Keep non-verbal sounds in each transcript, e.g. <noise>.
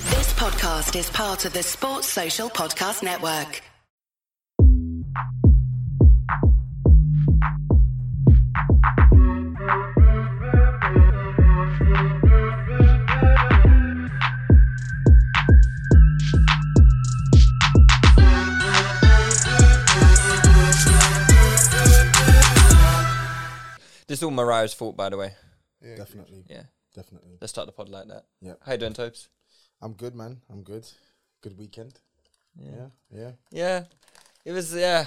podcast is part of the Sports Social Podcast Network. This is all Mariah's fault, by the way. Definitely, Yeah. definitely. Let's start the pod like that. Yeah, How you doing, Topes? I'm good, man. I'm good. Good weekend. Yeah, yeah. Yeah. It was, yeah.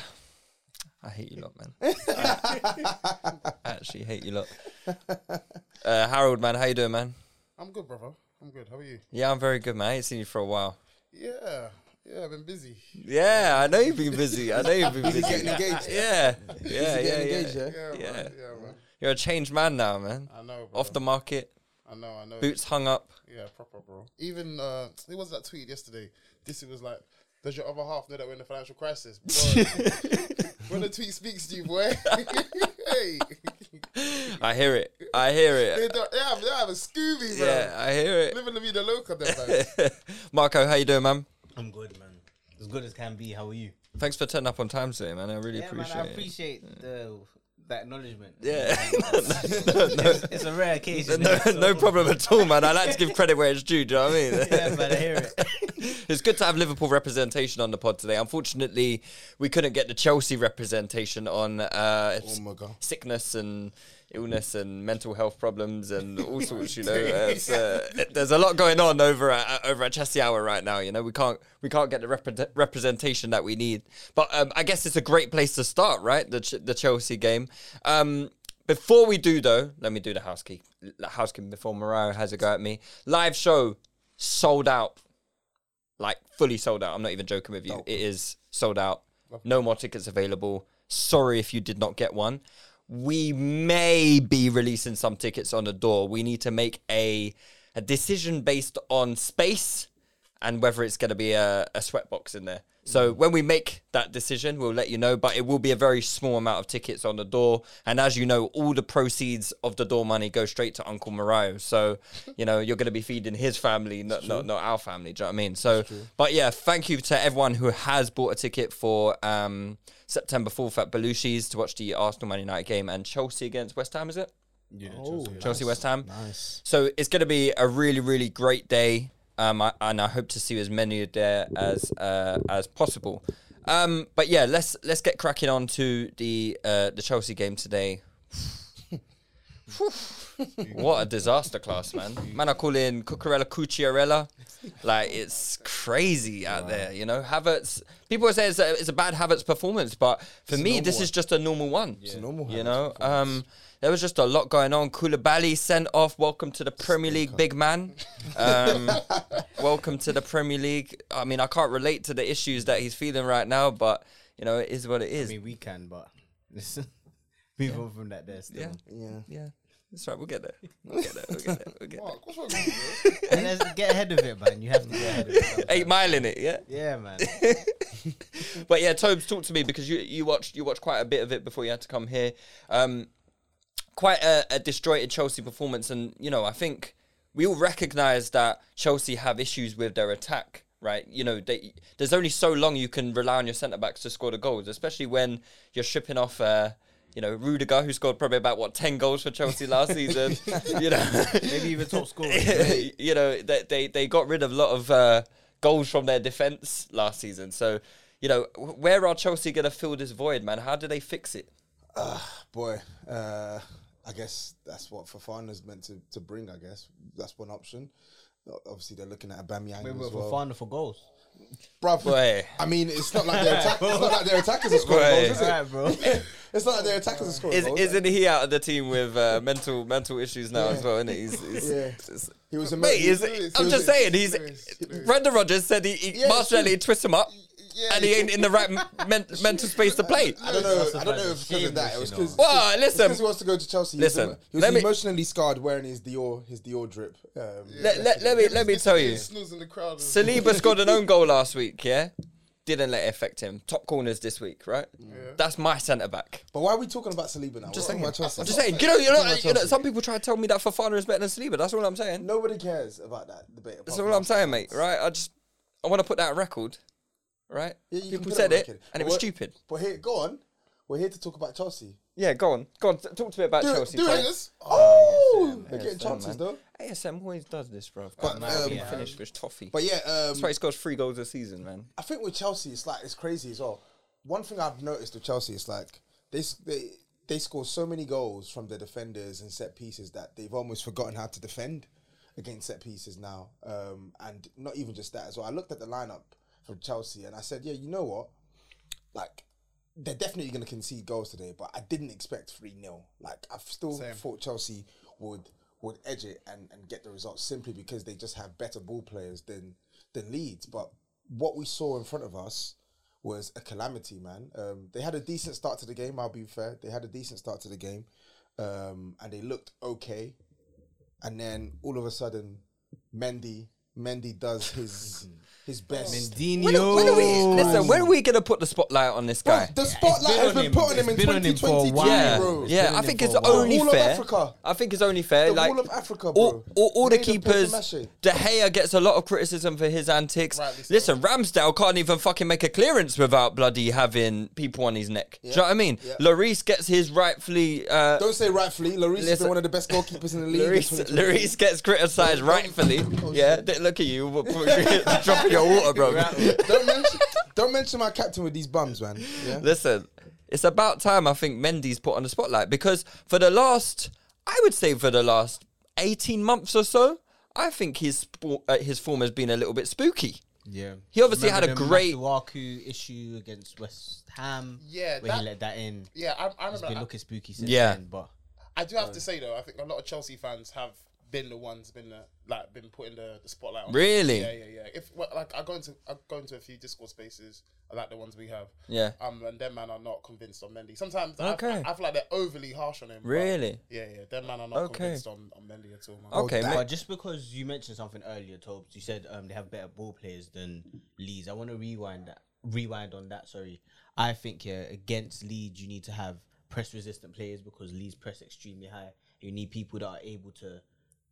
I hate you lot, <laughs> man. I actually hate you lot. Uh, Harold, man, how you doing, man? I'm good, brother. I'm good. How are you? Yeah, I'm very good, man. I ain't seen you for a while. Yeah, yeah. I've been busy. Yeah, I know you've been busy. I know you've been busy. getting engaged. Yeah. Yeah, Is it yeah, getting yeah. engaged, yeah. Yeah, Yeah. Man. yeah, man. You're a changed man now, man. I know. Bro. Off the market, I know. I know. boots hung up. Yeah, proper, bro. Even uh, it was that tweet yesterday. This was like, "Does your other half know that we're in a financial crisis?" Bro, when the tweet speaks to you, boy. <laughs> hey, <laughs> I hear it. I hear they, it. don't, they, have, they have a Scooby, bro. Yeah, I hear it. Living the vida loca, them, <laughs> man. Marco, how you doing, man? I'm good, man. As good as can be. How are you? Thanks for turning up on time today, man. I really Yeah, appreciate man. I it. <laughs> appreciate the that acknowledgement. Yeah. it's, it's a rare occasion. no, innit? So- no problem at all, man. I like to give credit where it's due. Do you know what I <laughs> mean? Yeah, man. I hear it. <laughs> it's good to have Liverpool representation on the pod today. Unfortunately, we couldn't get the Chelsea representation on uh, s- Oh my god. sickness and illness and mental health problems and <laughs> all sorts. You know, Uh, it's, uh, there's a lot going on over at, uh, over at Chelsea Hour right now. You know, we can't we can't get the repre- representation that we need. But um, I guess it's a great place to start, right? The Ch- the Chelsea game. Um, before we do though, let me do the housekeeping. Housekeeping before Mariah has a go at me. Live show sold out like fully sold out. I'm not even joking with you. It is sold out. No more tickets available. Sorry if you did not get one. We may be releasing some tickets on the door. We need to make a a decision based on space and whether it's going to be a, a sweatbox in there. So when we make that decision, we'll let you know. But it will be a very small amount of tickets on the door, and as you know, all the proceeds of the door money go straight to Uncle Mario. So you know you're going to be feeding his family, not not, not our family. Do you know what I mean? So, but yeah, thank you to everyone who has bought a ticket for um, September 4th at Belushi's to watch the Arsenal Man United game and Chelsea against West Ham. Is it? Oh, Chelsea West Ham. Nice. So it's going to be a really, really great day, um, I, and I hope to see you as many there as uh, as possible. Um, but yeah, let's let's get cracking on to the uh, the Chelsea game today. what a disaster class, man! Man, I call in Cucurella Cucciarella. Like it's crazy out there, you know. Havertz. People say it's a, it's a bad Havertz performance, but for me, this is just a normal one. It's a normal you Havertz know. Um, there was just a lot going on. Koulibaly sent off. Welcome to the Premier League, big <laughs> man. Um, welcome to the Premier League. I mean, I can't relate to the issues that he's feeling right now, but you know, it is what it I is. mean, we can, but listen, <laughs> move on from that. There, still. yeah, Yeah. yeah. That's right. We'll get there. We'll get there. We'll get there. We'll get there. Mark, what's wrong with you? bro? And let's get ahead of it, man. You have to get ahead of it. Eight mile in it, yeah. Yeah, man. But yeah, Tobes, talk to me because you you watched you watched quite a bit of it before you had to come here. Um, quite a, a disjointed Chelsea performance, and you know I think we all recognise that Chelsea have issues with their attack. Right, you know, they, there's only so long you can rely on your centre backs to score the goals, especially when you're shipping off, uh, you know, Rudiger, who scored probably about what ten goals for Chelsea last season. You know, Maybe even top scorer. you know they, they they got rid of a lot of uh, goals from their defense last season. So you know wh- where are Chelsea going to fill this void, man? How do they fix it? Boy, uh, I guess that's what Fafana's meant to, to bring. I guess that's one option. O- Obviously, they're looking at Aubameyang Maybe as for well. for goals. Bruv, Boy. I mean, it's not like their attack, it's not like their attackers are scoring Boy. goals, is it? Alright, bro. <laughs> It's not like their attackers are scoring Is, goals. isn't he out of the team with <laughs> uh, mental mental issues now as well? Isn't he? He's, he's, Yeah. he's- He was a Mate, he he's, was- he I'm was just a- saying, he's. Lewis, Lewis. Brendan Rodgers said he, he Yeah, marginally twists him up, Yeah, and he yeah. ain't in the right men, mental space to play. I don't know. That's I don't know about if because of that. It was shameless, you because. know. Well, listen, because he wants to go to Chelsea. He Listen, was, he was let me- emotionally scarred wearing his Dior, his Dior drip. Um, let, let, let me let me tell you. Snooze in the <laughs> crowd. Saliba scored an own goal last week, yeah? Didn't let it affect him. Top corners this week, right? Yeah. That's my centre back. But why are we talking about Saliba now? Just We're saying. talking about Chelsea. I'm just saying, you know, you know, Talking about you know, Chelsea. some people try to tell me that Fafana is better than Saliba. That's all I'm saying. Nobody cares about that debate. That's all I'm saying, mate. Right? I just I want to put that on record. Right? Yeah, you can people put it said on it, and record. it But was we're- stupid. But here, go on. We're here to talk about Chelsea. Yeah, go on, go on. t- Talk to me about Do Chelsea. it, do Tony. it. Oh, they're getting ASM, chances man. though. ASM always does this, bro. But, But now um, we yeah. finished with toffee. But yeah, um, That's why he scores three goals a season, man. I think with Chelsea, it's like it's crazy as well. One thing I've noticed with Chelsea is like they s- they they score so many goals from their defenders and set pieces that they've almost forgotten how to defend against set pieces now. Um, and not even just that as well. I looked at the lineup from Chelsea and I said, yeah, you know what, like. They're definitely going to concede goals today, but I didn't expect 3 0. Like, I've still thought Chelsea would would edge it and, and get the results simply because they just have better ball players than, than Leeds. But what we saw in front of us was a calamity, man. Um, they had a decent start to the game. I'll be fair; they had a decent start to the game, um, and they looked okay. And then all of a sudden, Mendy, Mendy does his his best. Mendinho. When are, when are we listen? When are we gonna put the spotlight on this guy? The spotlight been has on been him. put on It's him in been on him for a 2022, while. yeah, bro. yeah. been I in think for it's a while. only All of fair. Uh, Africa. I think it's only fair. The like whole of Africa, bro. all, all, all the Made of paper keepers. mache. De Gea gets a lot of criticism for his antics. Rightly so. Listen, Ramsdale can't even fucking make a clearance without bloody having people on his neck. Do you know what I mean? Yeah. Lloris gets his rightfully. Uh, Don't say rightfully. Lloris has Listen. been one of the best goalkeepers in the league. in Lloris, 2022. Lloris gets criticised rightfully. oh, yeah, d- look at you <laughs> dropping your water, bro. Don't mention, don't mention my captain with these bums, man. Yeah? Listen, it's about time I think Mendy's put on the spotlight because for the last, I would say for the last 18 months or so, I think his spo- uh, his form has been a little bit spooky. Yeah. He obviously Remember had a the great- Masuaku issue against West Ham. Yeah, where that- he let that in. Yeah, I, I It's remember. been I, looking spooky since Yeah. then. But I do have to say though, I think a lot of Chelsea fans have been the ones been the, like been putting the, the spotlight on. Really? Yeah, yeah, yeah. If well, like I go into I go into a few Discord spaces, I like the ones we have. Yeah. Um, and them man are not convinced on Mendy. Sometimes Okay. I, I feel like they're overly harsh on him. but Really? Yeah, yeah. Them man are not Okay. convinced on, on Mendy at all. Man. Okay, but mate. just because you mentioned something earlier, Tobes, you said um, they have better ball players than Leeds. I want to rewind that. Rewind on that. Sorry, I think yeah, against Leeds you need to have press resistant players because Leeds press extremely high. You need people that are able to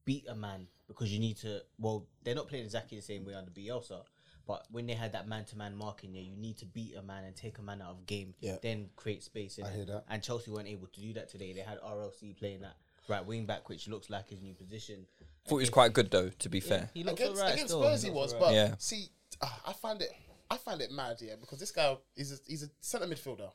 beat a man because you need to. Well, they're not playing exactly the same way under Bielsa. But when they had that man-to-man marking, yeah, you need to beat a man and take a man out of game, Yeah. then create space. I hear that. and Chelsea weren't able to do that today. They had RLC playing that right wing back, which looks like his new position. thought he was quite good though, to be fair. He looks against, alright. against still. Spurs he was, looks alright. but Yeah. see, uh, I find it, I find it mad, yeah, because this guy is a, he's a centre midfielder,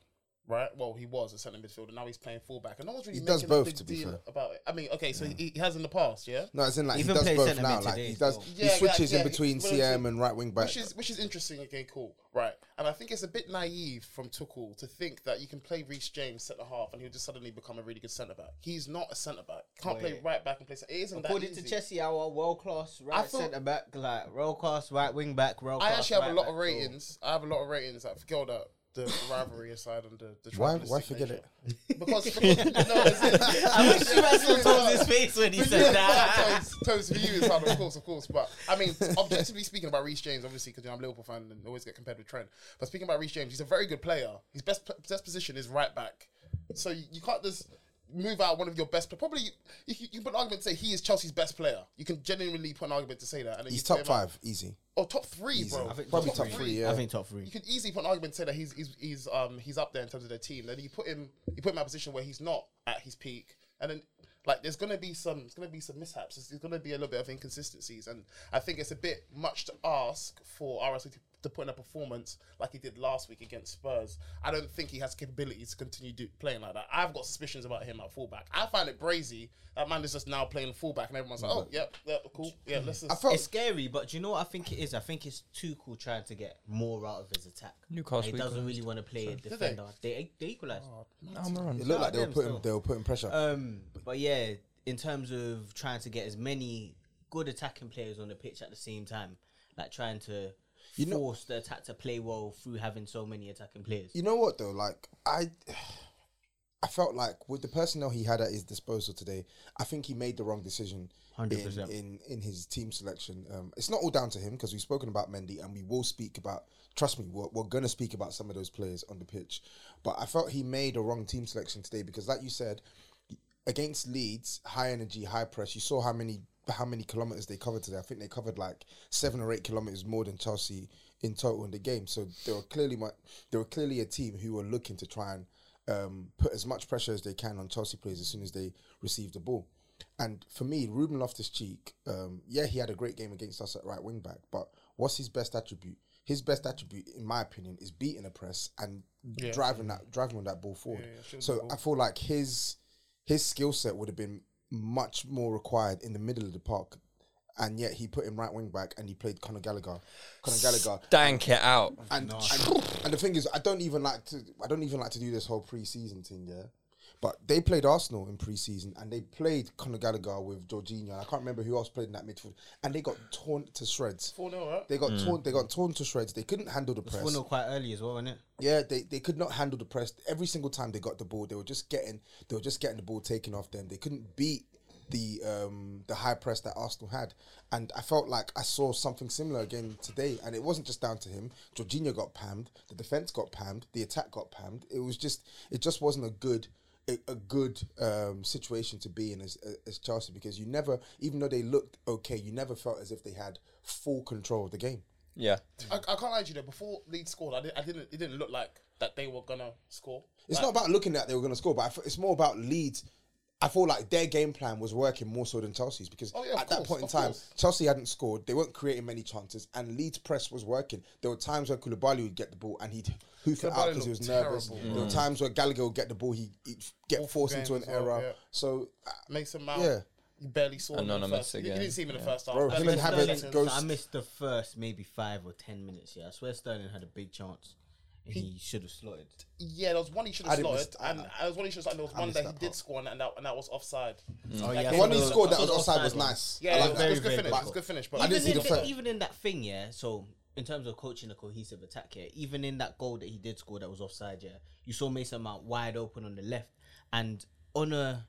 right? Well, he was a centre midfielder. Now he's playing fullback, and no one's really He making does both, a big to be deal fair. about it. I mean, okay, so he, he has in the past, yeah, No, as in like Even he does plays both centre now. mid Like today he as does, well. he Yeah, switches yeah, yeah, in between well, CM it's- and right wing back. which is which is interesting. Okay, cool, right? And I think it's a bit naive from Tuchel to think that you can play Reece James centre half and he'll just suddenly become a really good centre back. He's not a centre back. Can't play right back and play. Centre. It isn't According that to easy. Chelsea, our world class right thought- centre back, like world class right wing back, world I class. actually have right a lot back, of so- ratings. I have a lot of ratings. I forgot that the rivalry aside and the, the Why- tribalistic why forget nature. Because, <laughs> because no, it's- <laughs> <laughs> I wish you <laughs> had seen Tobes' face when he said that. Toes, toes for you is hard, of course, of course. But I mean, objectively speaking about Reece James, obviously, because you know, I'm a Liverpool fan and always get compared with Trent. But speaking about Reece James, he's a very good player. His best best position is right back. So you, you can't just move out one of your best. Probably you, you, you can put an argument to say he is Chelsea's best player. You can genuinely put an argument to say that. And then He's you put top him out- five, easy. or Oh, top three, bro. I think Probably top top three. three. Yeah. I think top three. You could easily put an argument to say that he's he's he's um he's up there in terms of their team. Then you put him you put him in a position where he's not at his peak, and then like there's gonna be some there's gonna be some mishaps. There's, there's gonna be a little bit of inconsistencies, and I think it's a bit much to ask for RSC to, to put in a performance like he did last week against Spurs. I don't think he has capability to continue do, playing like that. I've got suspicions about him at fullback. I find it brazy that man is just now playing fullback, and everyone's like, oh yeah, yeah, cool, yeah, let's just. I felt It's scary, but do you know what I think it is? I think it's Tuchel trying to get more out of his attack. Newcastle he doesn't really equalised. want to play a defender. They they equalised. Oh, it looked like they were them putting still. they were putting pressure. Um, but yeah, in terms of trying to get as many good attacking players on the pitch at the same time, like trying to force the attack to play well through having so many attacking players. you know what though? Like I, I felt like with the personnel he had at his disposal today, I think he made the wrong decision in, 100%. in in his team selection. Um, it's not all down to him because we've spoken about Mendy and we will speak about. Trust me, we're, we're going to speak about some of those players on the pitch, but I felt he made a wrong team selection today because, like you said, against Leeds, high energy, high press. You saw how many how many kilometers they covered today. I think they covered like seven or eight kilometers more than Chelsea in total in the game. So they were clearly mu- they were clearly a team who were looking to try and um, put as much pressure as they can on Chelsea players as soon as they receive the ball. And for me, Ruben Loftus Cheek, um, yeah, he had a great game against us at right wing back, but what's his best attribute? His best attribute, in my opinion, is beating a press and driving that driving on that ball forward. so I feel like his his skill set would have been much more required in the middle of the park. And yet he put him right wing back and he played Conor Gallagher. Conor Gallagher. Dank it out. And, and and the thing is I don't even like to I don't even like to do this whole pre-season thing, yeah. But they played Arsenal in pre-season and they played Conor Gallagher with Jorginho. And I can't remember who else played in that midfield. And they got torn to shreds. 4-0, right? They got torn they got torn to shreds. They couldn't handle the press. Four 0 quite early as well, wasn't it? Yeah, they, they could not handle the press. Every single time they got the ball, they were just getting they were just getting the ball taken off them. They couldn't beat the um the high press that Arsenal had. And I felt like I saw something similar again today. And it wasn't just down to him. Jorginho got pammed, the defense got pammed, the attack got pammed. It was just it just wasn't a good a, a good um, situation to be in as, as Chelsea because you never, even though they looked okay, you never felt as if they had full control of the game. Yeah. I, I can't lie to you though. Before Leeds scored, I, did, I didn't. It didn't look like that they were gonna score. It's not about looking at they were going to score, but I f- it's more about Leeds. I feel like their game plan was working more so than Chelsea's because Oh, yeah, of at that course, point in of time, course. Chelsea hadn't scored. They weren't creating many chances, and Leeds' press was working. There were times where Koulibaly would get the ball and he'd hoof it out Koulibaly because he was looked nervous. terrible. There were times where Gallagher would get the ball, he'd, he'd get Awful forced game into an as well, error. yeah. So, uh, Mason Mount. Yeah. You barely saw him. in the Anonymous first- you- You again, didn't see him in the yeah. first half. Bro, Barely him and saw Havertz him. goes- I missed the first maybe five or ten minutes. Yeah, I swear Sterling had a big chance. And he should have slotted. Yeah, there was one he should I have didn't slotted, miss- I- and there was one he should have. And there was one missed that that he part. did score, and, and that and that was offside. Oh yeah, the one he scored that was offside was nice. Yeah, I it like was, that. it was good Very, very finish. It was good. good finish, but I didn't see even in, the the- fair- even in that thing, yeah. So in terms of coaching a cohesive attack, yeah. Even in that goal that he did score, that was offside, yeah. You saw Mason Mount wide open on the left, and on a,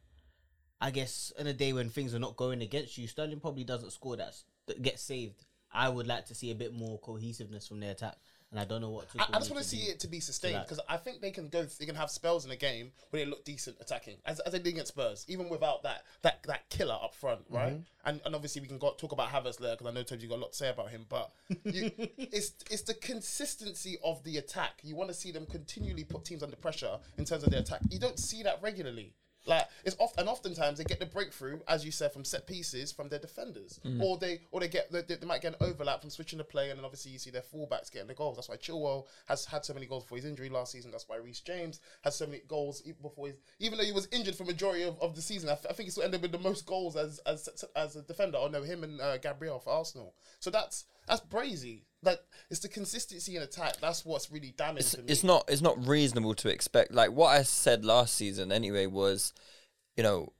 I guess, on a day when things are not going against you, Sterling probably doesn't score that, s- that gets saved. I would like to see a bit more cohesiveness from their attack, and I don't know what. I, I just Tuchel want needs to see do. it to be sustained because I think they can go. They can have spells in a game where they look decent attacking, as, as they did against Spurs, even without that that that killer up front, right? And and obviously we can go, talk about Havertz later because I know Toby you got a lot to say about him, but you, it's it's the consistency of the attack. You want to see them continually put teams under pressure in terms of their attack. You don't see that regularly. Like it's oft and oftentimes they get the breakthrough, as you said, from set pieces from their defenders, Mm. or they or they get they, they might get an overlap from switching the play, and then obviously you see their fullbacks getting the goals. That's why Chilwell has had so many goals before his injury last season. That's why Reece James has so many goals e- before his, even though he was injured for majority of, of the season. I, th- I think he still ended up with the most goals as as as a defender. I know him and uh, Gabriel for Arsenal. So that's that's brazy. Like it's the consistency in attack. That's what's really damaging. it's, to me. it's not it's not reasonable to expect like what I said last season anyway was you know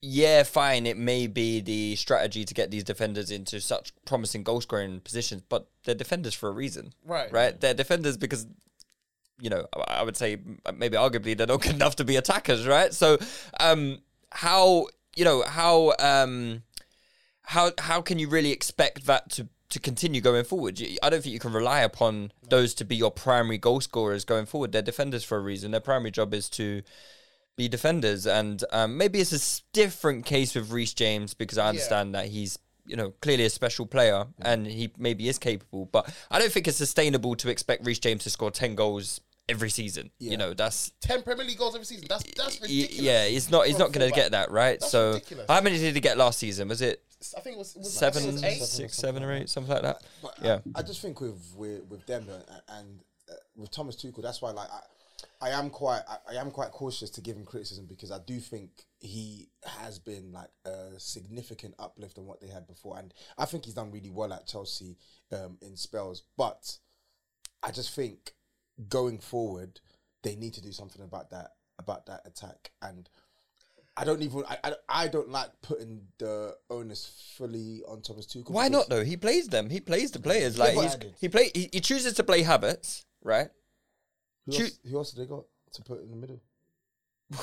yeah fine it may be the strategy to get these defenders into such promising goal scoring positions but they're defenders for a reason Right. right they're defenders because you know I- I would say m- uh, maybe arguably they're not good <laughs> enough to be attackers right so um how you know how um how how can you really expect that to to continue going forward? You- I don't think you can rely upon those to be your primary goal scorers going forward. They're defenders for a reason. Their primary job is to be defenders, and um, maybe it's a s- different case with Reece James because I understand that he's you know clearly a special player and he maybe is capable, but I don't think it's sustainable to expect Reece James to score ten goals every season. You know that's ten Premier League goals every season. That's that's y- ridiculous. yeah, he's not he's For a not going to get fullback. that right. That's so ridiculous. how many did he get last season? Was it I think it was, it was like- I think it seven, was eight. six, seven or eight, something like that. But um, yeah, I, I just think with with, with them uh, and uh, with Thomas Tuchel, that's why like I, I am quite I, I am quite cautious to give him criticism because I do think he has been like a significant uplift on what they had before, and I think he's done really well at Chelsea um, in spells. But I just think going forward, they need to do something about that about that attack and. I don't even. I, I, I don't like putting the onus fully on Thomas Tuchel. why not because- though? He plays them. He plays the players. Like but- he's, he play. He, he chooses to play habits, right? <laughs> Who Chu- else, who else did they got to put in the middle?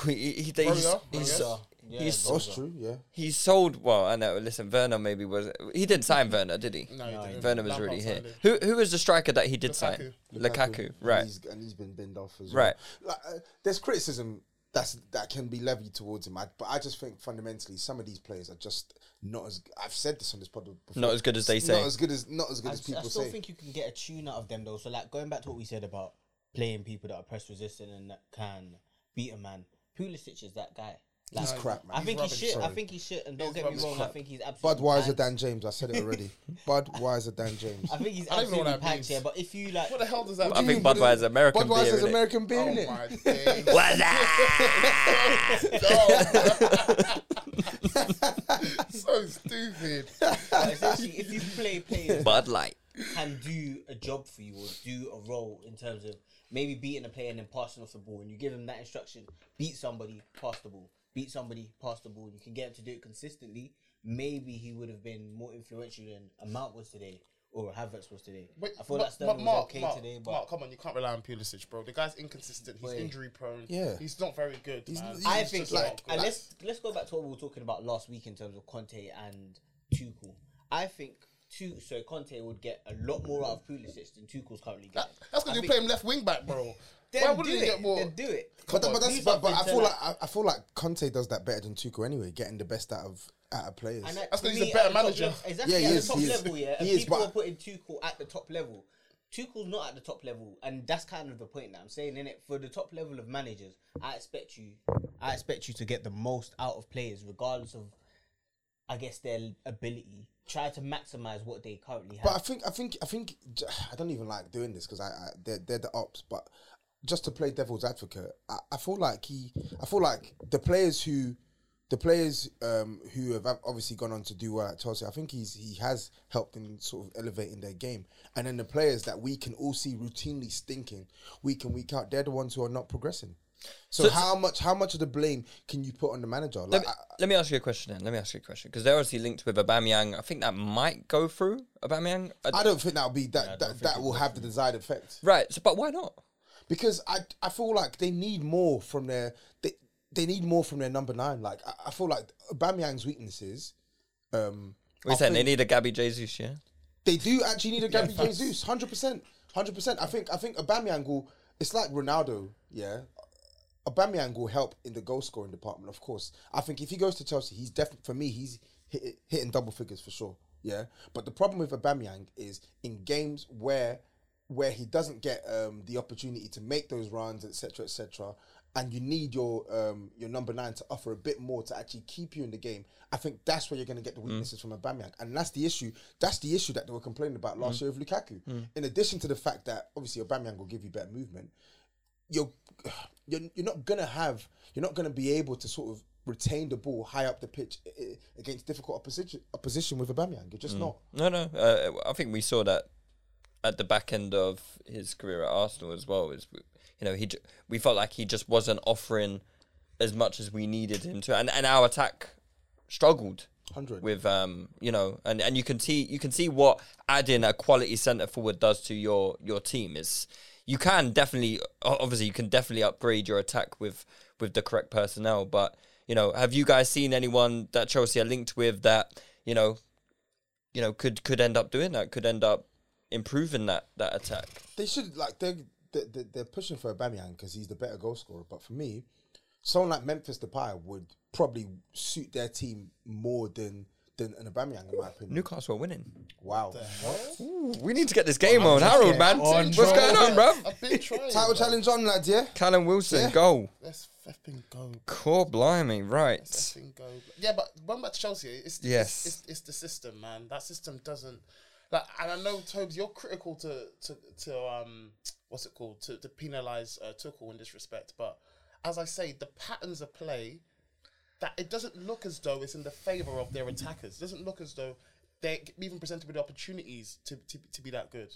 he, he, they- he's, Broga, I he's, guess. Yeah, he's, Broga. That's true, yeah. he sold well. I know. Listen, Werner maybe was he didn't sign Werner, did he? No, he didn't. Werner was Lampard really hit. signed him. Who who was the striker that he did sign? Lukaku, right? And he's, and he's been binned off as Right. well. Like, uh, there's criticism that's that can be levied towards him, I, but I just think fundamentally some of these players are just not as. I've said this on this podcast before. Not as good as they say. Not as good as not as good I, as s- I people still say. think you can get a tune out of them though. So like going back to what we said about playing people that are press resistant and that can beat a man. Pulisic is that guy. Like, He's crap, man. I He's think he's rubbish, shit. I sorry. think he's shit. And don't He's get rubbish. me wrong. I Crap. think he's absolutely. Budweiser pants. Dan James. I said it <laughs> already. Budweiser Dan James. I think he's I don't even know what absolutely that pants. Yeah, means. but if you like, What the <laughs> hell does that I mean? think Budweiser's <laughs> American beer. Budweiser's innit? American beer, Oh innit? my <laughs> What's days. <laughs> that? so stupid. like, essentially, if you play players <laughs> Bud Light. can do a job for you or do a role in terms of maybe beating a player and then passing off the ball, and you give them that instruction: beat somebody, pass the ball, beat somebody, pass the ball. You can get him to do it consistently. Maybe he would have been more influential than a Mount was today or a Havertz was today. I thought that Sterling was okay Mark, today, but Mark, come on, you can't rely on Pulisic, bro. The guy's inconsistent. He's Wait. injury prone. Yeah. he's not very good. man. he's I just think not like, good. and let's let's go back to what we were talking about last week in terms of Conte and Tuchel. I think. Tu so Conte would get a lot more out of Pulisic than Tuchel's currently getting. That's because I you think- play him left wing back, bro. Then Why wouldn't do he it. get more? Then do it. <laughs> But, Come but, on, that's, he's but, up but I until feel like that- I, I feel like Conte does that better than Tuchel anyway, getting the best out of out of players. And that- That's to 'cause he's a me, better at the top manager. level- Exactly. Yeah, he at the is, top he is. level, yeah. He and is, people but- are putting Tuchel at the top level. Tuchel's not at the top level, and that's kind of the point that I'm saying. In it, for the top level of managers, I expect you, I expect you to get the most out of players, regardless of, I guess, their ability. Try to maximize what they currently have. But I think I think I think j- I don't even like doing this because I, I they're, they're the ops. But just to play devil's advocate, I, I feel like he I feel like the players who the players um, who have ob- obviously gone on to do well at Chelsea, I think he's he has helped in sort of elevating their game. And then the players that we can all see routinely stinking week in week out, they're the ones who are not progressing. So, how much how much of the blame can you put on the manager? Like, Let me, I, let me ask you a question then. Let me ask you a question because they're obviously linked with Aubameyang. I think that might go through Aubameyang. I- I don't think that'll be that that, that will have the desired effect. right, so, but why not? because I I feel like they need more from their they they need more from their number nine. Like I, I feel like Bamyang's weaknesses. Um, We're I saying they think need a Gabby Jesus, yeah. they do actually need a Gabby Jesus, hundred percent, hundred percent. I think I think Aubameyang will. It's like Ronaldo, yeah. Aubameyang will help in the goal scoring department, of course. I think if he goes to Chelsea, he's definitely for me. He's hit, hitting double figures for sure, yeah. But the problem with Aubameyang is in games where where he doesn't get um, the opportunity to make those runs, etc., etc. And you need your um, your number nine to offer a bit more to actually keep you in the game. I think that's where you're going to get the weaknesses from Aubameyang, and that's the issue. That's the issue that they were complaining about last year with Lukaku. In addition to the fact that obviously Aubameyang will give you better movement, you're you're, you're not gonna have you're not gonna be able to sort of retain the ball high up the pitch i- i- against difficult opposition opposition with Aubameyang. You're just not. No, no. Uh, I think we saw that at the back end of his career at Arsenal as well. Is you know he j- we felt like he just wasn't offering as much as we needed him to, and, and our attack struggled 100. with um you know and and you can see you can see what adding a quality centre forward does to your your team is. You can definitely, o- obviously, you can definitely upgrade your attack with with the correct personnel. But you know, have you guys seen anyone that Chelsea are linked with that you know you know could could end up doing that could end up improving that that attack They should like they're they're, they're pushing for Aubameyang because he's the better goal scorer. But for me, someone like Memphis Depay would probably suit their team more than than an Aubameyang in my opinion. newcastle are winning Wow. we need to get this game on harold man what's going on bro I've been trying. Title bro. challenge on, lads. Yeah. callum wilson goal Let's effing go. core blimey right Effing go. Yeah, but going back to Chelsea, it's Yes. it's, it's, it's the system, man. That system doesn't. Like, and I know Tobes, you're critical to to to um what's it called to to penalise uh, Tuchel in this respect, but as I say, the patterns of play that it doesn't look as though it's in the favour of their attackers. It doesn't look as though they're even presented with opportunities to, to, to be that good.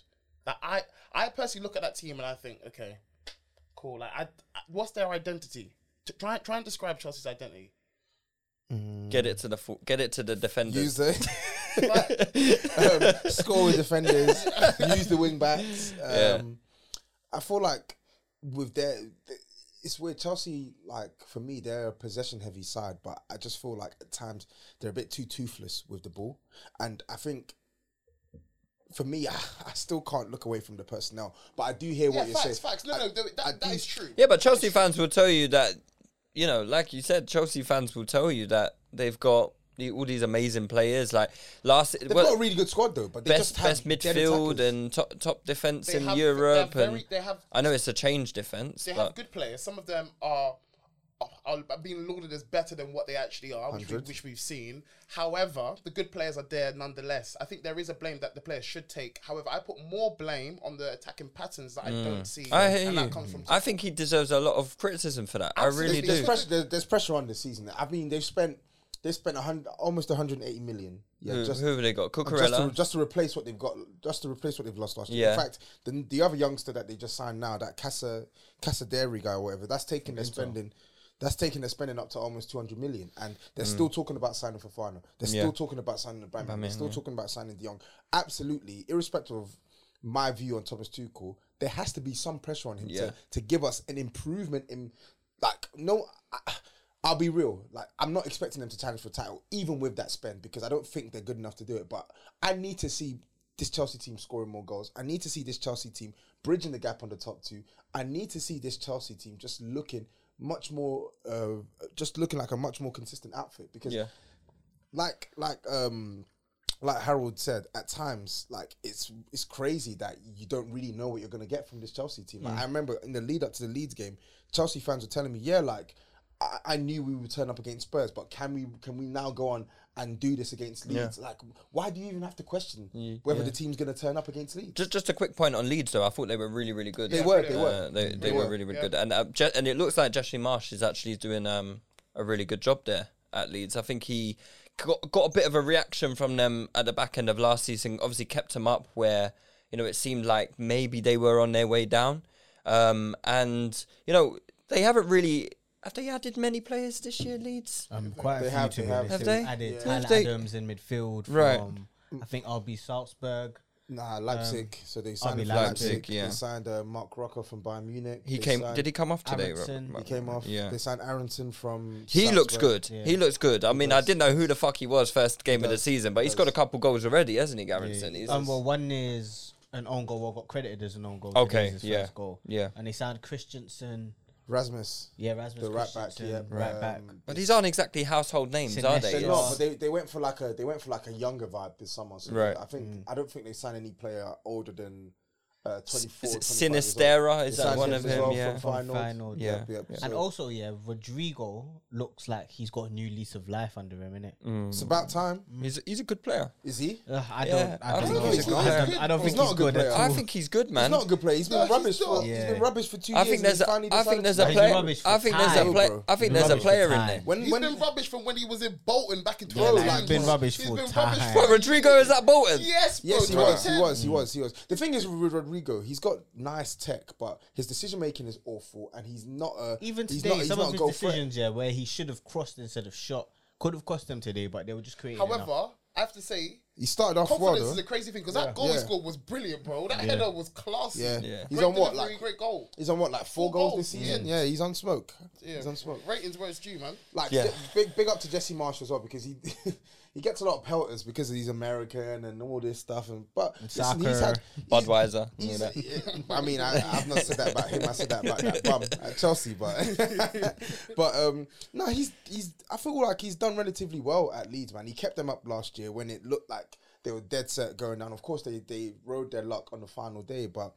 Like I, I personally look at that team and I think, okay, cool. Like, I, I- what's their identity? To try, try and describe Chelsea's identity. get it to the fo- get it to the defenders Use <laughs> the um, score with defenders. use the wing backs. Um, I feel like with their it's weird. Chelsea, like for me, they're a possession heavy side, but I just feel like at times they're a bit too toothless with the ball, and I think. For me, <laughs> I, I still can't look away from the personnel, but I do hear Yeah, what you're facts, saying. facts. No, I- no, th- I that, do- that is true. Yeah, but Chelsea fans will tell you that, you know, like you said, Chelsea fans will tell you that they've got the, all these amazing players. Like last, They've got a really good squad though, but they best just have best dead midfield attackers. and top top defense They in have- they have Europe. very- and they have- I know it's a change defense, They have but good players. Some of them are, are, are being lauded as better than what they actually are, which, we, 100. which we've seen. However, the good players are there nonetheless. I think there is a blame that the players should take. However, I put more blame on the attacking patterns that I don't see. I hear and you. that comes from. I think he deserves a lot of criticism for that. I Absolutely. really there's do. pressure. There's, there's pressure on this season. I mean, they've spent they spent a hundred almost 180 million. Yeah, Who, just who have they got? just to, Cucurella. just to replace what they've got, just to replace what they've lost last year. Yeah. In fact, the the other youngster that they just signed now, that Casa Casaderi guy or whatever, that's taking their spending. That's taking their spending up to almost 200 million, and they're still talking about signing Fofana. They're Mm. still Yeah. talking about signing Abraham. they're still talking about signing De Jong. Absolutely, irrespective of my view on Thomas Tuchel, there has to be some pressure on him Yeah. to, to give us an improvement in, like, no. I, I'll be real. Like, I'm not expecting them to challenge for title, even with that spend, because I don't think they're good enough to do it. But I need to see this Chelsea team scoring more goals. I need to see this Chelsea team bridging the gap on the top two. I need to see this Chelsea team just looking much more, uh, just looking like a much more consistent outfit. Because Yeah. like like um like Harold said, at times like it's it's crazy that you don't really know what you're gonna get from this Chelsea team. Mm. Like, I remember in the lead up to the Leeds game, Chelsea fans were telling me, "Yeah, like I, I knew we would turn up against Spurs, but can we can we now go on and do this against Leeds? Like, why do you even have to question whether the team's gonna turn up against Leeds? Just, just a quick point on Leeds, though. I thought they were really, really good. Uh, They were, they were. they, they, were, really, really good. And uh, Je- and it looks like Jesse Marsh is actually doing um, a really good job there at Leeds. I think he got, got a bit of a reaction from them at the back end of last season. Obviously, kept them up where you know it seemed like maybe they were on their way down. Um, and you know they haven't really have they added many players this year, Leeds. Um, quite a They few have- to they be have. honest. Have They've they? added Yeah. Tyler Have they- Adams in midfield Right. from I think RB Salzburg. Nah, Leipzig. Um, so they signed RB him from Leipzig, Leipzig. yeah. They signed uh, Mark Rocker from Bayern Munich. He They came. signed- Did he come off today? Aronson. He came off. Yeah. They signed Aronson from. He looks Salzburg. good. Yeah. He looks good. I mean, I didn't know who the fuck he was first game of the does. season, but he's got a couple goals already, hasn't he, Garrison? He's- Um, well, one is an own goal. Well, got credited as an own goal. Okay, Today's his yeah, first goal. yeah. and they signed Christensen. Rasmus. Yeah, Rasmus The right back, Christensen, yeah, right um, back. but these aren't exactly household names, Sinestro. are they? They're They're Yes. not, but they, they went for like a they went for like a younger vibe this summer. So Right. I think I don't think they signed any player older than uh, twenty four. Mm. Is it Sinistera? Is that one of him? yeah. From Feyenoord. Feyenoord, yeah. yeah. And So also, yeah, Rodrigo looks like he's got a new lease of life under him, innit? it's about time. He's, he's a good player. Is he? Ugh, I Mm. Yeah, don't. I don't think know. he's a good I player. don't- I don't He's think not he's a good good at player. all. I think he's good, man. He's not a good player. He's been No, he's rubbish. for, not. He's Yeah. been rubbish for two I years. think and there's he a. finally I think decided there's to a play. He's player. rubbish for I think there's a time. player. I think He's there's a rubbish for player in time. there. When He's when been rubbish from when he was in Bolton back in Yeah, like, 2011. he's been rubbish He's full been time. rubbish But for Rodrigo is at Bolton. Yes, bro, Yes, he was. He 2010. was. He was. He was. The thing is with Rodrigo, he's got nice tech, but his decision making is awful, and he's not a Even he's today, not- he's some not of a his goal threat. decisions, yeah, where he should have crossed instead of shot, could have cost them today, but they were just creating. enough. However, I have to say, He started off well confidence though. is a crazy thing because that goal he Yeah. scored was brilliant, bro. That header was classy. Yeah. Yeah. He's Great on what, delivery, like- great goal. He's on what, like four, Four goals, goals, this season? Mm. Yeah. he's on smoke. He's on smoke. Ratings where it's due, man. Like Yeah. j- big, big up to Jesse Marsh as well because he <laughs> he gets a lot of pelters because he's American and all this stuff. And but listen, he's soccer. had Budweiser. and all he's- that. <laughs> I mean, I, I've not said that about him. I said that about that bum at Chelsea, but but um, no, he's he's. I feel like he's done relatively well at Leeds, man. He kept them up last year when it looked like they were dead set going down. Of course, they they rode their luck on the final day, but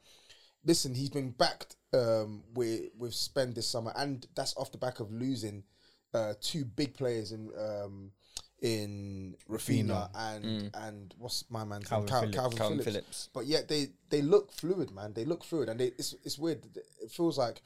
listen, he's been backed um with with spend this summer, and that's off the back of losing uh two big players in um. In Rafinha and and what's my man's name? Calvin Cal- Phillips. Calvin Calvin Phillips. Phillips. But yet they they look fluid, man. They look fluid, and they, it's it's weird. It feels like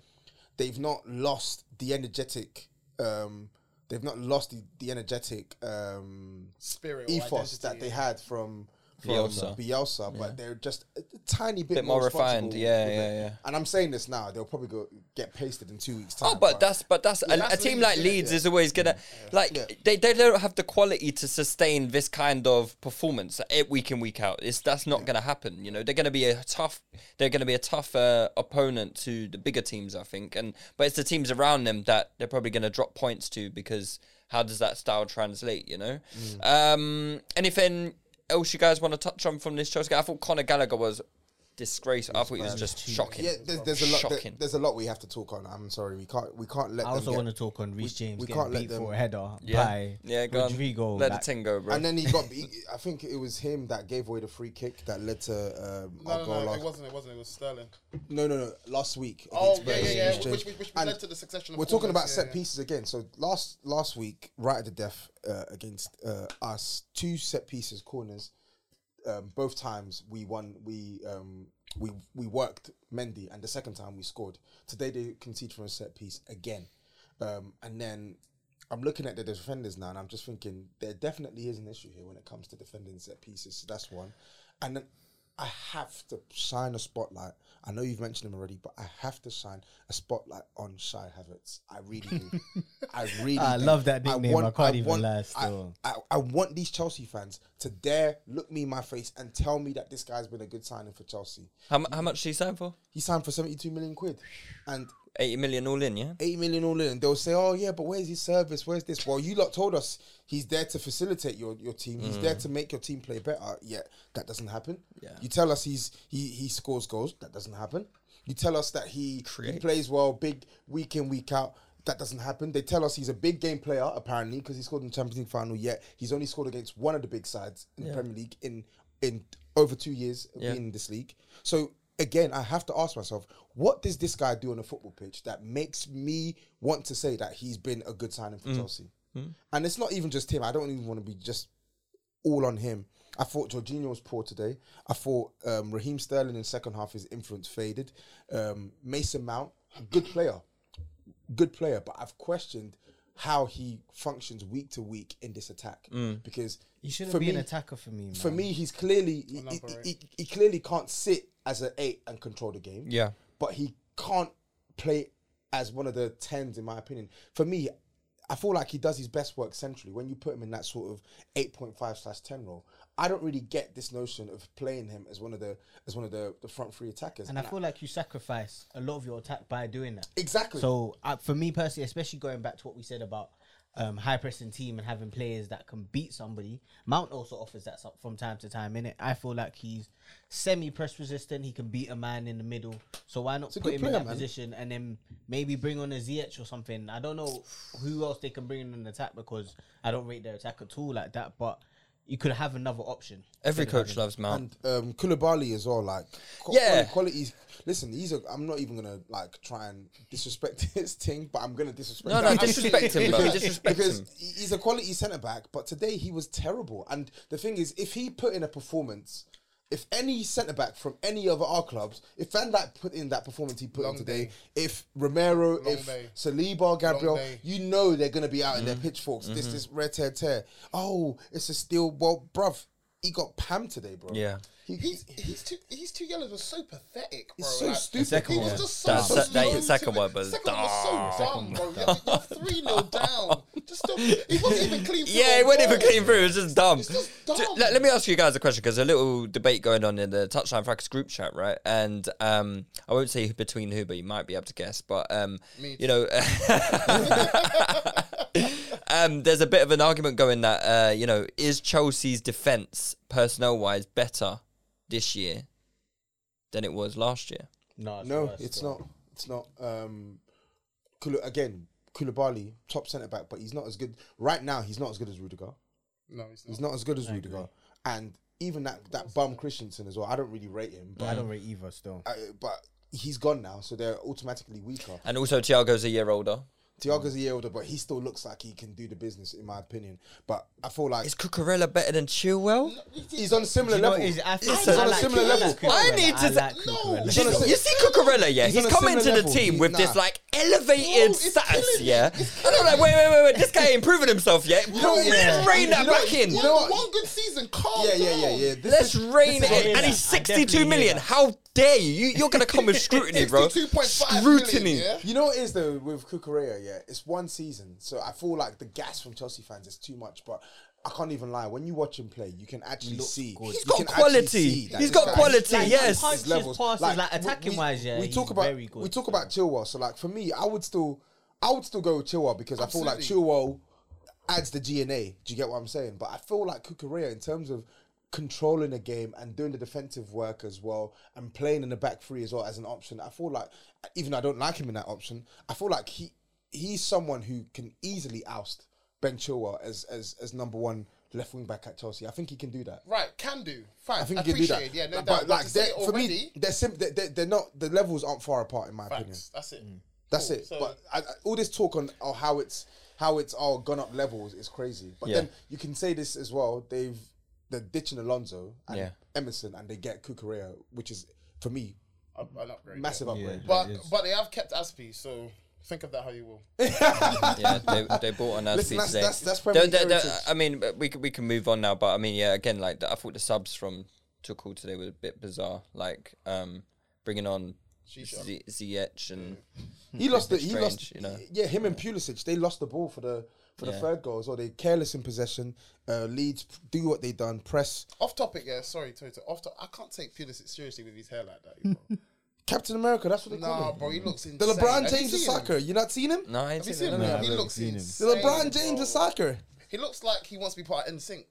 they've not lost the energetic. Um, they've not lost the, the energetic um, Spirit or ethos that identity. they had from from Bielsa. Bielsa, but they're just a tiny bit, Bit more refined, responsible yeah, with yeah, it. yeah. And I'm saying this now; they'll probably go get pasted in two weeks' time. Oh, but that's but that's, a, that's a team Leeds, like yeah, Leeds yeah. is always gonna like Yeah. they, they don't have the quality to sustain this kind of performance eh, week in week out. It's that's not gonna happen. You know they're gonna be a tough they're gonna be a tough uh, opponent to the bigger teams, I think. And but it's the teams around them that they're probably gonna drop points to because how does that style translate? You know. Mm. Um, anything else you guys want to touch on from this Chelsea? game? I thought Conor Gallagher was disgraceful. I thought he was just shocking. yeah. There's, there's a lot. there- Shocking. there's a lot we have to talk on. I'm sorry, we can't. We can't let. I them also get- want to talk on Reece James we getting can't let beat them- for a header Yeah. by yeah, go on. Rodrigo. Let like- the thing go, bro. And then he got. He, I think it was him that gave away the free kick that led to um, No, our goal. no, no, last, it wasn't. It wasn't. It was Sterling. No, no, no. Last week. Oh, against yeah, yeah, Spurs, yeah. Reece James. Which, which, which And led to the succession. Of We're talking about corners, set yeah, yeah. pieces again. So last last week, right at the death uh, against uh, us, two set pieces, corners. Um, both times we won. We um, we we worked Mendy, and the second time we scored. Today they concede from a set piece again, um, and then. I'm looking at the defenders now, and I'm just thinking there definitely is an issue here when it comes to defending set pieces. So that's one, and then I have to shine a spotlight. I know you've mentioned him already, but I have to shine a spotlight on Shai Havertz. I really do. <laughs> I really. I do. love that nickname. I can't even lie I- still. I, I want these Chelsea fans to dare look me in my face and tell me that this guy's been a good signing for Chelsea. How, mu- how much did he sign for? He signed for seventy-two million quid, and 80 million all in, yeah? eight million all in. They'll say, "Oh yeah, but where's his service? Where's this?" Well, you lot told us he's there to facilitate your, your team. He's there to make your team play better. Yet that doesn't happen. Yeah. You tell us he's he he scores goals. That doesn't happen. You tell us that he, he Creates. plays well, big week in week out. That doesn't happen. They tell us he's a big game player apparently because he scored in the Champions League final. Yet he's only scored against one of the big sides in the Premier League in in over two years of Yeah. being in this league. So again, I have to ask myself, what does this guy do on a football pitch that makes me want to say that he's been a good signing for Chelsea? And it's not even just him. I don't even want to be just all on him. I thought Jorginho was poor today. I thought um, Raheem Sterling in second half his influence faded. Um, Mason Mount, good player, good player, but I've questioned how he functions week to week in this attack because He should for have been me- an attacker for me. Man. for me, he's clearly he, he, he, he clearly can't sit as an eight and control the game. Yeah. but he can't play as one of the tens, in my opinion. For me, I feel like he does his best work centrally when you put him in that sort of eight point five slash ten role. I don't really get this notion of playing him as one of the as one of the, the front three attackers. and I feel like you sacrifice a lot of your attack by doing that. exactly. So uh, for me personally, especially going back to what we said about um, high pressing team and having players that can beat somebody, Mount also offers that so- from time to time. In it, I feel like he's semi press resistant. He can beat a man in the middle. So why not a put good him in player, that man. position and then maybe bring on a ZH or something? I don't know who else they can bring in an attack because I don't rate their attack at all like that. But you could have another option. Every coach loves Mount. and um, Koulibaly as well, like qu- Yeah. quali- qualities. Listen, these are. I'm not even gonna like try and disrespect <laughs> his thing, but I'm gonna disrespect. No, that. no, disrespect him, bro. Disrespect because him. he's a quality centre back, but today he was terrible. And the thing is, if he put in a performance, if any centre back from any of our clubs, if Van Dijk put in that performance he put in today, if Romero, if day. Saliba, Gabriel, day. you know they're gonna be out in their pitchforks. This this red tear tear. Oh, it's a steal. Well, bruv, he got pammed today, bro. Yeah. He- He's he's two he's two yellows were so pathetic, bro. It's so like, stupid. The second he was one just was so dumb. That- that stupid. second one was second was so dumb, bro. You're, you're three 0 down. Just don't, he wasn't even clean. for <laughs> Yeah, a it wasn't goal. even clean through. It was just dumb. just Ju- dumb. Let, let me ask you guys a question because a little debate going on in the Touchline Frackers group chat, right? And um, I won't say who- between who, but you might be able to guess. But um, you know, <laughs> um, there's a bit of an argument going that uh, you know, is Chelsea's defense personnel wise better this year than it was last year? No, it's No, worse, it's bro. not. It's not. Um, Kula, again, Koulibaly, top centre back, but he's not as good right now. He's not as good as Rudiger. No, he's not. He's not as good as Rudiger, and even that that bum Christensen as well. I don't really rate him, but I don't rate either. Still, uh, but he's gone now, so they're automatically weaker. And also, Thiago's a year older. Thiago's a year older, but he still looks like he can do the business, in my opinion. But I feel like Is Cucurella better than Chilwell? he's on a similar You know, level. is- I think- he's I on a like similar Cucurella. level. I I need to like say- Cucurella. No, Cucurella. he's You on a si- see Cucurella, yeah? he's He's, on a coming to similar the level. team He- with nah. this like elevated it's status, killing me. yeah? And I'm like, wait, wait, wait, wait, this guy ain't proven himself yet. No, yeah. let's rein You that know- back in. you one, know what? one good season. Calm Yeah, yeah, down. yeah, yeah. This Let's is- rein this it is in. what And I he's hear that. I 62 definitely hear million. that. How dare you? you you're going to come with scrutiny, <laughs> bro. 62.5 million, Scrutiny. yeah? You know what it is though with Kukurea, yeah, it's one season, so I feel like the gas from Chelsea fans is too much. But I can't even lie, when you watch him play, you can actually see He's you got can actually quality. see that He's this got guy- quality, Like, yes. punches, his levels. passes, like, we- attacking we, wise, yeah, We he's talk about very good. we talk about Chilwell. So like for me, I would still, I would still go with Chilwell because I feel Absolutely. like Chilwell adds the DNA. Do you get what I'm saying? But I feel like Kukurea in terms of controlling the game and doing the defensive work as well and playing in the back three as well as an option. I feel like even though I don't like him in that option, I feel like he he's someone who can easily oust Ben Chilwell as as as number one left wing back at Chelsea. I think he can do that. Right, can do. Fine. I think you can do appreciate that. it. Yeah, no but, doubt. like, to say they're- it for already, me, they're, sim- they're, they're they're not the levels aren't far apart in my opinion. facts. That's it. Mm. That's Cool. it. So- but I, I- all this talk on oh, how it's how it's all gone up levels is crazy. But then Yeah. you can say this as well. They've they're ditching Alonso and Yeah. Emerson, and they get Kukurea, which is for me An an upgrade. massive upgrade. But but they have kept Aspie, so think of that how you will. yeah, they, they bought on us Listen, these days. that's- that's- that's Premier Don't- League don't- don't- heritage. I mean, but we can, we can move on now, but I mean, yeah, again, like I thought the subs from Tuchel today were a bit bizarre, like um, bringing on Z- Ziyech and He lost the he strange, lost you know? yeah him and Pulisic they lost the ball for the for the Yeah. third goal as well. They careless in possession. Uh, Leeds p- do what they done press. Off topic, yeah. Sorry, Toto. Off topic. I can't take Pulisic seriously with his hair like that. you <laughs> know. Captain America, that's what they call nah, him. bro, he looks insane. The LeBron Have you James of seen him? soccer. You not seen him? no, I ain't Have you seen seen that, him? no. he haven't looks seen him. The insane. LeBron James of bro. soccer. He looks like he wants to be part of NSYNC.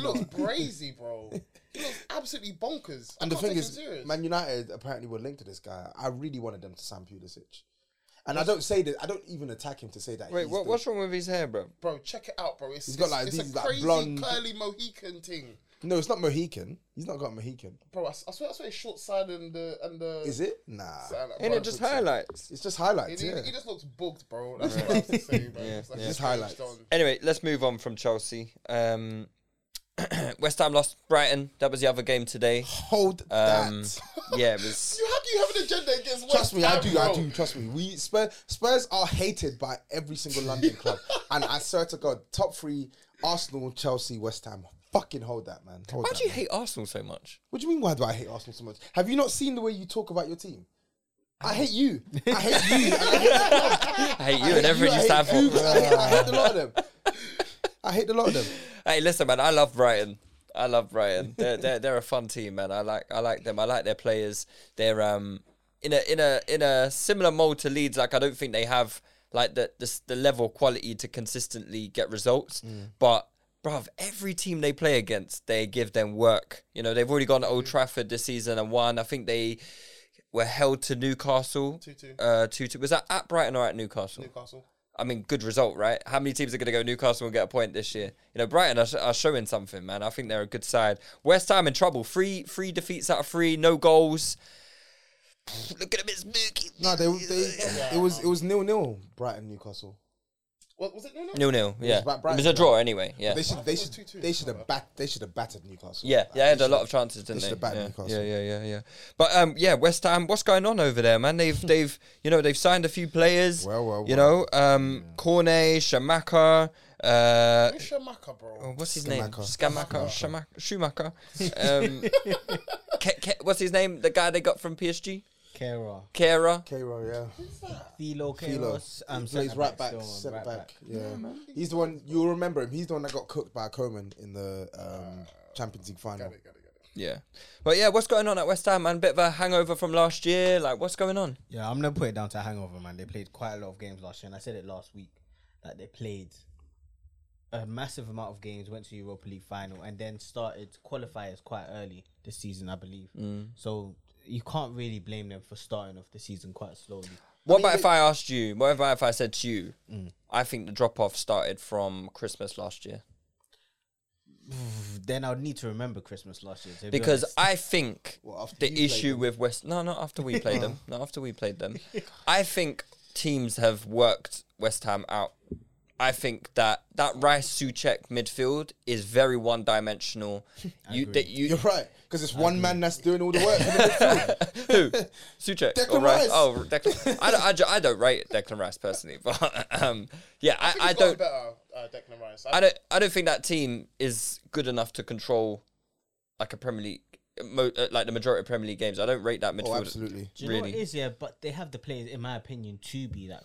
<laughs> looks crazy, bro. He looks absolutely bonkers. And the I can't thing take is, him serious. Man United apparently were linked to this guy. I really wanted them to sign Pulisic. And I don't say that. I don't even attack him to say that. Wait, he's what, the- what's wrong with his hair, bro? bro, check it out, bro. It's, He's got, like, it's, these, it's a like, crazy blonde- curly Mohican thing. No, it's not Mohican. He's not got Mohican. Bro, I, s- I swear, I swear, it's short side and the and the. Is it? Nah. Ain't it just highlights? It's just He, highlights. he- yeah. he just looks bugged, bro. That's what <laughs> I have to say, bro. It's like Just he's highlights. done. Anyway, let's move on from Chelsea. Um, <clears throat> West Ham lost Brighton. That was the other game today. <gasps> Hold Um, <laughs> that. yeah, it was. You have you have an agenda against West Trust me, I Ham, do. Bro. I do. Trust me. We Spurs, Spurs are hated by every single London <laughs> club, and I swear to God, top three: Arsenal, Chelsea, West Ham. Fucking hold that, man. Hold Why that, do you man. hate Arsenal so much? What do you mean? Why do I hate Arsenal so much? Have you not seen the way you talk about your team? I hate you. I <laughs> hate you. and I hate the club. I hate I you hate and everything I you hate stand you, for. I hate, I hate a lot of them. I hate a lot of them. Hey, listen, man. I love Brighton. I love Brighton. They're, they're they're a fun team, man. I like I like them. I like their players. They're um in a in a in a similar mold to Leeds. Like I don't think they have like the the, s- the level of quality to consistently get results. But bruv, every team they play against, they give them work. You know, they've already gone to Old Trafford this season and won. I think they were held to Newcastle. Two Two-two. Uh, two two. Was that at Brighton or at Newcastle? Newcastle. I mean, good result, right? How many teams are going to go Newcastle and get a point this year? You know, Brighton are, sh- are showing something, man. I think they're a good side. West Ham in trouble. Three, three defeats out of three, no goals. <sighs> Looking a bit spooky. No, they, they it was it was nil nil. Brighton Newcastle. What was it? No, no. Nil nil. Yeah, about it Brighton, was a draw anyway. Yeah, They should it they was should 2-2. they should have bat they should have battered Newcastle. yeah, Like, they had they a lot should- of chances, didn't they? they should have battered yeah. Newcastle. yeah, yeah, yeah, yeah. But um, yeah, West Ham. What's going on over there, man? <laughs> They've they've you know they've signed a few players. Well, well, you well. know, um, Cornet, Shamaka. Uh, Who's Shamaka, bro? Oh, what's his name? Schumacher. Skamaka, Schumacher. Schumacher. Um, <laughs> Ke- Ke- what's his name? The guy they got from PSG? Kera, Kera. Cairo, yeah. Thilo, Philo. Kera, um, He plays centre right back, still, um, centre right back. Yeah, he's the one you'll remember him. He's the one that got cooked by Coman in the um, Uh, Champions League final. Yeah. But yeah, what's going on at West Ham, man? Bit of a hangover from last year. Like, what's going on? Yeah, I'm gonna put it down to hangover, man. They played quite a lot of games last year, and I said it last week that they played a massive amount of games, went to Europa League final, and then started qualifiers quite early this season, I believe. Mm. So you can't really blame them for starting off the season quite slowly. What about if I asked you? What about if I said to you, I think the drop off started from Christmas last year? Then I'd need to remember Christmas last year to be Because honest. I think Well, after you the played issue them. with West. No, not after we played <laughs> them. Not after we played them. I think teams have worked West Ham out. I think that <laughs> that Rice Suchek midfield is very one dimensional. You, that you, You're right. because it's one man that's doing all the work. for the midfield. <laughs> Who? <laughs> Suchek or Declan Rice? Rice. Oh, Declan. I, don't, I, ju- I don't rate Declan Rice personally, <laughs> but um, yeah, I, think I he's gotten don't. better. Uh, Declan Rice. I, I don't. I don't think that team is good enough to control like a Premier League, mo- uh, like the majority of Premier League games. I don't rate that midfield. oh, absolutely. Do you know what Really? it is? Yeah, but they have the players, in my opinion, to be that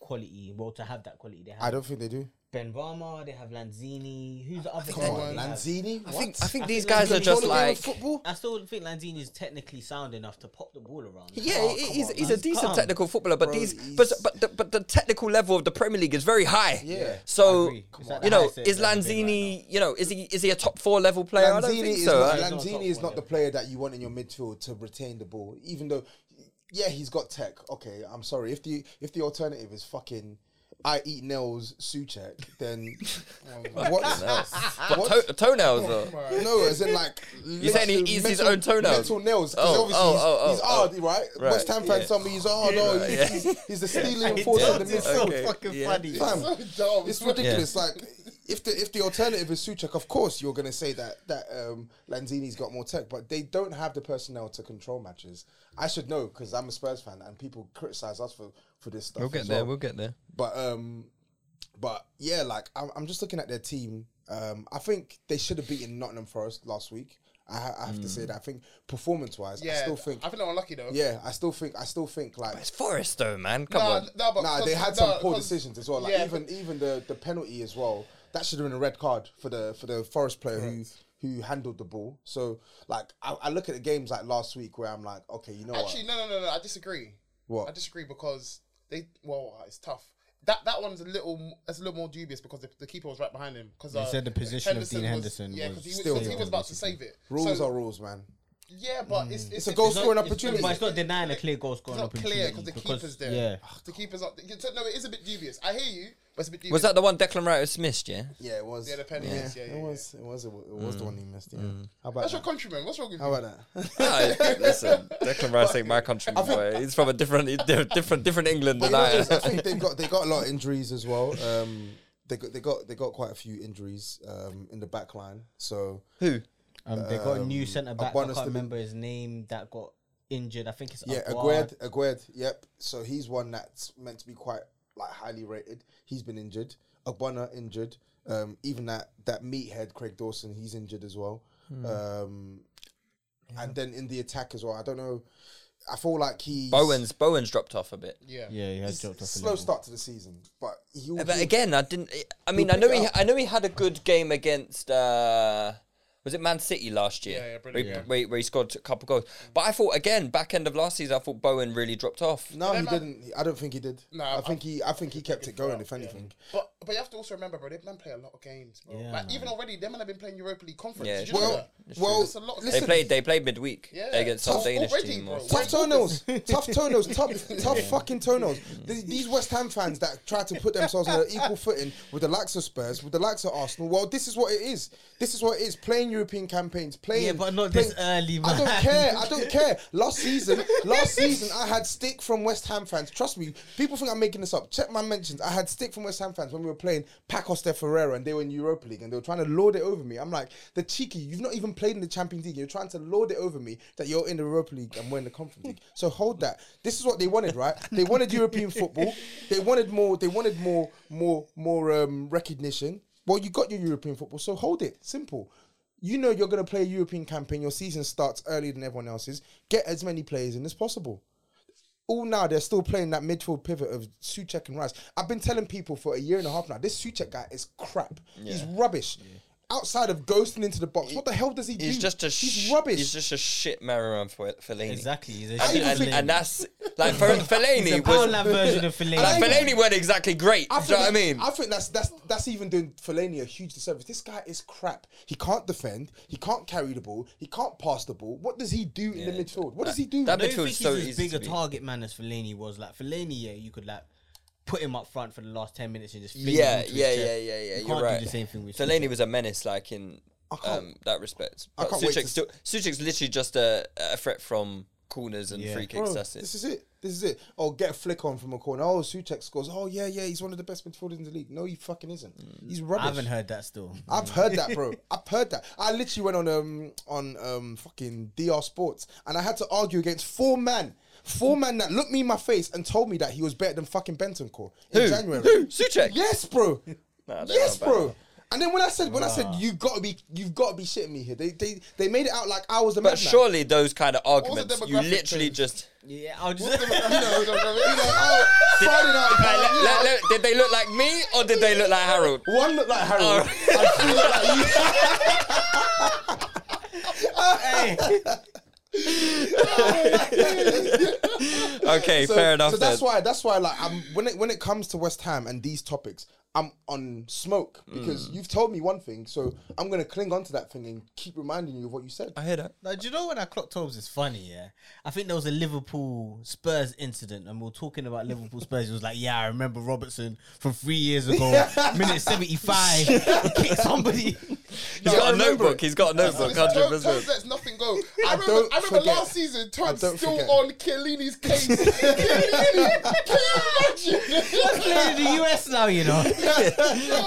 quality. Well, to have that quality, they have I don't think they do. Ben Rama, they have Lanzini. Who's the other Come guy on, they have? Lanzini. I What? think. I think I these think guys that's are just Control the game of like. football. I still think Lanzini is technically sound enough to pop the ball around. Yeah, Oh, he- come he's, on, he's a man. decent Come. technical footballer, but Bro, these but he's- but the, but the technical level of the Premier League is very high. Yeah. So agree. It's at you the know, highest is it's ever been right Lanzini? you know, is he is he a top four level player? I don't Lanzini think is so. not, I- He's not Lanzini top is one, not yeah. the player that you want in your midfield to retain the ball, even though, yeah, he's got tech. Okay, I'm sorry. If the if the alternative is fucking I eat nails, Suchek, <laughs> then what? But What? to- toenails though. No, as in like you saying he eats his own toenails? mental nails. 'cause Oh, obviously oh, he's, oh, oh, he's oh. hard, right? Right, Most time fans yeah. tell me he's hard. Oh, Right, he's, yeah. he's, he's the <laughs> stealing force of the <laughs> Yeah, midfield. okay. fucking Yeah. funny. Fam, <laughs> so dumb. it's ridiculous. Like if the if the alternative is Suchek, of course you're gonna say that that um, Lanzini's got more tech, but they don't have the personnel to control matches. I should know because I'm a Spurs fan and people criticize us for for this stuff. as well. get there. But um, but yeah, like I'm, I'm just looking at their team. Um, I think they should have beaten Nottingham Forest last week. I, ha- I have to say that. I think performance wise, I Yeah, still think. I think they're unlucky though. yeah, I still think. I still think like. It's Forest though, man. Come Nah, on. nah, but Nah, because- they had some nah, poor because- decisions as well. Like yeah, even even the, the penalty as well. That should have been a red card for the for the Forest player who who handled the ball. So like I, I look at the games like last week where I'm like, okay, you know Actually, no, no, no, no. I disagree. What? I disagree because they. Well, it's tough. That that one's a little. m- It's a little more dubious because the, the keeper was right behind him. Because They said the position of Dean Henderson Yeah, was because he, still was- 'cause he wrong, was about to basically. save it. what? Rules So, are rules, man. Yeah, but it's, it's a goal it's- scoring it's- opportunity. But it's not denying a clear goal scoring It's not opportunity. clear because the keeper's there. Yeah. the keeper's not. so, no, it is a bit dubious. I hear you, but it's a bit dubious. Was that the one Declan Rice missed? Yeah. Yeah, it was. Yeah, the penalties, yeah, yeah, it yeah. was. It was. It was the one he missed. Yeah. How about That's your that? countryman. What's wrong with How you? about that? Aye, listen, Declan Rice ain't my country boy. He's from a different, <laughs> he's di- different, different England But than you <laughs> know I what it is? <laughs> am. I think they've got they got a lot of injuries as well. Um, they got they got they got quite a few injuries um, in the back line. So Who? Um, they got a new Um, centre back. I Aguanas can't didn't- remember his name that got injured. I think it's yeah, Aguad. Agued, Agued, yep. So he's one that's meant to be quite like highly rated. He's been injured. Agbana injured. Um, even that that meathead Craig Dawson, he's injured as well. Hmm. Um, and then in the attack as well. I don't know. I feel like he Bowen's Bowen's dropped off a bit. Yeah. Yeah, he has dropped off. a slow little. start to the season, but he. Uh, But again, I didn't. I mean, I pick know it he. up. I know he had a good game against. Uh, was it Man City last year? Yeah, yeah, where, he, brilliant, Mm. where he- where he scored a couple goals. But I thought again, back end of last season, I thought Bowen really dropped off. No, he Remember- didn't. I don't think he did. No, I I- think he. I think he kept it going. If anything, But but you have to also remember, bro. They've been playing a lot of games, bro. Yeah, like man. even already, them man have been playing Europa League conference. Yeah, Did you it's know well, that? well, It's a lot of- They listen, <laughs> played. They played midweek Yeah. against some Tough Danish already, team. bro. Or Tough tough toenails, tough toenails, tough, tough fucking toenails. Th- These West Ham fans that try to put themselves on an equal footing with the likes of Spurs, with the likes of Arsenal. Well, this is what it is. This is what it is. Playing European campaigns, playing. Yeah, but not playing- this early, man. I don't care. I <laughs> don't care. Last season, last season, I had stick from West Ham fans. Trust me, people think I'm making this up. Check my mentions. I had stick from West Ham fans when we were playing Pacos de Ferreira and they were in Europa League and they were trying to lord it over me. I'm like, the cheeky, you've not even played in the Champions League. You're trying to lord it over me that you're in the Europa League and we're in the Conference League. So hold that. This is what they wanted, right? They wanted European football. They wanted more. They wanted more, more, more um, recognition. Well, you got your European football, so hold it. Simple you know you're going to play a European campaign. Your season starts earlier than everyone else's. Get as many players in as possible. All now they're still playing that midfield pivot of Suchek and Rice. I've been telling people for a year and a half now. This Suchek guy is crap. He's rubbish. Outside of ghosting into the box, what the hell does he do? He's just a he's sh- rubbish. He's just a shit Marion Fellaini. Exactly. He's a And, shit and, lane. and that's like for, Fellaini <laughs> He's a was Poundland <laughs> version of <laughs> Fellaini. like I- Fellaini weren't exactly great. Do you know what I that- mean? I think that's that's that's even doing Fellaini a huge disservice. This guy is crap. He can't defend. He can't carry the ball. He can't pass the ball. What does he do in the midfield? What does he do? that I don't midfield's think he's so as easy big to a beat. target man as Fellaini was. Like Fellaini, yeah, you could like put him up front for the last ten minutes and just fling Yeah, him into his yeah, chest. yeah, yeah, yeah. You are can't right. do the same thing with Fellaini Suchek. was a menace, like in can't- um, that respect. I But can't wait Suchek's to- still, Suchek's literally just a, a threat from corners and Yeah. free kicks. Bro, that's it. This is it. This is it. Oh, get a flick on from a corner. Oh, Suchek scores. Oh, yeah, yeah. He's one of the best midfielders in the league. No, he fucking isn't. Mm, He's rubbish. I haven't heard that still. I've heard <laughs> that, bro. I've heard that. I literally went on um on um fucking DR Sports and I had to argue against four man, Mm. four man that looked me in my face and told me that he was better than fucking Bentoncourt in Who? January. Who? Suchek? Yes, bro. <laughs> Nah, they're yes, not bad. bro. And then when I said when I said you gotta be you've gotta be shitting me here. They they they made it out like I was the But madman. surely those kind of the arguments, you demographic literally change? <laughs> just. yeah, I'll What's just. the- you know, you know what I mean? You know, <laughs> oh, Friday night. Like, man, le- you le- know. le- did they look like me or did they look like Harold? <laughs> <laughs> One looked like Harold. Oh. and three looked like you. hey, Okay, so, fair enough. So that's then. why that's why like I'm when it when it comes to West Ham and these topics, I'm on smoke Hmm. because you've told me one thing, so I'm gonna cling on to that thing and keep reminding you of what you said. I hear that. Like, do you know when I clocked Tobes is funny? Yeah, I think there was a Liverpool Spurs incident, and we were talking about Liverpool Spurs. It was like, yeah, I remember Robertson from three <laughs> years ago, minute seventy-five, kicked somebody. He's got a notebook. He's got a notebook. Just Hundred don't- don't percent. let nothing go. I, remember, don't I remember forget. last season, Todd's don't still forget. on Chiellini's case. Chiellini, can you imagine? Playing in the US now, <laughs> you know.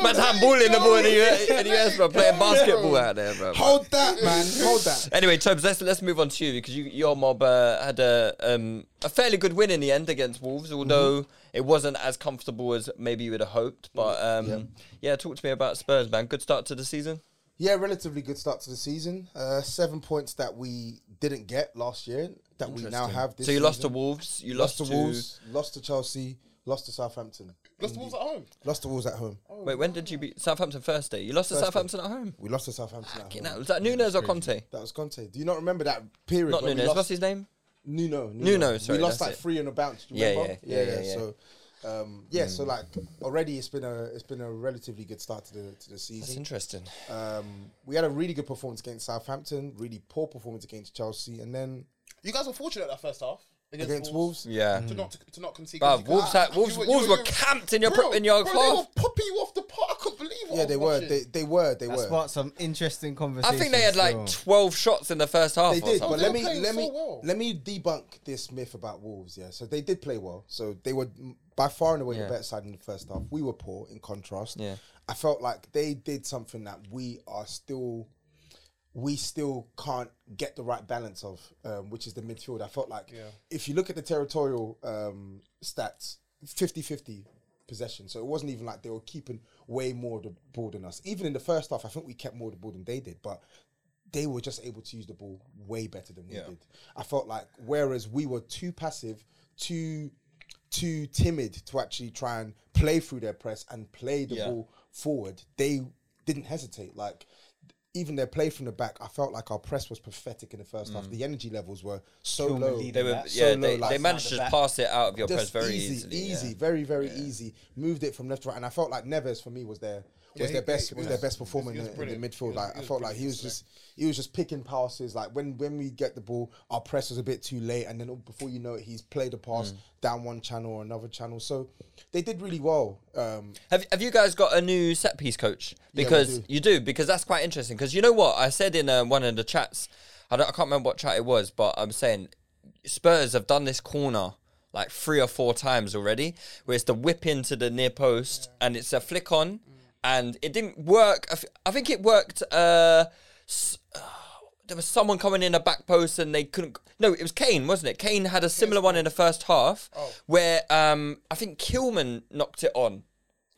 But I'm bullying the boy in the US- in the US, bro, <laughs> playing basketball eh? out there, bro. Hold <laughs> that, man. Hold that. Anyway, Tobes, let's let's move on to you because you, your mob uh, had a um, a fairly good win in the end against Wolves, although Mm-hmm. it wasn't as comfortable as maybe you would have hoped. But um, yeah, talk to me about Spurs, man. Good start to the season. Yeah, relatively good start to the season. Uh, seven points that we didn't get last year that we now have. This so you lost to season. Wolves. You lost lost, to Wolves, lost to Chelsea, lost to Southampton, Lost the Wolves at home. Oh. lost to Wolves at home. Wait, when did you beat Southampton Thursday? You lost to Southampton at home. We lost to Southampton. At Fucking home. hell. Was that Nunes or Conte? That was Conte. Do you not remember that period? Not when we Nunes. lost- Mm. What's his name? Nuno, Nuno, sorry, we lost that's like it. three and a bounce. Do you Yeah, remember? yeah, yeah, yeah, yeah. Mm. So, um, yeah, so like already it's been a it's been a relatively good start to the to the That's season. interesting. Um, we had a really good performance against Southampton, really poor performance against Chelsea, and then You guys were fortunate that first half against, against Wolves. Yeah. to not to not concede. Mm. Bruv, You guys- Wolves had- Wolves- you Wolves you were camped in your pro- in your bro, half. They were popping you off the park. I couldn't believe what I Yeah, was they were, watching. they they were, they That were. sparked some interesting I conversation. think they had like 12 shots in the first half. They or did, something. but They let were me playing let me so well. let me debunk this myth about Wolves. Yeah, so they did play well. So they were mm, by far and away Yeah. the better side in the first half. We were poor in contrast. Yeah. I felt like they did something that we are still we still can't get the right balance of, um, which is the midfield. I felt like if you look at the territorial um, stats, 50 50 possession. So it wasn't even like they were keeping way more of the ball than us. Even in the first half, I think we kept more of the ball than they did, but they were just able to use the ball way better than we did. I felt like whereas we were too passive, too too timid to actually try and play through their press and play the Yeah. ball forward, they didn't hesitate. Like even their play from the back, I felt like our press was pathetic in the first half. The energy levels were so Kilman low. leading Mm. They were, That's yeah, so low, they, like, they managed the to back. pass it out of your press Just very easy, easily. easy, yeah. very, very easy. Moved it from left to right, and I felt like Neves for me was their was he- their best he was was- their best performer he was in, the, in the brilliant. midfield. He was- like he I was felt like he brilliant was today. just he was just picking passes. Like when when we get the ball, our press was a bit too late, and then before you know it, he's played a pass Mm. down one channel or another channel. So they did really well. Um, Have, have you guys got a new set piece coach? we Because do. you do, because that's quite interesting. Because you know what? I said in uh, one of the chats, I, don't, I can't remember what chat it was, but I'm saying Spurs have done this corner like three or four times already, where it's the whip into the near post and it's a flick on, and it didn't work. I, f- I think it worked. Uh, s- there was someone coming in a back post and they couldn't. No, it was Kane, wasn't it? Kane had a similar one in the first half Oh. where um, I think Kilman knocked it on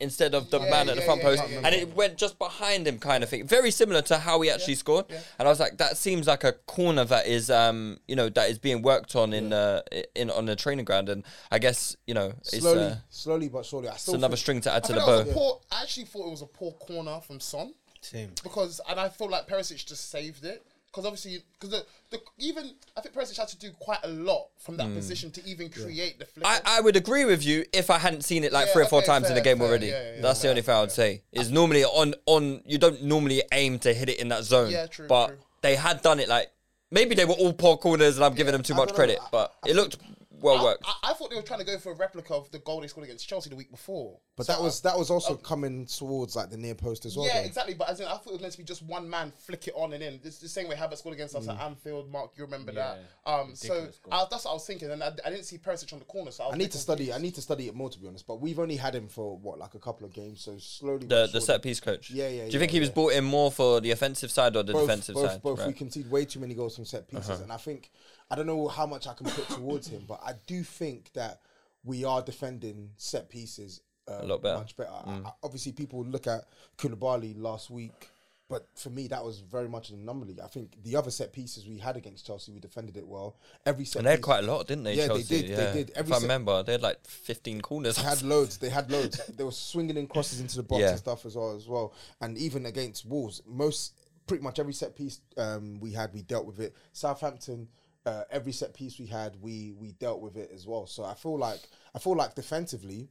instead of the man at the yeah, front yeah, post yeah, yeah, and it went just behind him kind of thing very similar to how he actually scored and i was like that seems like a corner that is um you know that is being worked on in uh in on the training ground and i guess you know it's slowly, uh, slowly but surely. I it's still another think- string to add to I think the that was bow a poor. I actually thought it was a poor corner from Son. Same. because and I feel like Perisic just saved it because obviously because the, the even I think Perisic had to do quite a lot from that position to even create the flip. Mm. I, I would agree with you if I hadn't seen it like Yeah, three or four okay, times in the fair, game fair, already. yeah, yeah, yeah. That's the only thing I would say. Is normally on on you don't normally aim to hit it in that zone. Yeah, true, But true. they had done it like maybe they were all poor corners and I'm giving them too much don't know, credit, I- but it looked well I, worked. I, I thought they were trying to go for a replica of the goal they scored against Chelsea the week before. But So that I- was that was also coming towards like the near post as well. yeah, though. exactly. But as in, I thought it was meant to be just one man flick it on and in. It's the same way Havertz scored against us Mm. at Anfield. Mark, you remember that? Um, so Ridiculous goal. I, that's what I was thinking, and I, I didn't see Perisic on the corner. So I, was I a need bit to study. I need to study it more to be honest. But we've only had him for what like a couple of games, so The, slowly. but the surely- set piece coach. Yeah, yeah, Do you yeah, think he was yeah. brought in more for the offensive side or the defensive both, side? Both Right. Uh-huh. we concede way too many goals from set pieces, and I think I don't know how much I can put towards him, but I do think that we are defending set pieces uh, a lot better. Mm. much better. I- I- obviously, people look at Koulibaly last week, but for me, that was very much an anomaly. I think the other set pieces we had against Chelsea, we defended it well. Every set and they had piece- quite a lot, didn't they? Yeah, they Chelsea? did, they did. Every if I set- remember, they had like 15 corners. They had loads. They had loads. they were swinging in crosses into the box Yeah. and stuff as well, as well. And even against Wolves, most pretty much every set piece um, we had, we dealt with it. Southampton, uh, every set piece we had, we we dealt with it as well. So I feel like I feel like defensively,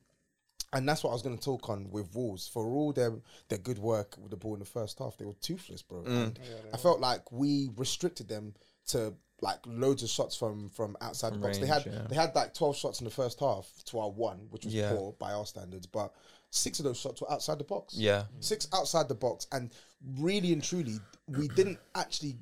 and that's what I was going to talk on with Wolves. For all their their good work with the ball in the first half, they were toothless, bro. And I felt like we restricted them to like loads of shots from from outside the box. they had range, yeah. they had like twelve shots in the first half to our one, which was Yeah. poor by our standards. But six of those shots were outside the box. <laughs> Yeah. six outside the box, and really and truly, we didn't actually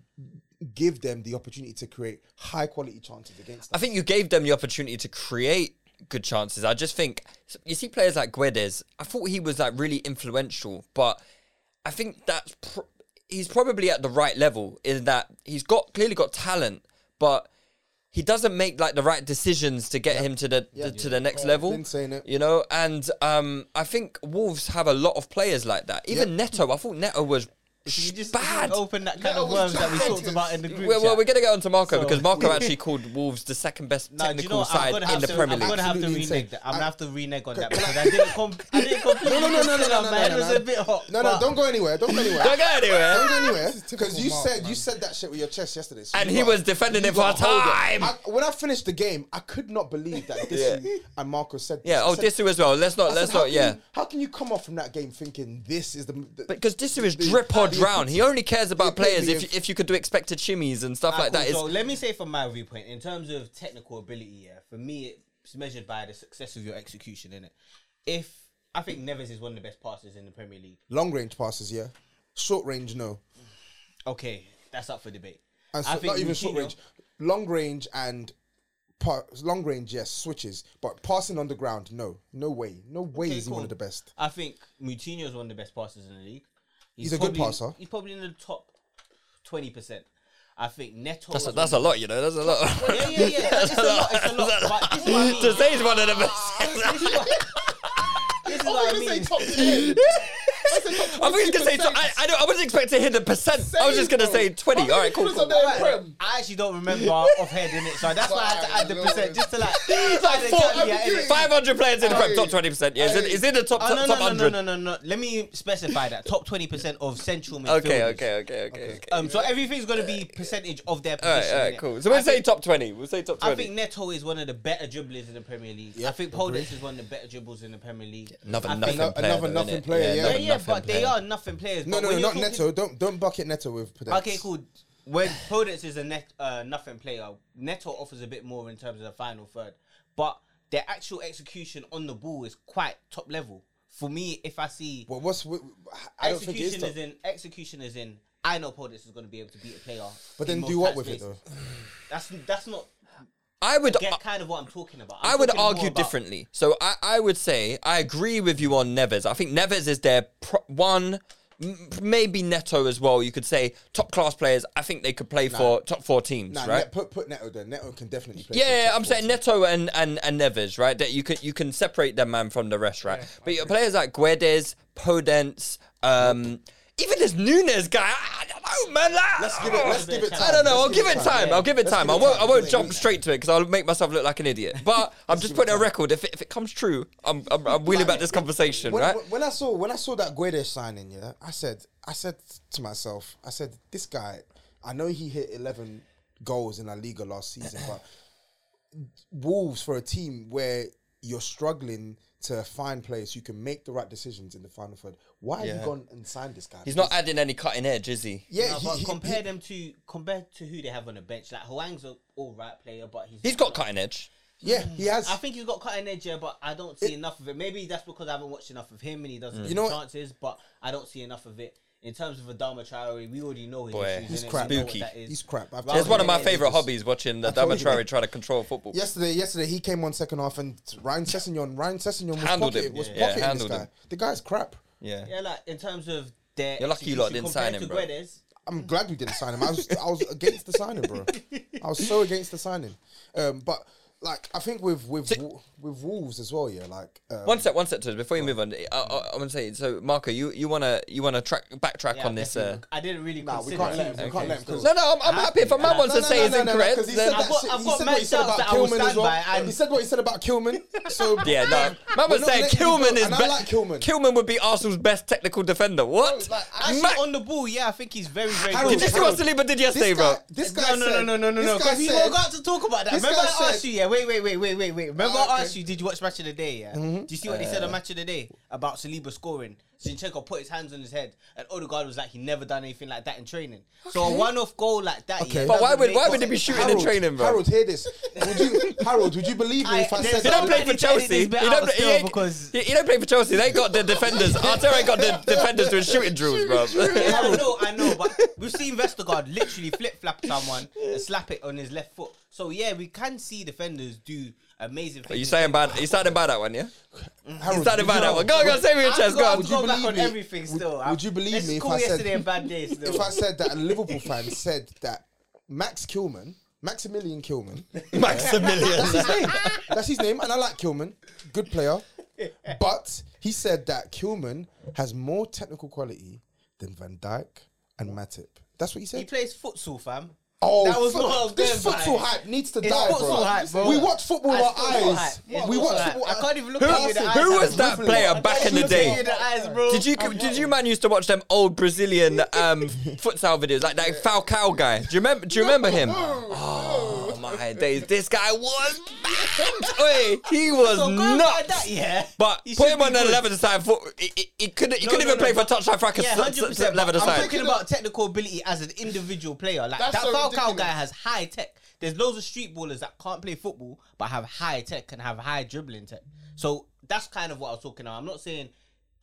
give them the opportunity to create high quality chances against I us. think you gave them the opportunity to create good chances. I just think you see players like Guedes. I thought he was like really influential, but I think that's pr- he's probably at the right level in that he's got clearly got talent, but he doesn't make like the right decisions to get him to the, the to the next level. been saying it. You know, and um, I think Wolves have a lot of players like that. Even Neto, I thought Neto was You just bad. open that kind of was worms that we bad. talked about in the group. Well, well, chat. we're going to get on to Marco So- because Marco <laughs> actually called Wolves the second best Nah, do technical you know what? I'm side gonna have in the to, Premier I'm League. gonna have to Absolutely renege insane. that. I'm gonna I- have to renege on that because I didn't. <laughs> Com- I didn't completely. No, no, no, no, no, consider no, no, that, man. no, It was no. a bit hot. No, but- no, don't go anywhere. Don't go <laughs> <laughs> anywhere. Don't go anywhere. Don't go anywhere because you Mark, said you said that shit with your chest yesterday, so And you he got- was defending you it for got hold it. time. I, when I finished the game, I could not <laughs> believe that Dissu and Marco said. This. Yeah. I Oh, said- Dissu as well. Let's I not. said, Let's how not. can Yeah. you- how can you come off from that game thinking this is the? the Because Dissu is the- drip or the- drown. He only cares about the epitome players if of- you, if you could do expected shimmies and stuff like Alright, that. cool. It's, So let me say from my viewpoint, in terms of technical ability, yeah, for me it's measured by the success of your execution in it. If I think Neves is one of the best passers in the Premier League. long range passes, yeah. Short range, no. Okay, that's up for debate. And so, I think not even short Coutinho- range. Long range and. Pa- long range, yes, switches, but passing on the ground, no, no way, no way Okay, is he cool. one of the best. I think Moutinho is one of the best passers in the league. He's a good probably- passer. He's probably in the top twenty percent. I think Neto. that's, a, was that's one- a lot, you know. That's a lot. Yeah, yeah, yeah. <laughs> It's a lot. It's a lot. But this is what I mean. to say he's one of the best. <laughs> This Oh, is what- this is what I you say mean. <laughs> top 10. I said <laughs> top I was gonna say. 20%. so- I, I, don't, I wasn't expecting to hit the percent. I was just gonna Same, bro. say twenty. Mark, All right, cool. you cool. put us on there, Prem. I actually don't remember offhand in it, so that's why I had to add the My percent lord. just to <laughs> like. He's like add four a caveat, hundred. innit? Five hundred players in the prem, Hey. top twenty percent. Yeah, is it, Hey. is it the top Oh, top no, no, top no, no, hundred? no, no, no. Let me specify that top twenty percent of central midfielders. Okay, okay, okay, okay. okay. Um, so everything's gonna be percentage of their All right, position. all right, innit? cool. So we'll I say think- top twenty. We'll say top I twenty. think Neto is one of the better dribblers in the Premier League. I think Podence is one of the better dribblers in the Premier League. Another I think- nothing Ano- player. another though, nothing innit? player, yeah. Yeah, another yeah, nothing but they player. are nothing players. No, But no, when no, you're not talking- Neto. Don't don't bucket Neto with Pedence. Okay, cool. When Podence is a net uh, nothing player, Neto offers a bit more in terms of the final third, but their actual execution on the ball is quite top level. For me, if I see But what's with, I don't think it is execution top. is in execution is in, I know Podence is going to be able to beat a player. But then in most do what tight with it spaces. though? Uh, That's that's not I would. get kind of what I'm talking about. I'm I would talking more argue about- differently. So I, I would say I agree with you on Neves. I think Neves is their pro- one, m- maybe Neto as well. You could say top class players. I think they could play for top four teams, right? Nah, Net, put put Neto there. Neto can definitely play. for yeah, yeah, top I'm saying four. Neto and, and, and Neves, right? That you can you can separate them man from the rest, right? but your players like Guedes, Podence, um, even this Nunes guy. I, I don't know, man. Like, Let's give it. Let's give it. Time. I don't know. Let's I'll give it time. I'll give it Let's time. give I it won't. I time. won't Wait, jump wait. straight to it because I'll make myself look like an <laughs> idiot. But I'm just putting a record. If it, if it comes true, I'm I'm, I'm wheeling back this conversation, When, right? when I saw when I saw that Guedes signing, yeah, I said I said to myself, I said this guy. I know he hit 11 goals in La Liga last season, but Wolves for a team where you're struggling to find players who can make the right decisions in the final third. Why have Yeah. you gone and signed this guy? He's not adding any cutting edge, is he? Yeah, No, he- but he- compare he- them to compare to who they have on the bench. Like Huang's an all right player, but he's He's got cutting edge. Yeah, he has. I think he's got cutting edge here, but I don't see enough of it. Maybe that's because I haven't watched enough of him and he doesn't get Mm. You know what- chances, but I don't see enough of it. In terms of Adama Traore, we already know his Boy, issues, he's innit? We crap. know what Spooky. that is. He's crap. I've- Rather It's one of than my it is favorite just- hobbies watching the told Dama you. Traore try to control football. Yesterday, yesterday he came on second half and Ryan Sessegnon, Ryan Sessegnon was Handled pocketing, him. was Yeah, pocketing this handled guy. him. The guy's crap. Yeah. Yeah, like in terms of their. You're lucky you lot execution didn't sign him, compared to bro. Guedes, I'm glad we didn't sign him. I was I was against the signing, bro. I was so against the signing. Um, but like I think with with Wo- with Wolves as well, yeah. Like um, One step, one step to before you move on. I, I, I want to say so, Marco. You you wanna you wanna track backtrack yeah, on this? Uh, definitely. I didn't really Nah, we consider can't let him. him. We can't let him. cook. no, no, I'm, I'm Happy. happy if a man No, wants No, to no, say no, it's no, no, incorrect. 'cause he then- said I've that got- shit- I've he got said mad what he said doubts about that I will Kilman as stand by well. and- He said what he said about Kilman. So <laughs> <laughs> yeah, no. Man was not saying letting him Kilman go, is and I be- like Kilman. would be Arsenal's best technical defender. What? like, Actually, Mac- on the ball, yeah, I think he's very, very Harold- good. did you see what Saliba did yesterday, this bro? guy, this guy No, no, no, said- no, no, no, no. this guy Because we said- were about to talk about that. this Remember, guy I asked said- you, yeah. Wait, wait, wait, wait, wait, wait. Remember, Ah, I okay. Mm-hmm. asked you, did you watch Match of the Day? Yeah. Do you see what they said on Match of the Day about Saliba scoring? Zinchenko put his hands on his head, and Odegaard was like, he never done anything like that in training. So a one-off goal like that. Okay. Yeah, But why doesn't would- make- why would they be shooting and Harold, training, bro? Harold, hear this. Would you, Harold, would you believe me I- if I there's said He no don't that? play Let for me edit Chelsea. He this bit don't, out he, still ain't- because- he, he don't play for Chelsea. They ain't got <laughs> their defenders. Arteta ain't got their defenders doing shooting drills, bro. <laughs> <laughs> Yeah, I know, I know, <laughs> but we've seen Vestergaard literally flip flap someone and slap it on his left foot. So yeah, we can see defenders do amazing things. you saying bad? You starting by that one, yeah? Harold, You starting would by you- that one. Go, go, save me your I've chest. Go. got- on. I've got you back believe on me- everything still. would- I'm- would you believe let's me if call I said- yesterday a bad day <laughs> still. If I said that a Liverpool fan said that Max Kilman, Maximilian Kilman, <laughs> Maximilian. That's his name. That's his name. And I like Kilman. Good player. But he said that Kilman has more technical quality than Van Dijk and Matip. That's what he said. He plays futsal, fam. oh, that was foot- what I was this going by. football hype needs to It's die, football bro. hype, bro. We watch football with It's our football eyes. hype. Yeah, we football watch hype. football. I can't even look Who, at you with the eyes. who was that Harold. player I back can't in the even look at you day? with the eyes, bro. Did you did you man used to watch them old Brazilian um, futsal videos like that Falcao guy? Do you remember? Do you remember him? Oh my days! This guy was mad. Wait, he was So go by nuts. that, yeah. But He put should him be on an good. eleven side foot. He, he, he couldn't. He No, couldn't no, even no, play for but- touching fracker. Yeah, hundred percent. eleven I'm side. talking about technical ability as an individual player. Like That's that so Falcao ridiculous. guy has high tech. There's loads of street ballers that can't play football but have high tech and have high dribbling tech. So that's kind of what I was talking about. I'm not saying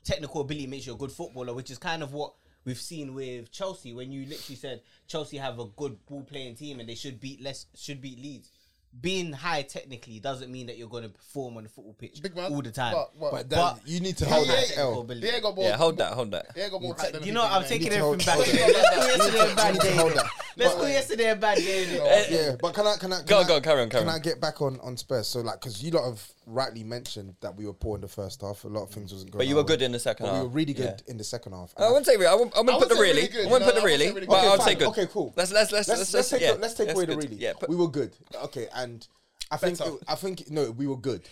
technical ability makes you a good footballer, which is kind of what we've seen with Chelsea when you literally said Chelsea have a good ball playing team and they should beat less should beat Leeds. Being high technically doesn't mean that you're going to perform on the football pitch Big man, all the time. but- but- But, that, But- you need to hold Yeah, that yeah. L. Ability. Diego more. Yeah, hold that. Hold that. Diego more hype than You know, anything, I'm man. taking need to everything back. hold- Let's <laughs> call yesterday a You bad need to hold day. that. Let's call yesterday a bad day. Yeah, but can I can I can Go, I, go, carry on, carry can on. I get back on on Spurs? So like, because you lot have rightly mentioned that we were poor in the first half. A lot of things wasn't going. But you our were good way. in the second But half. We were really Yeah. good in the second half. I wouldn't say really. I wouldn't, I wouldn't I put the would say really. really good, I wouldn't you put the know, I would really. say really but good. I would fine. say good. Okay, cool. Let's let's let's let's, let's, take, yeah, the- let's take away the good. really. Yeah, put- we were good. Okay, and I think Better. it- I think no, we were good.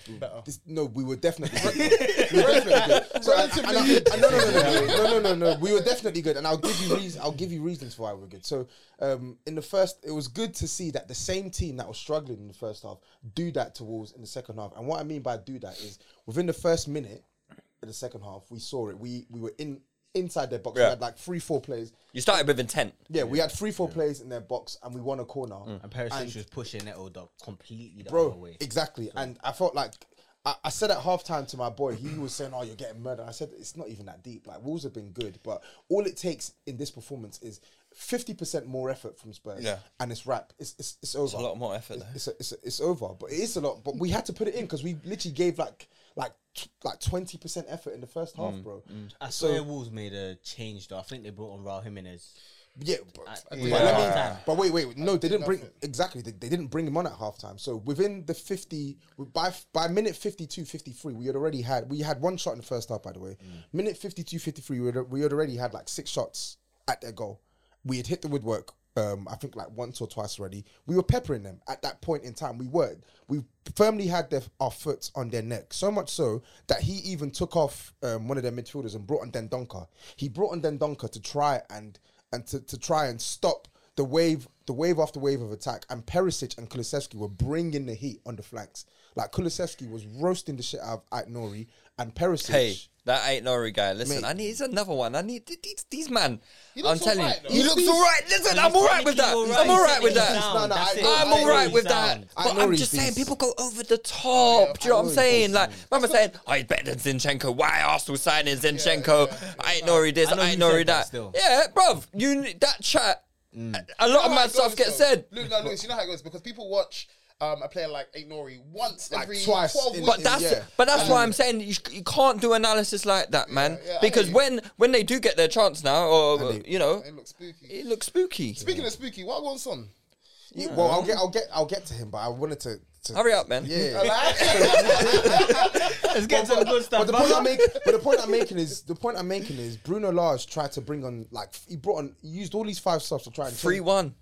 This, no, we were definitely <laughs> good. we were definitely good. So and- and I- and no, no, no, no, no, no, no, no, no. We were definitely good, and I'll give you reasons. I'll give you reasons for why we were good. So um, in the first, it was good to see that the same team that was struggling in the first half do that to Wolves in the second half. And what I mean by do that is within the first minute in the second half, we saw it. We we were in inside their box. We Yeah. had like three, four plays. You started with intent. Yeah, Mm. we had three, four plays in their box, and we won a corner. And Perisic was pushing it all dog completely the other Bro, way. exactly. And I felt like I, I said at halftime to my boy, he was saying, "Oh, you're getting murdered." I said, "It's not even that deep. Like Wolves have been good, but all it takes in this performance is." 50% more effort from Spurs. Yeah. And it's wrap. It's, it's, it's over. It's a lot more effort, though. It's, it's, it's over. But it is a lot. But we had to put it in because we literally gave like like t- like 20% effort in the first half, bro. I swear Wolves made a change though. I think they brought on Raul Jimenez. Yeah, but, but yeah. let me- Yeah. but wait, wait, no, they didn't bring exactly. They, they didn't bring him on at halftime. So within the fifty, by by minute 52, 53, we had already had we had one shot in the first half. By the way, minute 52, 53, we had, we had already had like six shots at their goal. We had hit the woodwork. Um, I think like once or twice already. We were peppering them at that point in time. We were we firmly had their, our foot on their neck. So much so that he even took off um, one of their midfielders and brought on Dendonka. He brought on Dendonka to try and and to, to try and stop the wave, the wave after wave of attack, and Perisic and Kulusevski were bringing the heat on the flanks. Like Kulusevski was roasting the shit out of Ike Nori, and Perisic. Hey, that ain't Nori guy. Listen, Mate. I need. It's another one. I need th- these. These man. I'm looks telling alright, you, though. he He's- looks all right. Listen, I'm he's all right with that. technically I'm alright. all right with He's that. sound. No, no, That's I- it. I'm I all know right he's with that, sound. I but know I'm he's just saying beast. people go over the top. do you know what I I'm know he's saying? Like, beast. remember saying, "Oh, he's better than Zinchenko." Why Arsenal signing Zinchenko? I ain't Nori this. I know I ain't you Nori said that that. still. Yeah, bruv, you kn- that chat. A lot of how mad it stuff goes, Oh, gets though. said. Luke, no, Lewis, you know how it goes because people watch um, a player like Ain't Nori once Like every twice twelve in- weeks. But that's Yeah. but that's why I'm saying you, sh- you can't do analysis like that, man. yeah, I because hear you. when when they do get their chance now, or And they- you know, it looks spooky. it looks spooky. Speaking of spooky, what goes <laughs> on? Yeah, well, I'll get, I'll get, I'll get to him, but I wanted to. to Hurry up, man. <laughs> Yeah. Let's get to the good stuff. But the point I'm making, but the point I'm making is the point I'm making is Bruno Lars tried to bring on like he brought on he used all these five subs to try and Three one.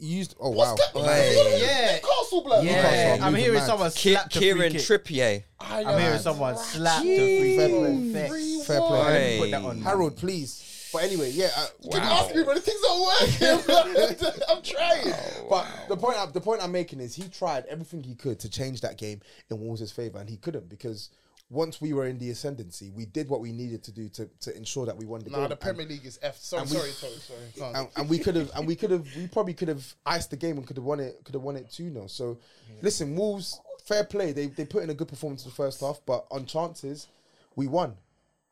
He used oh wow. What's going on? Yeah. Newcastle blood. yeah, Newcastle are I'm moving hearing mad. someone Ki- slap the free Kieran kick. Trippier. I'm hearing someone slap the Fair free play. kick. Facts. Fair play. Let me Hey. Put that on. Harold, please. But anyway, yeah. Uh, Can you ask me, bro? The things aren't working. <laughs> I'm trying. But the point I, the point I'm making is he tried everything he could to change that game in Wolves' favor, and he couldn't because once we were in the ascendancy, we did what we needed to do to, to ensure that we won the Nah, game. the Premier League is F. Sorry, and we- sorry, sorry, sorry. Go on. and, and we could have and we could have we probably could have iced the game and could have won it could have won it 2 0 so listen wolves fair play they, they put in a good performance in the first half but on chances we won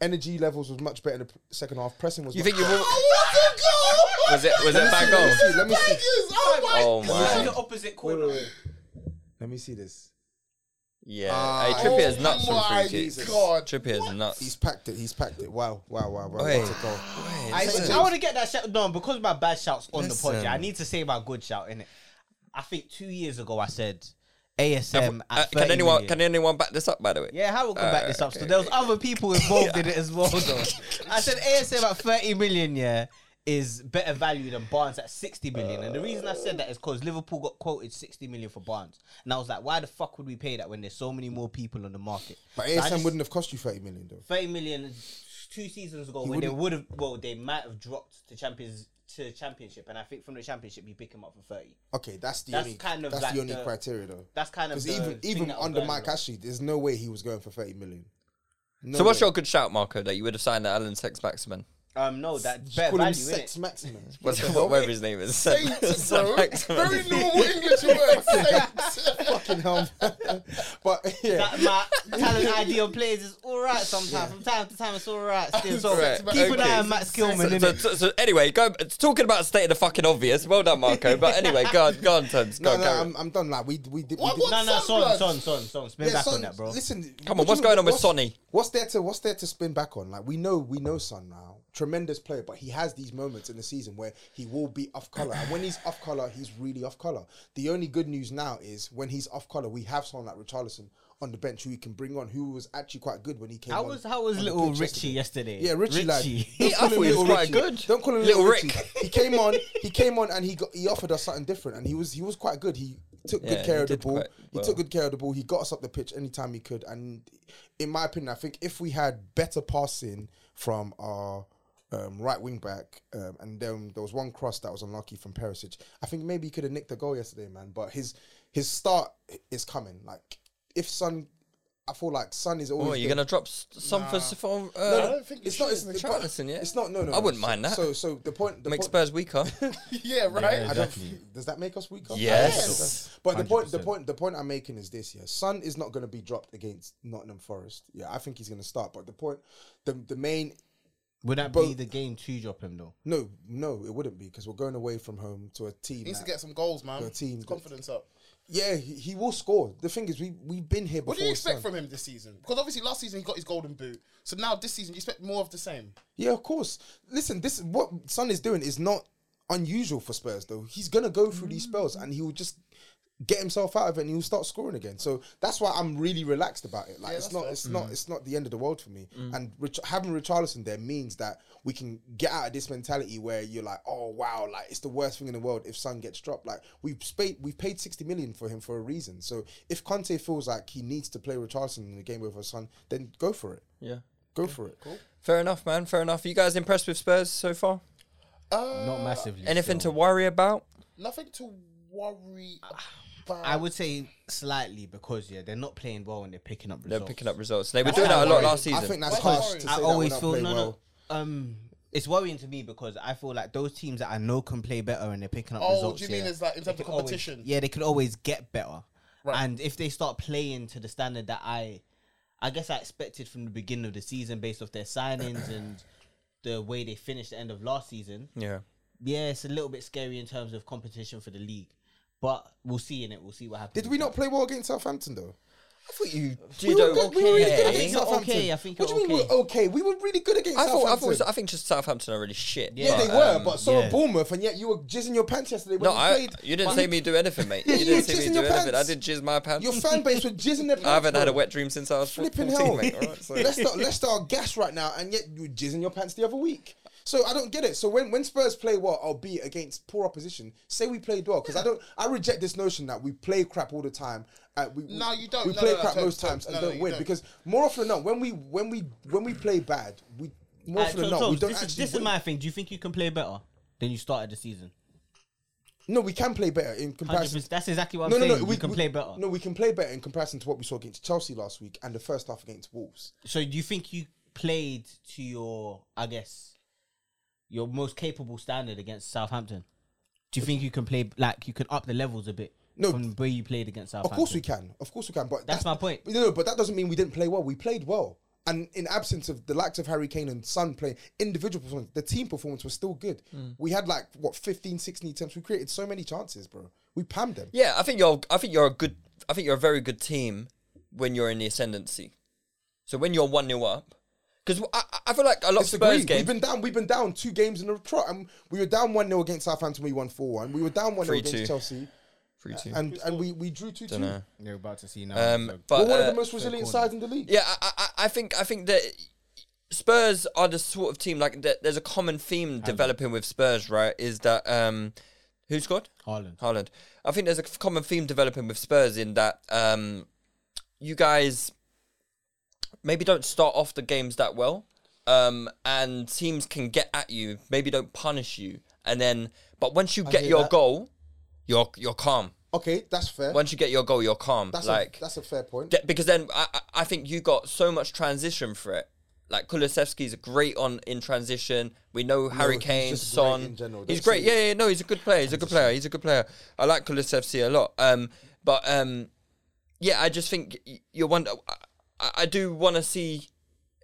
energy levels was much better in the p- second half pressing was You much think you better. will? Oh, Was it was it Let me back see, let goal? me see, let me see. Vegas, oh my Oh This is my. the opposite corner. let me see this Yeah. Ah. hey, Trippier's Oh nuts from my free kicks. God. Trippier's he's nuts. packed it he's packed it wow wow wow wow Oi. what a goal I, Listen. I want to get that shout done because my bad shout's on Listen. the podcast. I need to say my good shout in it. I think two years ago I said ASM. Uh, at can 30 anyone million. can Uh, anyone back this up? By the way. Yeah, Harold can back this up. Alright, So there was other people involved in it as well, <laughs> though. I said ASM at 30 million, yeah, is better value than Barnes at 60 million. And the reason I said that is because Liverpool got quoted 60 million for Barnes. And I was like, why the fuck would we pay that when there's so many more people on the market? but So I ASM just- wouldn't have cost you 30 million though 30 million is two seasons ago when they would have, well, they might have dropped to Champions to Championship. And I think from the Championship, you pick him up for 30. okay that's the That's only kind of that's like the only the- criteria though That's kind of because the even thing even that was under going Mike on. Ashley there's no way he was going for 30 million no So what's way. your good shout, Marco? That you would have signed that Alan Sex Maximan. Um, no, that Just better call him value, Sex innit? Maximum. <laughs> What's, whatever his name is. Oh. <laughs> <laughs> Saints, bro. Maximin. Very normal <laughs> English word. Saints. fucking hell. man. <laughs> but yeah, that <laughs> my talent idea of players is all right sometimes. From time to time, it's all right still. So Right, keep an okay. eye on Matt So, Skillman. innit? so, so, so anyway, go. It's talking about state of the fucking obvious. Well done, Marco. But anyway, go on, go on, Tons. Go no, on, no, carry on. I'm, I'm done. Like we, we did. What- we did what- no, no, Sunbloods. son, son, son, son. Spin Yeah, back son, on that, bro. Listen, Come on, what do what's you- going on with what's- Sonny? What's there to What's there to spin back on? Like we know, we know Son now, tremendous player, but he has these moments in the season where he will be off color, and when he's off color, he's really off color. The only good news now is when he's off color, we have someone like Richarlison on the bench who he can bring on, who was actually quite good when he came. How on- was how was on the little pitch Richie yesterday? Yeah, Richie, like, <laughs> Richie. I thought he was quite Richie. good. Don't call him Little little, Rick. Rick. He came on. He came on and he got he offered us something different, and he was he was quite good. He took Yeah, good care he of the did ball. quite He well. took good care of the ball. He got us up the pitch anytime he could. And in my opinion, I think if we had better passing from our um, right wing back, um, and then there was one cross that was unlucky from Perisic. I think maybe he could have nicked a goal yesterday, man. But his his start is coming. Like if Sun, I feel like Sun is always Oh, you're gonna. gonna drop s- some for for. Uh, No, no, don't think it's you not. It's, should. it's Richarlison, yeah? It's not. No, no. I no. wouldn't mind So- that. So, so the point. The Make point, Spurs <laughs> weaker. <laughs> Yeah, right. I don't, does that make us weaker? Yes. But the point, the point, the point I'm making is this: yeah, Son is not going to be dropped against Nottingham Forest. Yeah, I think he's going to start. But the point, the the main, Would that be But- the game to drop him though? no, no, it wouldn't be because we're going away from home to a team. He needs to that- get some goals, man. Your team. His confidence up. yeah, he, he will score. The thing is, we we've been here before. What do you expect Son. from him this season? Because obviously last season he got his golden boot. So now this season you expect more of the same. Yeah, of course. Listen, this what Son is doing is not unusual for Spurs though. He's gonna go through these spells and he will just get himself out of it and he'll start scoring again. So that's why I'm really relaxed about it. Like it's not it's not it's not the end of the world for me. And Rich, having Richarlison there means that we can get out of this mentality where you're like, oh wow, like it's the worst thing in the world if Son gets dropped. Like we've paid we've paid sixty million for him for a reason. So if Conte feels like he needs to play Richarlison in the game over Son, then go for it. Yeah. Go for it. Fair enough, man. Fair enough. Are you guys impressed with Spurs so far? Not massively. Uh, Anything still. to worry about? Nothing to worry about. I would say slightly because yeah, they're not playing well and they're picking up They're results. picking up results. They were That's doing not that a lot worrying. last season. I think that's Why harsh worry? to say I that always we're not feel no, playing no. well. Um, it's worrying to me because I feel like those teams that I know can play better and they're picking up Oh, do results. you mean yeah, it's like in they terms of could always- competition? yeah, they could always get better. Right. And if they start playing to the standard that I, I guess I expected from the beginning of the season based off their signings and the way they finished the end of last season, Yeah. yeah, it's a little bit scary in terms of competition for the league. But we'll see in it. We'll see what happens. Did we not play well against Southampton though? I thought you Did okay. I think you're okay, I think what do you're you mean okay. we're okay? We were really good against I thought, I Southampton. thought, I think just Southampton are really shit. yeah, they were, um, but so yeah. were Bournemouth, and yet you were jizzing your pants yesterday when No, you I, played. you didn't But see me do anything, mate. Yeah, You you didn't were see me jizzing do your anything. I pants. did jizz my pants. Your fan base were jizzing their pants. I haven't had a bro. wet dream since I was fo- <laughs> Flipping 14, hell. mate. all right? So- Let's start, let's start gas right now, and yet you were jizzing your pants the other week. So I don't get it. So when, when Spurs play well, albeit against poor opposition, say we played well because I don't. I reject this notion that we play crap all the time. Uh, we, No, you don't. We No, play no, no, crap don't- most don't. times and No, no, don't you win don't. because more often than not, when we when we when we play bad, we more Alright, often than Uh, so- not so we don't this is, actually. this is win. my thing. Do you think you can play better than you started the season? no, we can play better in comparison. 100%. That's exactly what I'm No, no, saying. no. we, can play better. No, we can play better in comparison to what we saw against Chelsea last week and the first half against Wolves. So do you think you played to your, I guess, your most capable standard against Southampton? Do you think you can play like you can up the levels a bit No. from where you played against Of Southampton? course we can. Of course we can. But That's my point. No, no, but that doesn't mean we didn't play well. We played well. And in absence of the likes of Harry Kane and Son playing individual performance, the team performance was still good. Mm. We had like what 15, 16 attempts. We created so many chances, bro. We pammed them. Yeah, I think you're. I think you're a good. I think you're a very good team when you're in the ascendancy. So when you're one 0 up, because I, I- I feel like a lot of Disagree. Spurs We've games. been down. We've been down two games in a trot, and we were down one 0 against Southampton. We won four one. We were down one 0 against 3-2. Chelsea, Three two. and and we, we drew two two. know. We're You're about to see now. Um, but one of uh, the most resilient sides in the league. yeah, I, I, I think I think that Spurs are the sort of team like that. There's a common theme developing with Spurs, right? Is that um, who scored? Haaland. Haaland. I think there's a f- common theme developing with Spurs in that um, you guys maybe don't start off the games that well, um, and teams can get at you. Maybe don't punish you, and then but once you get hear your that. goal, you're you're calm. Okay, that's fair. Once you get your goal, you're calm. that's like a, that's a fair point. Th- because then I, I- I think you got so much transition for it. Like Kulusevski's great on in transition. We know Harry he's Kane, just great Son. in general. he's That's great. it. Yeah, yeah, no, he's a good player. He's a good player. He's a good player. I like Kulusevski a lot. Um, but um, yeah, I just think y- you wonder. I, I do want to see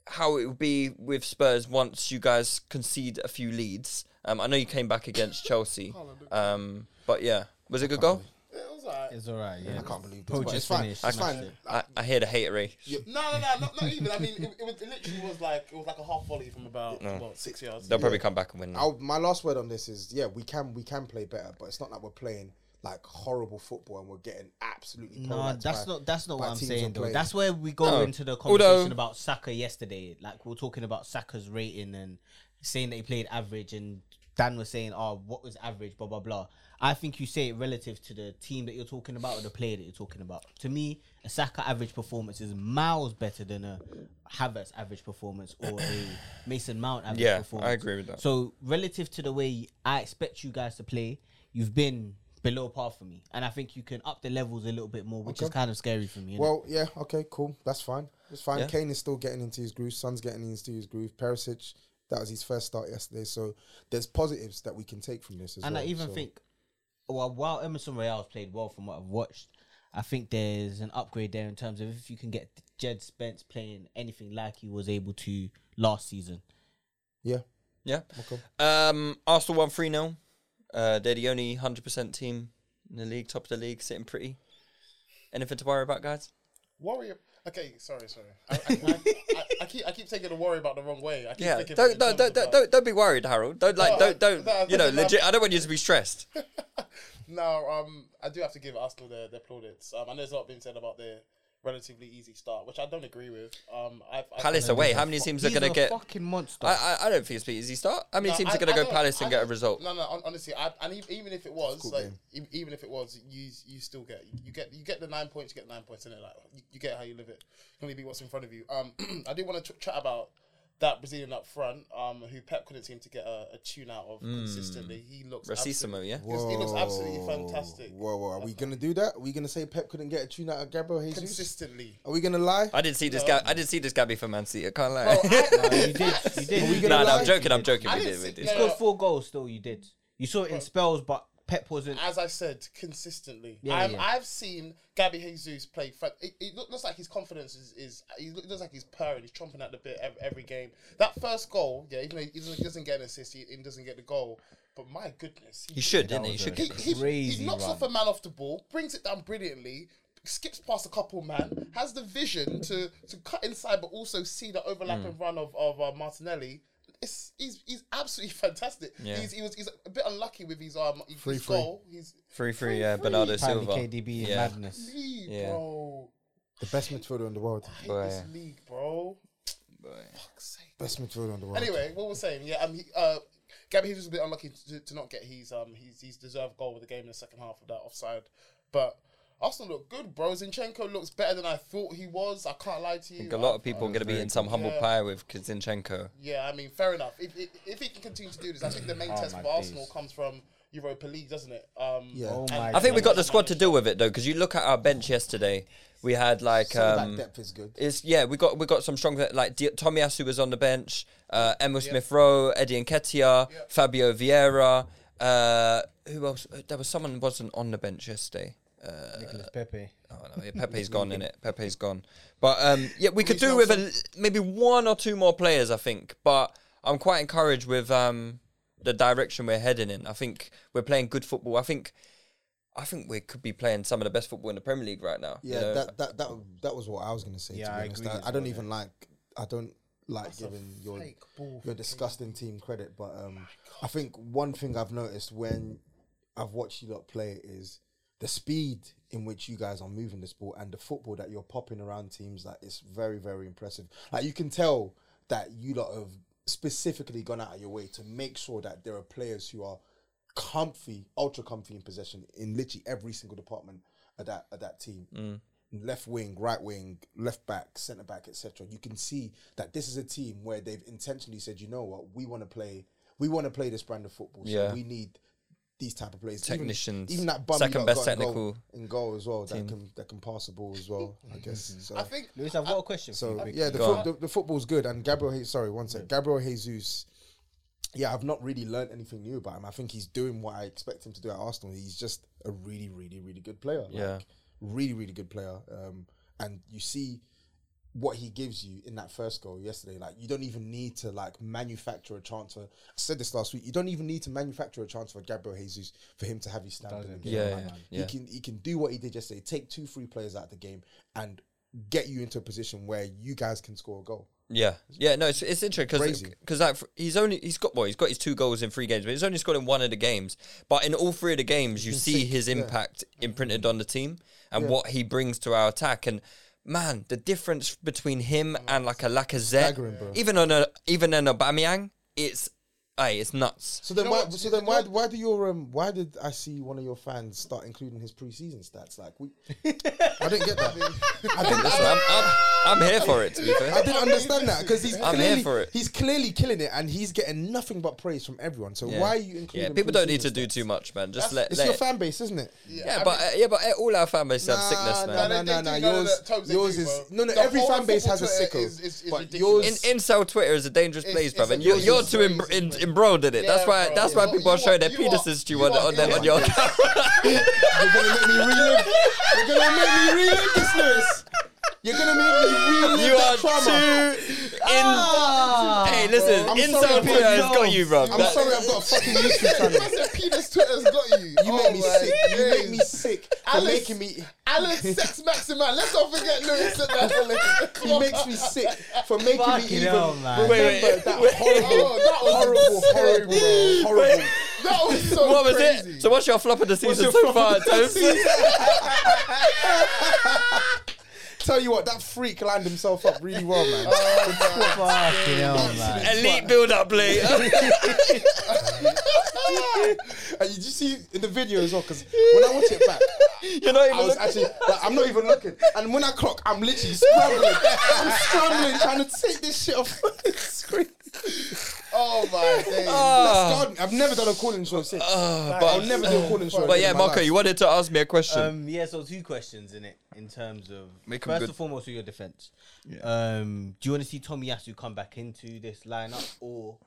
how it will be with Spurs once you guys concede a few leads. Um, I know you came back against Chelsea. Um, but yeah, was it a good goal? It was alright. It's alright. Yeah. I can't believe this. Poach but is It's fine. finished. It's Smashed fine. it. I, I hear the hatery. No, no, no, not, not even. I mean, it, it, was, it literally was like it was like a half volley from about what six yards. They'll probably come back and win. now. I'll, my last word on this is yeah, we can we can play better, but it's not like we're playing like horrible football and we're getting absolutely. No, polarized that's by- not that's not by what I'm teams saying and though. players. That's where we go No. into the Although- conversation about Saka yesterday. Like we are talking about Saka's rating and saying that he played average, and Dan was saying, "Oh, what was average?" Blah blah blah. I think you say it relative to the team that you're talking about or the player that you're talking about. To me, a Saka average performance is miles better than a Havertz average performance or <clears throat> a Mason Mount average Yeah, I performance. agree with that. So relative to the way I expect you guys to play, you've been below par for me, and I think you can up the levels a little bit more, which is kind of scary for me. innit? Well, yeah, okay, cool. That's fine. It's fine. Kane is still getting into his groove. Son's getting into his groove. Perisic, that was his first start yesterday. So there's positives that we can take from this as and well. I even So think, well, while Emerson Royale's played well from what I've watched, I think there's an upgrade there in terms of if you can get Jed Spence playing anything like he was able to last season. yeah, Yeah. Um, Arsenal won 3 0. Uh, they're the only 100% team in the league, top of the league, sitting pretty. Anything to worry about, guys? Worry. Okay, sorry, sorry. <laughs> I, I, I, I keep I keep taking the worry about the wrong way. I keep Yeah. thinking Don't in don't, terms don't, of, don't, like- don't don't be worried, Harold. Don't like No, I- don't don't no, Oh, I you know think I'm- legit. I don't want you to <laughs> be stressed. No, um, I do have to give Arsenal their, their plaudits. Um, I know there's a lot being said about their relatively easy start, which I don't agree with. Um, I've, I've Palace away. How many teams are He's going to a get? fucking monster. I, I I don't think it's an easy start. How many No, teams I- are going I to go don't- Palace I and get a don't- result? No, no. hon- Honestly, I, and ev- even if it was, like, game. e- even if it was, you you still get you get you get the nine points, you <clears throat> get nine points in it. Like you, you get how you live it. You can only be what's in front of you. Um, I do want to ch- chat about that Brazilian up front, um, who Pep couldn't seem to get a, a tune out of consistently. He looks Racismo, absolute- Hmm. yeah? he looks- He looks absolutely fantastic. Whoa, whoa, are we gonna do that? Are we gonna say Pep couldn't get a tune out of Gabriel Jesus? <laughs> Consistently. Are we gonna lie? I didn't see this guy. I didn't see this Gabby for Man City. I can't lie. <laughs> you did. You did. we You gonna did. no, no, lie? I'm joking. I'm joking. I We didn't did. We see- did. You yeah. scored four goals. Still, you did. You saw it in spells, but Pep wasn't. As I said, consistently. Yeah, I'm, yeah. I've seen Gabby Jesus play. Fran- it, it look- looks like his confidence is. is he look- looks like he's purring. He's chomping at the bit every, every game. That first goal, yeah, even though he doesn't, he doesn't get an assist, he, he doesn't get the goal. But my goodness, He should, didn't he? He should. was a- he, he, Crazy he knocks run. off a man off the ball, brings it down brilliantly, skips past a couple man, has the vision to to cut inside, but also see the Mm. overlapping run of of uh, Martinelli. It's, he's he's absolutely <laughs> fantastic. Yeah. He's, he was he's a bit unlucky with his um his Free, free. goal. He's Free, free. Yeah, uh, Bernardo Apparently Silva. KDB is Yeah. madness. league, Yeah. bro. The best midfielder in the world. I hate Boy. this league, bro. Best midfielder in the world. Anyway, what we're saying, yeah, um, he, uh, Gabby Hughes was a bit unlucky to, to not get his um his, his deserved goal with the game in the second half of that offside, but Arsenal look good, bro. Zinchenko looks better than I thought he was. I can't lie to you. I think a lot of I- people are going to be in some humble Yeah. pie with Kazinchenko. Yeah, I mean, fair enough. If, if, if he can continue to do this, I think the Oh main test my for Arsenal days. comes from Europa League, doesn't it? Um, Yeah. Oh Oh my I think we got the squad to deal with it though, because you look at our bench yesterday. We had like Some of um, that depth is good. It's yeah, we got we got some strong like D- Tommy Asu was on the bench, uh, Emil Smith Rowe, Eddie Nketiah, Fabio Vieira. Uh, who else? Uh, There was someone wasn't on the bench yesterday. Uh, Nicolas Pepe. oh no, yeah, Pepe's gone in it. Pepe's gone. But um, yeah, we could do with a, maybe one or two more players, I think. But I'm quite encouraged with um, the direction we're heading in. I think we're playing good football. I think. I think we could be playing some of the best football in the Premier League right now. you Yeah, know? that, that that that was what I was gonna say. Yeah, to be I honest. agree I, as I don't well, even like. I don't like giving your fake ball your disgusting team credit, but um, I think one thing I've noticed when I've watched you lot play is the speed in which you guys are moving this ball and the football that you're popping around teams. Like it's very very impressive. Like you can tell that you lot have specifically gone out of your way to make sure that there are players who are comfy, ultra comfy in possession in literally every single department of that of that team. Mm. Left wing, right wing, left back, centre back, etc. You can see that this is a team where they've intentionally said, you know what, we want to play, we want to play this brand of football. So Yeah. we need these type of players, Technicians. even, even that bum Second you lot best got in goal- technical in goal as well. That can that can pass the ball as well. I guess. So. Mm-hmm. I think Luis, I've got a question. So for you. yeah, the, Go foot the, the football's good, and Gabriel. Jesus, sorry, one sec. Gabriel Jesus. Yeah, I've not really learned anything new about him. I think he's doing what I expect him to do at Arsenal. He's just a really, really, really good player. Like, Yeah. really, really good player. Um, and you see what he gives you in that first goal yesterday. Like you don't even need to like manufacture a chance for. I said this last week. You don't even need to manufacture a chance for Gabriel Jesus for him to have his stamp in the game. Yeah, Like, yeah, he yeah. can can- he can do what he did yesterday, take two free players out of the game and get you into a position where you guys can score a goal. Yeah, yeah, no, it's, it's interesting Crazy. because like, fr- he's only he's got well, he's got his two goals in three games, but he's only scored in one of the games. But in all three of the games, you see his impact imprinted on the team and what he brings to our attack. And man, the difference between him and like a Staggering, bro. Lacazette, even on a even an Aubameyang, it's hey, it's nuts. So then, know why, what? so You then, know why, what? why do your um, why did I see one of your fans start including his preseason stats? Like <laughs> we, I didn't get that. I didn't, Listen, I'm, I'm I'm here for it. To be I fair, didn't understand that because he's I'm here clearly, for it. he's clearly killing it and he's getting nothing but praise from everyone. So Yeah. why are you including? yeah, people don't preseason need to do stats? too much, man. Just let It's let your it- fan base, isn't it? yeah, but uh, yeah, but uh, all our fan base have sickness, man. no, No, no, They- they no, do know Yours, that Tobes they yours do, is bro. no, no. The every whole fan base has a football Twitter sicko, is- is- is but ridiculous. yours. In, incel Twitter is a dangerous It's- place, it's bruv, and a you're, you're dangerous too place, embr isn't in, it? embroiled in it. that's Yeah, why bro. that's why You people are are- showing their you are- penises to you you on, are on, their- on in your. it. <laughs> You're gonna make me relive. You're gonna make me relive this, Lewis. You're gonna make me relive you that are trauma. too <laughs> in. Oh! hey, listen, I'm sorry, incel Twitter has Pete. got you, bruv. I'm That- sorry, I've got a fucking YouTube channel. Massive penis Twitter's got you. You Oh make me my sick. You make me days. sick. For Alice- making me. Alan Sex Maximan. Let's not forget <laughs> Lewis and that. He makes me sick for making Fucking me even hell, man. remember Wait, wait, that wait. horrible, Oh, that was horrible, horrible, insane. horrible. That was so What was crazy. it? So, what's your flop of the season your so flop far, of the Tobes? <laughs> Tell you what, that freak lined himself up really well, man. <laughs> Fucking hell, man. <laughs> Elite build-up, Lee. <laughs> and you just see in the video as well, because when I watch it back, You're not even. I was looking. actually, like, I'm not even looking. And when I clock, I'm literally scrambling. I'm scrambling, trying to take this shit off. <laughs> It's crazy. Oh my days. That's garden. I've never done a calling show since. but I'll never do a calling show. Ah. But again yeah, in my Marco, life. you wanted to ask me a question. Um, yeah, so two questions in it in terms of Make 'em first good. and foremost with your defense. Um, do you want to see Tommy Yasu come back into this lineup, or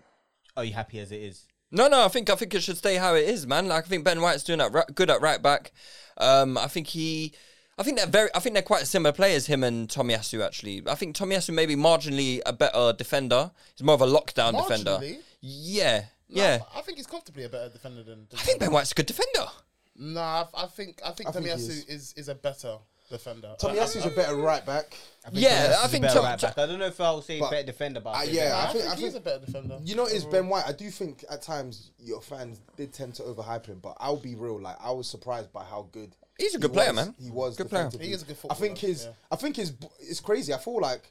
are you happy as it is? No, no, I think I think it should stay how it is, man. Like I think Ben White's doing that ri- good at right back. Um, I think he, I think they're very, I think they're quite similar players. Him and Tomiyasu actually. I think Tomiyasu may be marginally a better defender. He's more of a lockdown defender. Marginally? Yeah, yeah. I think he's comfortably a better defender than. I think Ben White's a good defender. Nah, I, f- I think I think I think he Tomiyasu is. is is a better defender. Tommy I- I- Yasu's a better right back. yeah, Yasu I is a think better Tom- right back. I don't know if I'll say But- better defender, but I'll Uh, say yeah, better. I, I think, think- I he's a think- better defender. You know, it's Ben White. I do think at times your fans did tend to overhype him, but I'll be real. Like I was surprised by how good He's a he good player, was- man. He was Good player. defensively. He is a good I think footballer, his. yeah. I think his. b- It's crazy. I feel like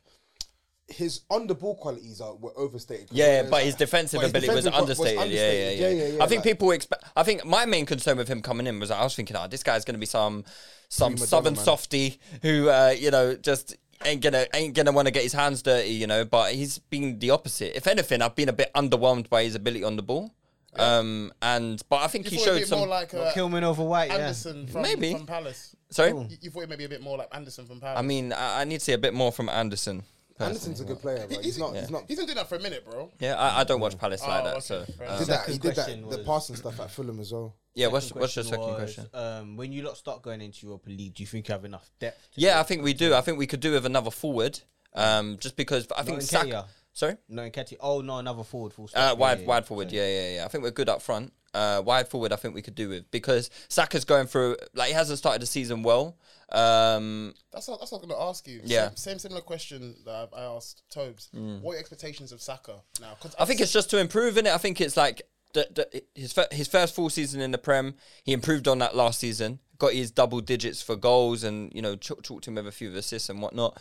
his on the ball qualities are were overstated. Yeah, Whereas- but his defensive but his ability defensive was, qu- understated. Yeah, yeah, yeah. I think like- people expect. I think my main concern with him coming in was I was thinking, oh, this guy's going to be some some Prima donna, southern man. softy who uh, you know just ain't gonna ain't gonna want to get his hands dirty, you know. But he's been the opposite. If anything, I've been a bit underwhelmed by his ability on the ball. Um, and but I think you he thought he'd showed be some. more like uh, Kilman over White. Anderson from, Maybe. from Palace. sorry, You, you thought he maybe a bit more like Anderson from Palace. I mean, I, I need to see a bit more from Anderson. Anderson's a good player, but he's not. He's not. He's been doing that for a minute, bro. Yeah, I, I don't watch Palace Oh, like that. okay, So fair uh, Did that, he Second did question that. The was- passing stuff at Fulham as well. yeah, yeah. what's Second what's your question second was, question? Um, when you lot start going into Europa League, do you think you have enough depth? To Yeah, I think we do. I think we could do with another forward. Um, just because I think in Saka. Kenya. Sorry, No, Nketiah. Oh no, another forward. Full stop. uh, Yeah, wide yeah, wide yeah. forward. Yeah, yeah, yeah. I think we're good up front. Uh, wide forward, I think we could do with because Saka's going through like he hasn't started the season well. Um, That's what, that's what I'm going to ask you. Yeah. Mm. Same, same similar question that I I asked Tobes. What are your expectations of Saka now? 'Cause I think it's just to improve in it. I think it's like the, the, his fir- his first full season in the Prem. He improved on that last season. Got his double digits for goals, and you know ch- talked to him with a few assists and whatnot.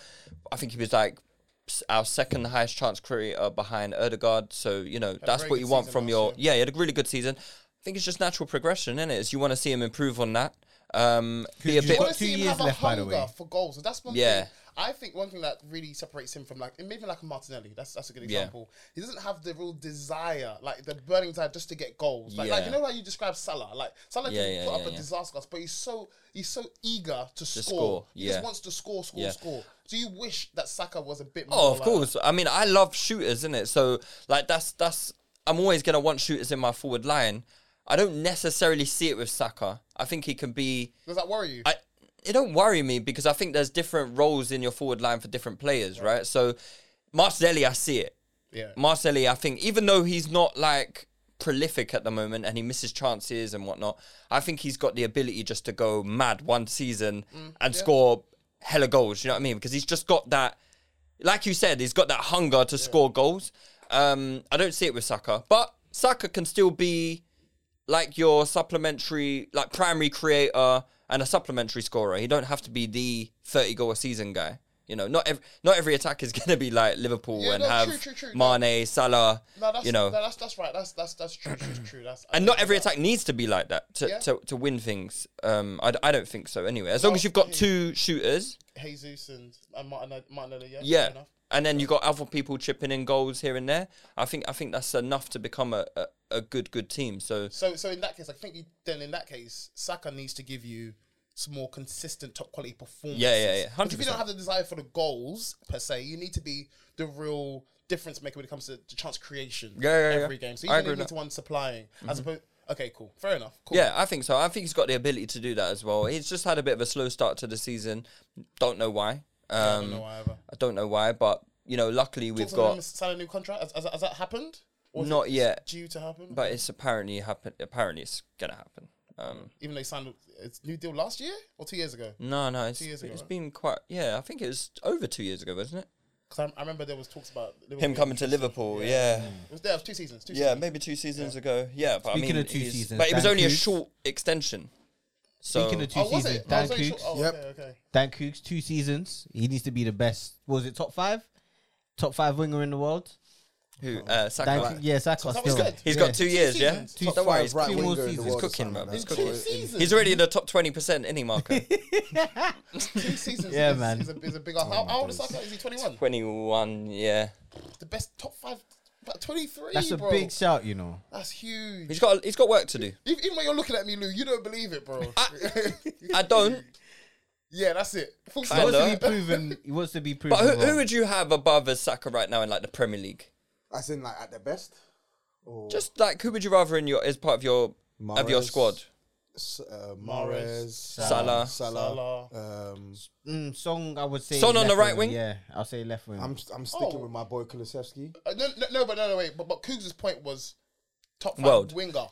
I think he was like s- our second highest chance creator behind Erdegaard. So you know that's very what good you want season from last your year. yeah. He had a really good season. I think it's just natural progression, isn't it? Is you want to see him improve on that. Um, be a you bit. got want to see two him years have a left, by the hunger way. for goals. And that's one Yeah. thing. I think one thing that really separates him from like maybe like a Martinelli. That's that's a good Yeah. example. He doesn't have the real desire, like the burning desire, just to get goals. Like, like Yeah. you know how you describe Salah. Like Salah Yeah, can yeah, put yeah, up a yeah. disaster, but he's so he's so eager to score. score, He just yeah. wants to score, score, Yeah. score. Do you wish that Saka was a bit more? Oh, of like- course. I mean, I love shooters, isn't it? So like that's that's I'm always gonna want shooters in my forward line. I don't necessarily see it with Saka. I think he can be. Does that worry you? I it don't worry me because I think there's different roles in your forward line for different players, right? So Martinelli, I see it. yeah. Marcelli, I think, even though he's not like prolific at the moment and he misses chances and whatnot, I think he's got the ability just to go mad one season Mm, and score hella goals. You know what I mean? Because he's just got that, like you said, he's got that hunger to score goals. Um, I don't see it with Saka, but Saka can still be like your supplementary, like primary creator and a supplementary scorer. He don't have to be the thirty goal a season guy. You know, not every not every attack is <laughs> gonna be like Liverpool Yeah, and no, have true, true, true. Mane, Salah. No, that's you know, no, that's that's right. That's that's that's true, true, true. That's and not every attack needs to be like that to Yeah. to, to win things. Um, I, d- I don't think so. Anyway, as long as you've got two shooters, Jesus and and Martinelli. Martinelli yeah, fair yeah, enough. and then you got other people chipping in goals here and there. I think I think that's enough to become a, a, a good good team. So So so in that case, I think you, then in that case, Saka needs to give you some more consistent top quality performances. Yeah, yeah, yeah. Because If you 100%. don't have the desire for the goals per se, you need to be the real difference maker when it comes to the chance creation. Yeah, yeah, yeah. every game. So I you agree need with Mm-hmm. to one supplying as opposed. Okay, cool. Fair enough. Cool. Yeah, I think so. I think he's got the ability to do that as well. He's just had a bit of a slow start to the season. Don't know why. I Um, don't know why ever. I don't know why, but you know, luckily we've Talks about him got signing a new contract. Has, has, has that happened? Or is Not it yet. Due to happen. but it's apparently happen apparently it's gonna happen. Um even though he signed a it's new deal last year or two years ago. no, no, it's, years it's ago, right? been quite yeah, I think it was over two years ago, wasn't it? Because I, I remember there was talks about Him Liverpool. coming to Liverpool, yeah. Yeah, It was there. It was two seasons. Two seasons. maybe two seasons ago. Yeah, but Speaking I mean of two he's- seasons, But it was Dan only a Coots- short extension. So Speaking of two Oh, was seasons, it? I Dan was only sure- Cooks. Oh, Yep. okay, okay. Dan Cooks, two seasons. He needs to be the best. What was it top five? Top five winger in the world. Who? Uh, Saka. That, yeah, Saka Saka's still. good. He's yeah. got two years, yeah. seasons. Don't worry, he's right cooking. winger in the seasons. He's world or cooking, something man. like He's that. cooking. Two seasons. He's already in the top twenty percent, isn't he, <laughs> Marco? Two seasons. Yeah, is, man. Is a, is a bigger. Oh, How, how old is Saka? Is he 21? Twenty-one, yeah. The best top five. About 23. That's a bro. big shout, you know. That's huge. He's got he's got work to do. Even, even when you're looking at me, Lou, you don't believe <laughs> it, bro. I don't. yeah, that's it. Full He I stop. wants to know. <laughs> be proven. He wants to be proven. But who, who wrong. would you have above as Saka right now in like the Premier League? As in, like at the best, or Just like who would you rather in your as part of your of your Mahrez. squad? S- uh, Mares, Salah. Salah. Um, Mm, Song, I would say. Son on left the right wing? Yeah, I'll say left wing. I'm I'm sticking Oh. with my boy Kulusevski. Uh, no, no, no, but no, no, wait. But, but Cougs' point was top five World. winger.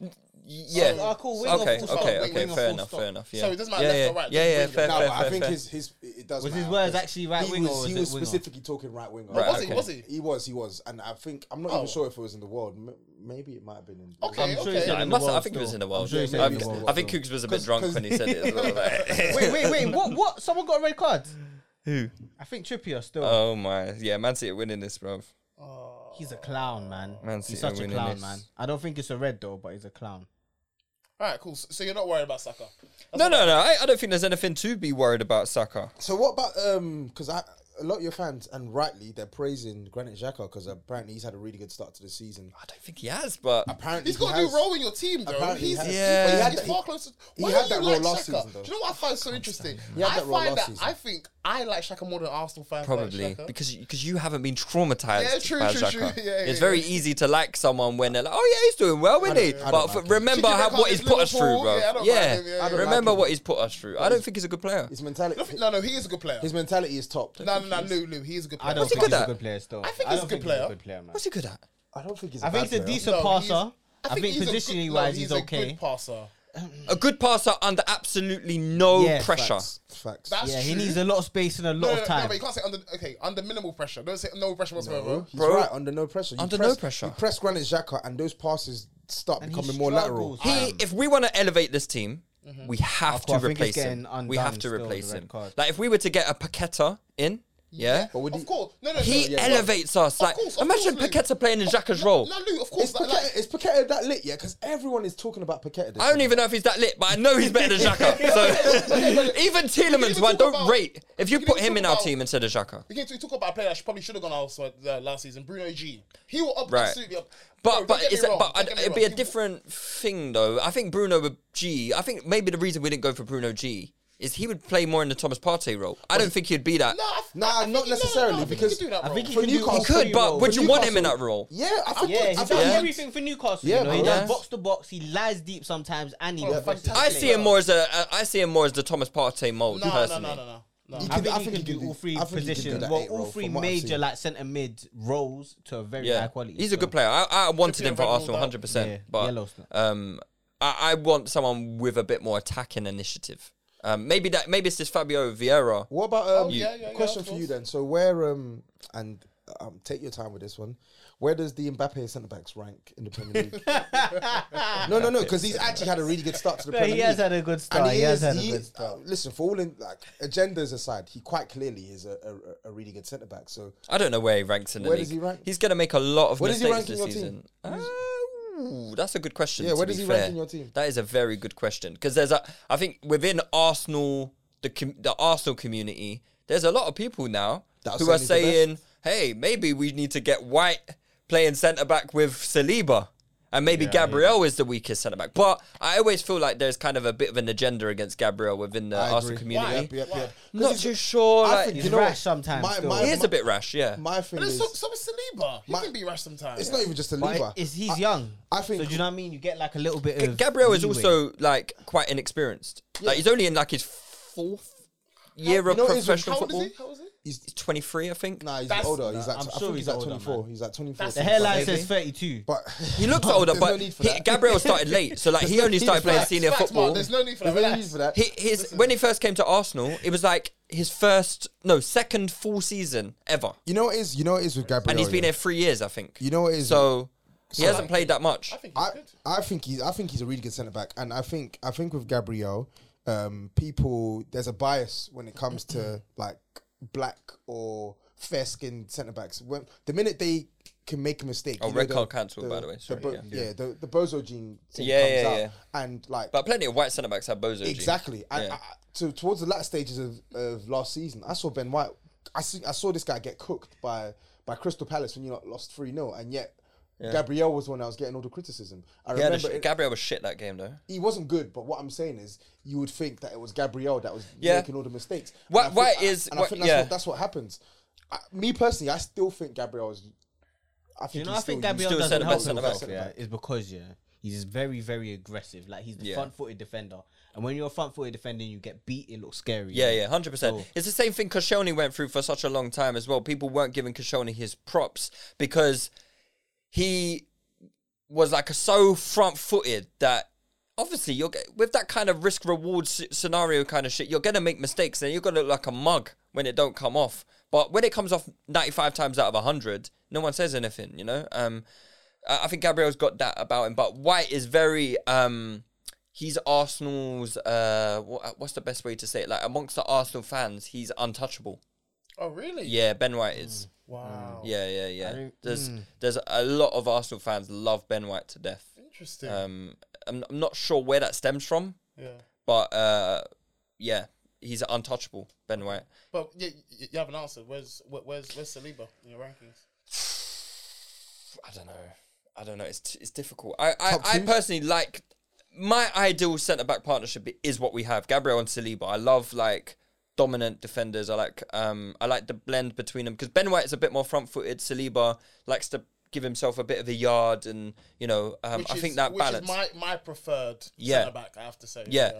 Yeah. Oh, cool, winger, Okay. full stop, Okay. winger, Okay. winger, Fair full enough. stop. Fair enough. Yeah. So it doesn't matter yeah, left yeah. or right, Yeah. just Yeah. winger. Fair. No, fair. but Fair. I think fair. his his it does. Was matter his words because actually right he wing or Oh, was, was he it was winger? specifically talking right winger. Right, was okay. he? Was he? He was, he was, and I think I'm not Oh. even sure if it was in the world. M- maybe it might have been in. the Um, Okay, I'm sure okay. he said No, it in the must- I world think it was still. in the world. I'm sure he said I in the I world think still. Cooks was a bit drunk when he said it. as <laughs> well, <laughs> like- wait, wait, wait. What? What? Someone got a red card. Who? I think Trippier still. Oh my, yeah, Man City are winning this, bro. he's a clown, man. Man City he's such a winning clown, this. man. I don't think it's a red though, but he's a clown. All right, cool. So, so you're not worried about Saka. No, no, no. I, I don't think there's anything to be worried about Saka. So what about um? Because I a lot of your fans and rightly they're praising Granit Xhaka because apparently he's had a really good start to the season. I don't think he has, but Apparently He's got he to do has- role in your team, though. Apparently he he's, has. Yeah. he's- He had he's that- far he- closer. he Why had do that you role like last Shaka? season, though. Do you know what I find so interesting? He had I that role find last that season. I think I like Shaka more than Arsenal fans. like probably Shaka. because because you haven't been traumatized Yeah, true, by true, Xhaka. true. Yeah, yeah, it's yeah. very easy to like someone when they're like, oh yeah, he's doing well, isn't he? don't- But I don't for, like him. remember Chicken how, Beckham what is he's put us through, Liverpool. bro. Yeah, I don't like him. Yeah, I don't like remember him. what he's put us through. I don't think he's a good player. his mentality. no, no, he is a good player. His mentality is top. No, no, no, Lou, Lou, he is a good player. I don't What's he think good he's at? a good player still. I think I he's don't a good think player. He's a good player, man. What's he good at? I don't think he's. I I think he's a decent No, he's- passer. I think he's a good- positionally no, wise, he's, a okay. good passer. A good passer under absolutely no Yeah, pressure. Facts. Facts. That's yeah, he true. needs a lot of space and a lot No, no, of no, no, time. but you can't say under. Okay, under minimal pressure. Don't say no pressure whatsoever. He's Bro. right under no pressure. You Under no press, pressure. You press Granit Xhaka and those passes start And he becoming more lateral. struggles. He, Um, if we want to elevate this team, we have Well, Mm-hmm. I to think replace it's him. getting We have undone to still, the replace red him. card. Like if we were to get a Paqueta in, yeah, But would Of he- course, no, no. he no, yeah, elevates us. Of Like course, of imagine course, Lou. Paqueta playing in Xhaka's no, role. no, Lou, of Is course, like, Paqueta, is Paqueta that lit? Yeah, because everyone is talking about Paqueta. this I don't even know if he's that lit, but I know he's better than <laughs> Xhaka. So <laughs> even Tielemans, even who I talk don't about- rate, if you we put can even him in talk our about- team instead of Xhaka. Again, we talk about a player that probably should have gone elsewhere uh, last season, Bruno G. He will up Right. absolutely up. But Bro, don't but get it's me a- wrong, but don't I'd- get me it'd wrong. be a He- different thing though. I think Bruno with G. I think maybe the reason we didn't go for Bruno G is he would play more in the Thomas Partey role. I don't think he'd be that. No, I, I- Nah, not I think he- no, no, no, necessarily, I think he because- could do that, I bro. think he For can do all Newcastle- He could, three but roles. would you want him in that Newcastle- role? Yeah, I think. Yeah, I he's think done Yeah. everything for Newcastle. Yeah, you know? bro. he does Yeah. box to box. He lies deep sometimes, and he. Oh, reverses fantastic. I play. see him more as a I I see him more as the Thomas Partey mold No, no, no, personally. no, no, no. He I could- think, I think he can he do, could all do- three I think he could do positions, that well, eight all role three from what I've major seen. like centre mid roles to a very high Yeah, quality. he's a good so- player. I, I wanted Trippier him for red ball Arsenal down. 100, Yeah, percent but Yellowstone. um, I, I want someone with a bit more attacking initiative. Um, maybe that maybe it's this Fabio Vieira. What about um? Oh, yeah, yeah, yeah, question of for you course. then. So where um and um take your time with this one. Where does the Mbappe centre backs rank in the Premier <laughs> League? no, no, no, because he's actually had a really good start to the No, Premier he has League. had a good start. He has had a good uh, listen, for all in like agendas aside, he quite clearly is a, a, a really good centre back. So I don't know where he ranks in the Where league. does he rank? He's going to make a lot of Where does he mistakes rank this in your season. team? Oh, that's a good question. Yeah, to where be does he fair. rank in your team? That is a very good question because there's a. I think within Arsenal, the com- the Arsenal community, there's a lot of people now That are who are saying he's the saying, "Hey, maybe we need to get White playing centre back with Saliba." And maybe Gabriel is the weakest centre back, but I always feel like there's kind of a bit of an agenda against Gabriel within Uh, the I Arsenal agree. community. Yep, yep, yep. 'Cause Not he's- too sure. I like, think, he's you know, rash sometimes My, still. my, he is my- a bit rash, yeah. My thing But it's is, so, so is Saliba. He My- can be rash sometimes. it's not even just a lever. But is he's young? I think- So do you know what I mean? You get like a little bit of Gabriel is leeway. also like quite inexperienced. Like he's only in like his fourth year of know what it is, professional How old football. is he? How old is he? He's 23, I think. Nah, he's That's- older. He's like, I'm I sure think he's he's like older, 24. man. He's like 24. That's- The hairline Maybe. says thirty-two. But He looks older, There's but no need for he, that. Gabriel started late, so like he There's no only need started for playing that. senior Facts, football. Mark, there's no need for <laughs> that. There's no need Relax. for that. He, his, when he first came to Arsenal, it was like his first, no, second full season ever, You know what it is. You know what it is with Gabriel. and he's been Oh, yeah? there three years, I think. You know what it is. so he hasn't played that much. I think he's I, good. I think he's I think he's a really good centre back, and I think I think with Gabriel, um, people there's a bias when it comes to like black or fair skinned centre backs. When the minute they can make a mistake. Oh, You know, red the- card cancelled, by the way, the sorry, bo- yeah. yeah. the the bozo gene. Thing Yeah, comes yeah, out, yeah. And like But plenty of white centre backs have bozo. gene. Exactly. And Yeah. I, I- to, towards the last stages of, of last season, I saw Ben White. I see, I saw this guy get cooked by by Crystal Palace when you lot lost 3 0. And yet, Gabriel was the one that was getting all the criticism. I He had a sh- remember it, Gabriel was shit that game though. he wasn't good, but what I'm saying is you would think that it was Gabriel that was Yeah. making all the mistakes. And Why- I think- why I- is- And why- I think that's, yeah. what, that's what happens. I, me personally, I still think Gabriel is. I think You know, he's I think still Gabriel still doesn't centre help back, centre himself. back. Yeah, is because yeah, he's very very aggressive. Like he's the Yeah. front-footed defender, and when you're a front-footed defender, and you get beat. It looks scary. Yeah, yeah, hundred percent. Cool. It's the same thing Koscielny went through for such a long time as well. People weren't giving Koscielny his props because he was like so front-footed that obviously you're get- with that kind of risk-reward s- scenario kind of shit. You're gonna make mistakes, and you're gonna look like a mug when it don't come off. But when it comes off ninety-five times out of hundred, no one says anything. You know, um, I I think Gabriel's got that about him. But White is very um he's Arsenal's uh wha- what's the best way to say it? Like amongst the Arsenal fans, he's untouchable. Oh really? Yeah, Ben White is. Mm. Wow. Yeah, yeah, yeah. There's there's a lot of Arsenal fans love Ben White to death. Interesting. Um I'm, I'm not sure where that stems from, yeah. but uh yeah, he's untouchable, Ben White. But yeah, you, you haven't answered. Where's where, where's where's Saliba in your rankings? I don't know. I don't know. It's t- it's difficult. I I, Top I two? personally like my ideal centre back partnership is what we have: Gabriel and Saliba. I love like dominant defenders. I like um I like the blend between them because Ben White's a bit more front footed. Saliba likes to give himself a bit of a yard, and you know um, I is, think that which balance. is my my preferred Yeah. centre back. I have to say. yeah.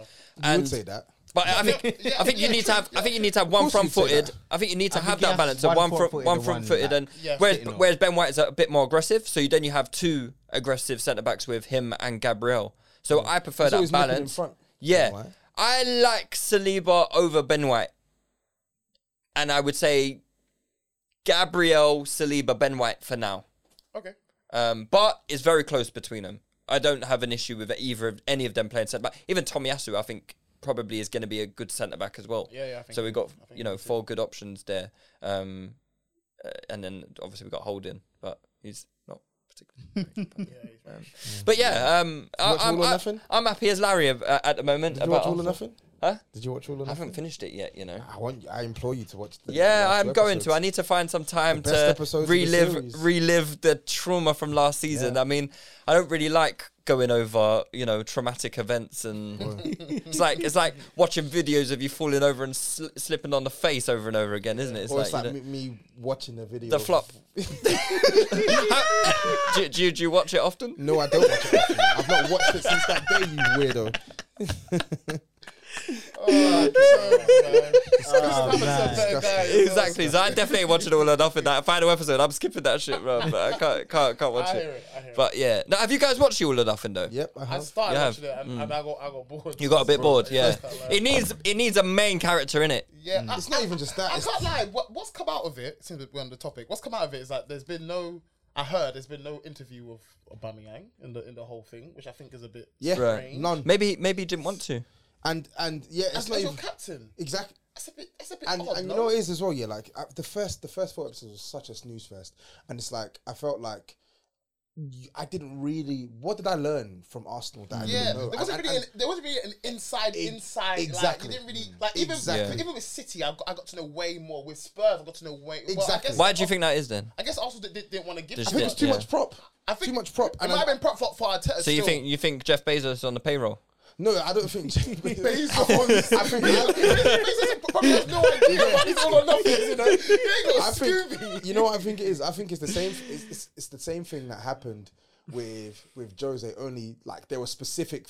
I And would say that. But I think Yeah, I think you yeah, need to have I think you need to have one course you'd front say footed. that. I think you need to I have think that you balance have of one one front front-footed one and one front footed back. and Yeah. whereas Fitting up. whereas Ben White is a bit more aggressive, so you then you have two aggressive centre backs with him and Gabriel. So I prefer He's that always nipping in balance. front, Ben yeah. White. I like Saliba over Ben White. And I would say Gabriel, Saliba, Ben White for now. Okay. Um, but it's very close between them. I don't have an issue with either of any of them playing centre back. Even Tomiyasu, I think, probably is going to be a good centre back as well. Yeah, yeah, I think so we've got I think you know four good options there, um, uh, and then obviously we've got Holding, but he's not particularly. <laughs> great, but, um, but yeah, um, I, watch I'm, All or I, Nothing? I'm happy as Larry ab- uh, at the moment. Did you about watch All or Arsenal. Nothing? Huh? Did you watch All or I haven't Nothing? finished it yet, you know. I want. I implore you to watch. The Yeah, last I'm two going episodes. to. I need to find some time The best episodes to of the relive series. relive the trauma from last season. I mean, I don't really like going over, you know, traumatic events and <laughs> it's like it's like watching videos of you falling over and sl- slipping on the face over and over again, isn't it? It's Or it's like, like you me, know, me watching a video. the of- <laughs> flop. <laughs> do, do, do you watch it often? No, I don't watch it. actually. I've not watched it since that day. You weirdo. Oh, I'm a better guy. <laughs> Exactly. So I definitely watch it all or nothing. That final episode, I'm skipping that shit, bro. But I can't, can't, can't watch I it. hear it, I hear it. But yeah, now have you guys watched the all or nothing though? Yep. uh-huh. I I have. started Yeah. watching it and, and I got I got bored. mm. You got a bit bored, <laughs> yeah. I can't lie. It needs it needs a main character in it. Yeah, I- It's not I- even just that, I it's- can't lie. What, what's come out of it? Since we're on the topic, what's come out of it is that there's been no. I heard there's been no interview of Aubameyang in the in the whole thing, which I think is a bit. Yeah. Right. None. Maybe maybe he didn't want to. And and yeah, it's That's not not your even captain. exactly. That's a bit. That's a bit And, odd. and no? you know what it is as well, yeah. Like uh, the first, the first four episodes was such a snooze fest, and it's like I felt like y- I didn't really. What did I learn from Arsenal that I Yeah, didn't know? there wasn't And- really and- an, there wasn't really an inside Ex- inside. exactly. Like, you didn't really like even Exactly. even with City, I got, I got to know way more. With Spurs, I got to know way. Well, I Exactly. guess, Why do you think that is then? I guess also they, they didn't want to give. They I just I think think, it was too Yeah. much prop. I think too much prop. It And might I, have been prop for, for Arteta. So you still. <laughs> think you think Jeff Bezos is on the payroll? no, I don't think. <laughs> Bezos. I think Bezos probably has no idea what he's all or nothing. You know, he ain't got I Scooby. think you know what I think it is. I think it's the same. It's, it's, it's the same thing that happened with with Jose. Only like there were specific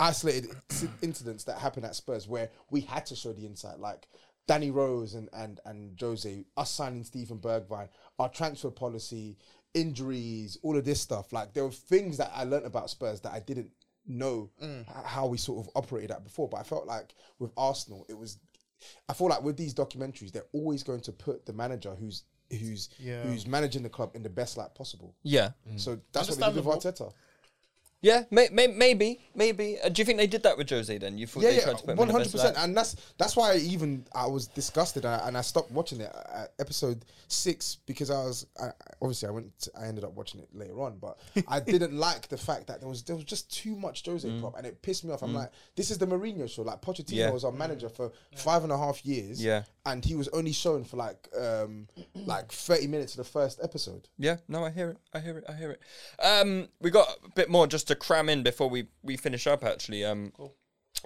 isolated s- incidents that happened at Spurs where we had to show the insight, like Danny Rose and and and Jose, us signing Stephen Bergvine, our transfer policy, injuries, all of this stuff. Like there were things that I learnt about Spurs that I didn't know h- how we sort of operated at before. But I felt like with Arsenal, it was. I feel like with these documentaries, they're always going to put the manager who's who's who's managing the club in the best light possible. Yeah. So that's what they did with Understandable. Arteta. Yeah, may, may, maybe, maybe. Uh, do you think they did that with Jose? Then you thought Yeah, they tried to yeah, put him one in the hundred best light? percent, and that's that's why I even I was disgusted and I, and I stopped watching it at episode six because I was I, I- obviously I went to, I ended up watching it later on, but <laughs> I didn't like the fact that there was there was just too much Jose prop and it pissed me off. I'm like, this is the Mourinho show. Like Pochettino Mm. Yeah. was our manager for five and a half years, Yeah. and he was only shown for like um like thirty minutes of the first episode. Yeah, no, I hear it. I hear it. I hear it. Um, we got a bit more just to cram in before we, we finish up. Actually, um,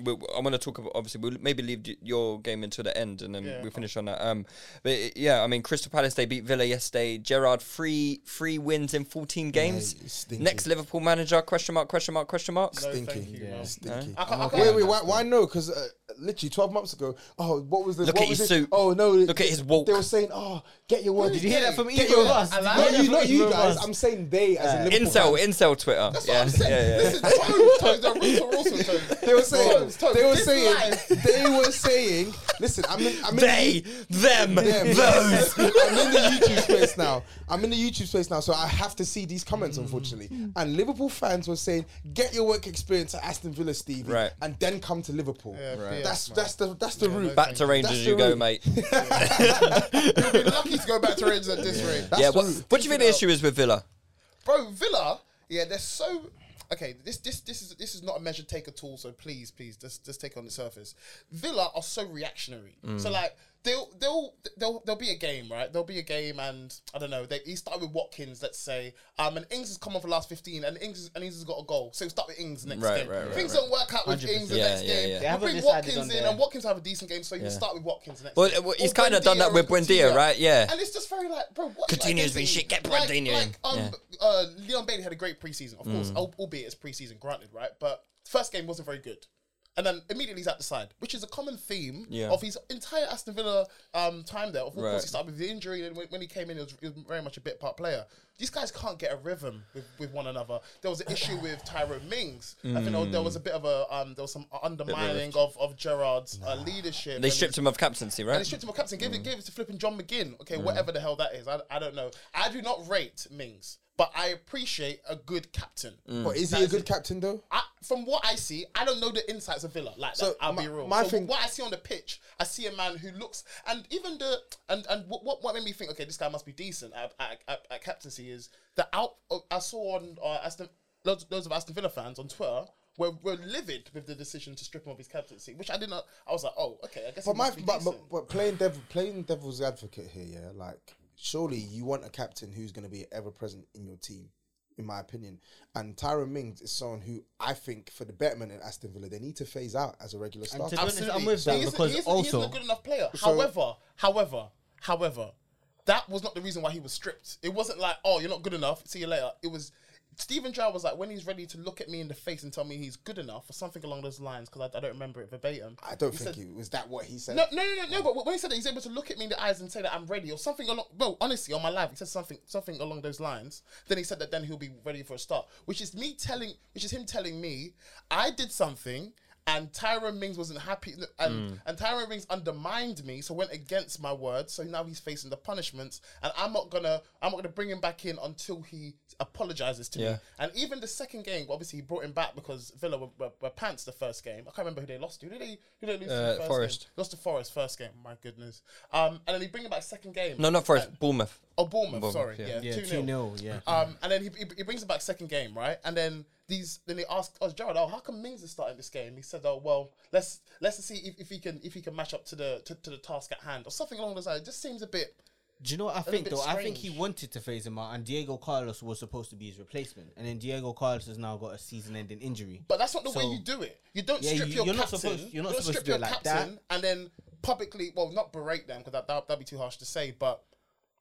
we, I want to talk about obviously we'll maybe leave y- your game until the end and then we'll finish on that. Um, but uh, yeah, I mean Crystal Palace they beat Villa yesterday. Gerard three three wins in fourteen games. it's stinky. Next Liverpool manager question mark question mark question mark. Stinky, thank you, no. stinky. I can't- I can't- Wait, wait, why, why no? Because uh, literally twelve months ago, oh, what was the? Look what at was his it? suit. Oh no! Look they- at his walk. They were saying, oh, get your words. Did you hear that from Get either your- of us? I Did like hear Not that that you, from not either you of guys. us? I'm saying they as a Liverpool fan. Uh, Incel incel Twitter. That's what yeah, I'm saying. yeah, yeah. This is toes, toes. The rules are rules for toes. They were saying. <laughs> Toes, toes. They were This saying. life. They were saying. Listen, I'm in. I'm in They, them, Yeah, those. I'm in the YouTube space now. I'm in the YouTube space now, so I have to see these Mm. comments, unfortunately. And Liverpool fans were saying, "Get your work experience at Aston Villa, Stevie, Right. and then come to Liverpool." Right. That's yeah, that's the that's the route. Back to Rangers <laughs> That's you the go, route. mate. You'd be lucky to go back to Rangers at this rate. That's yeah, the what, route. what do you think the issue is with Villa? bro, Villa, yeah, they're so okay. This this this is this is not a measure take at all. So please, please, just just take it on the surface. Villa are so reactionary. Mm. So like. They'll, they'll they'll there'll be a game right there'll be a game and I don't know they he started with Watkins let's say um and Ings has come on for the last fifteen and Ings and Ings has got a goal so start with Ings next Right, game right, right, things right. don't work out with Ings 100%. the next Yeah, yeah, game yeah. They you haven't bring decided Watkins on in their- and Watkins have a decent game so you Yeah. start with Watkins next Well, game. well, he's Or kinda done Buendia that with and Buendia, Coutinho. right? Yeah. and it's just very like bro what Coutinho's been shit, get like, Buendia in. like, um, Yeah. uh, Leon Bailey had a great preseason, of Mm. course, al- albeit it's preseason, granted, right? But first game wasn't very good. And then immediately he's out the side, which is a common theme Yeah. of his entire Aston Villa um, time there. Of course, Right. he started with the injury, and when, when he came in, he was, he was very much a bit part player. These guys can't get a rhythm with, with one another. There was an issue <laughs> with Tyrone Mings. I think there Mm. was- there was a bit of a um, there was some undermining of, of Gerard's uh, leadership. They and stripped him of captaincy, right? and they stripped him of captain. Gave it, gave it to flipping John McGinn. Okay, whatever the hell that is, I, I don't know. I do not rate Mings, but I appreciate a good captain. But is Mm. he a good captain though? I, from what I see, I don't know the insights of Villa. Like, So, that, I'll my- be real. my so thing- what I see on the pitch, I see a man who looks, and even the and and what what, what made me think, okay, this guy must be decent at, at, at, at captaincy is the out. oh, I saw on uh, Aston loads, loads of Aston Villa fans on Twitter. Were, were livid with the decision to strip him of his captaincy, which I did not. I was like, oh, okay, I guess. he But my must be but, decent. but, but playing devil playing devil's advocate here, yeah, like surely you want a captain who's going to be ever present in your team, in my opinion. And Tyron Mings is someone who I think for the betterment at Aston Villa they need to phase out as a regular starter. to- Absolutely. I'm with that He isn't- because he isn't, he also- isn't a good enough player. however, however, however, that was not the reason why he was stripped. It wasn't like, oh, you're not good enough. See you later. It was Stephen Gerrard was like when he's ready to look at me in the face and tell me he's good enough or something along those lines because I, I don't remember it verbatim. I don't He think said- it was that what he said. no, no, no, no, no. But when he said that he's able to look at me in the eyes and say that I'm ready or something along, well, honestly, on my life, he said something, something along those lines. Then he said that then he'll be ready for a start, which is me telling, which is him telling me, I did something, and Tyron Mings wasn't happy, and Mm. and Tyron Mings undermined me, so went against my word. So now he's facing the punishments, and I'm not gonna, I'm not gonna bring him back in until he apologizes to Yeah. me. And even the second game, obviously, he brought him back because Villa were, were, were pants the first game. I can't remember who they lost to. Who did they? Who did they lose to? in Uh, the first Forest. Game? Lost to Forest first game. My goodness. Um, and then he bring him back second game. no, not Forest, Bournemouth. Oh, Bournemouth. Bournemouth, sorry. yeah. Yeah. Yeah, Two 2 nil. nil. Yeah. Um, and then he, he, he brings him back second game, right? And then these then they ask oh, Gerard, oh, how come Mings is starting this game? He said, oh, well, let's let's see if, if he can if he can match up to the to, to the task at hand or something along those lines. It just seems a bit. Do you know what I think bit though? I think he strange. wanted to phase him out, and Diego Carlos was supposed to be his replacement, and then Diego Carlos has now got a season-ending injury. But that's not the So- way you do it. You don't Yeah, strip you- your you're not captain. supposed- you're not you don't strip supposed to do your it like captain that. and then publicly, well, not berate them because that, that that'd be too harsh to say. But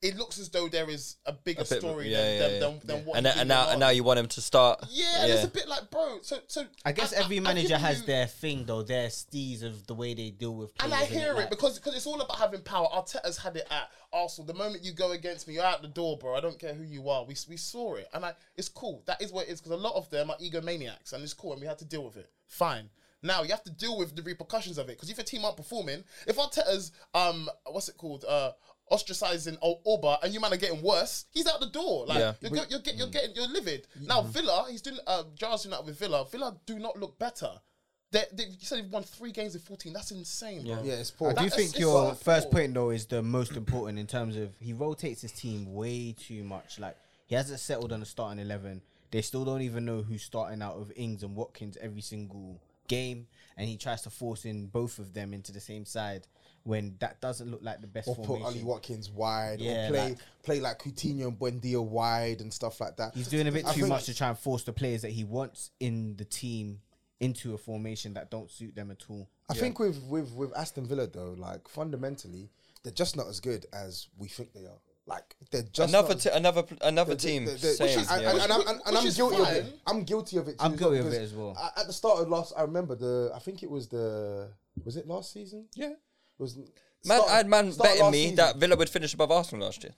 it looks as though there is a bigger bit- story yeah, than, yeah, than, yeah. than, than what. And, he and did now, on. and now you want him to start. Yeah, and it's a bit like, bro. So, so I guess every I've manager given has you- their thing though, their steez of the way they deal with. And I players, innit? hear Like, it because because it's all about having power. Arteta's had it at Arsenal. The moment you go against me, you're out the door, bro. I don't care who you are. We, we saw it, and I it's cool. That is what it is because a lot of them are egomaniacs, and it's cool, and we had to deal with it. Fine. Now you have to deal with the repercussions of it because if your team aren't performing, if Arteta's um what's it called uh ostracizing Al- Alba, and you man are getting worse. He's out the door. Like Yeah. you're, get- you're, get- Mm. you're getting you're livid. Mm-hmm. Now Villa, he's doing uh, Giles doing that with Villa. Villa do not look better. They, they, you said they've won three games in fourteen. That's insane, bro. Yeah, it's I poor. do That think assist your was first poor. point though is the most important in terms of he rotates his team way too much. Like he hasn't settled on a starting eleven. They still don't even know who's starting out of Ings and Watkins every single game, and he tries to force in both of them into the same side when that doesn't look like the best Or put formation. Ali Watkins wide, Yeah, or play like- play like Coutinho and Buendia wide and stuff like that. He's doing a bit I too think- much to try and force the players that he wants in the team into a formation that don't suit them at all. I think with with with Aston Villa though, like fundamentally, they're just not as good as we think they are. Like they're just Another not- t- another pl- another they're- team. they're- they're- same, and, yeah. and- and I'm, and- and Which I'm is guilty of it. fine. I'm guilty of it. Too, I'm guilty of because it as well. I- At the start of last, I remember the. I think it was the. Was it last season? Yeah. It was Man, start- I had man start betting last me season. that Villa would finish above Arsenal last year.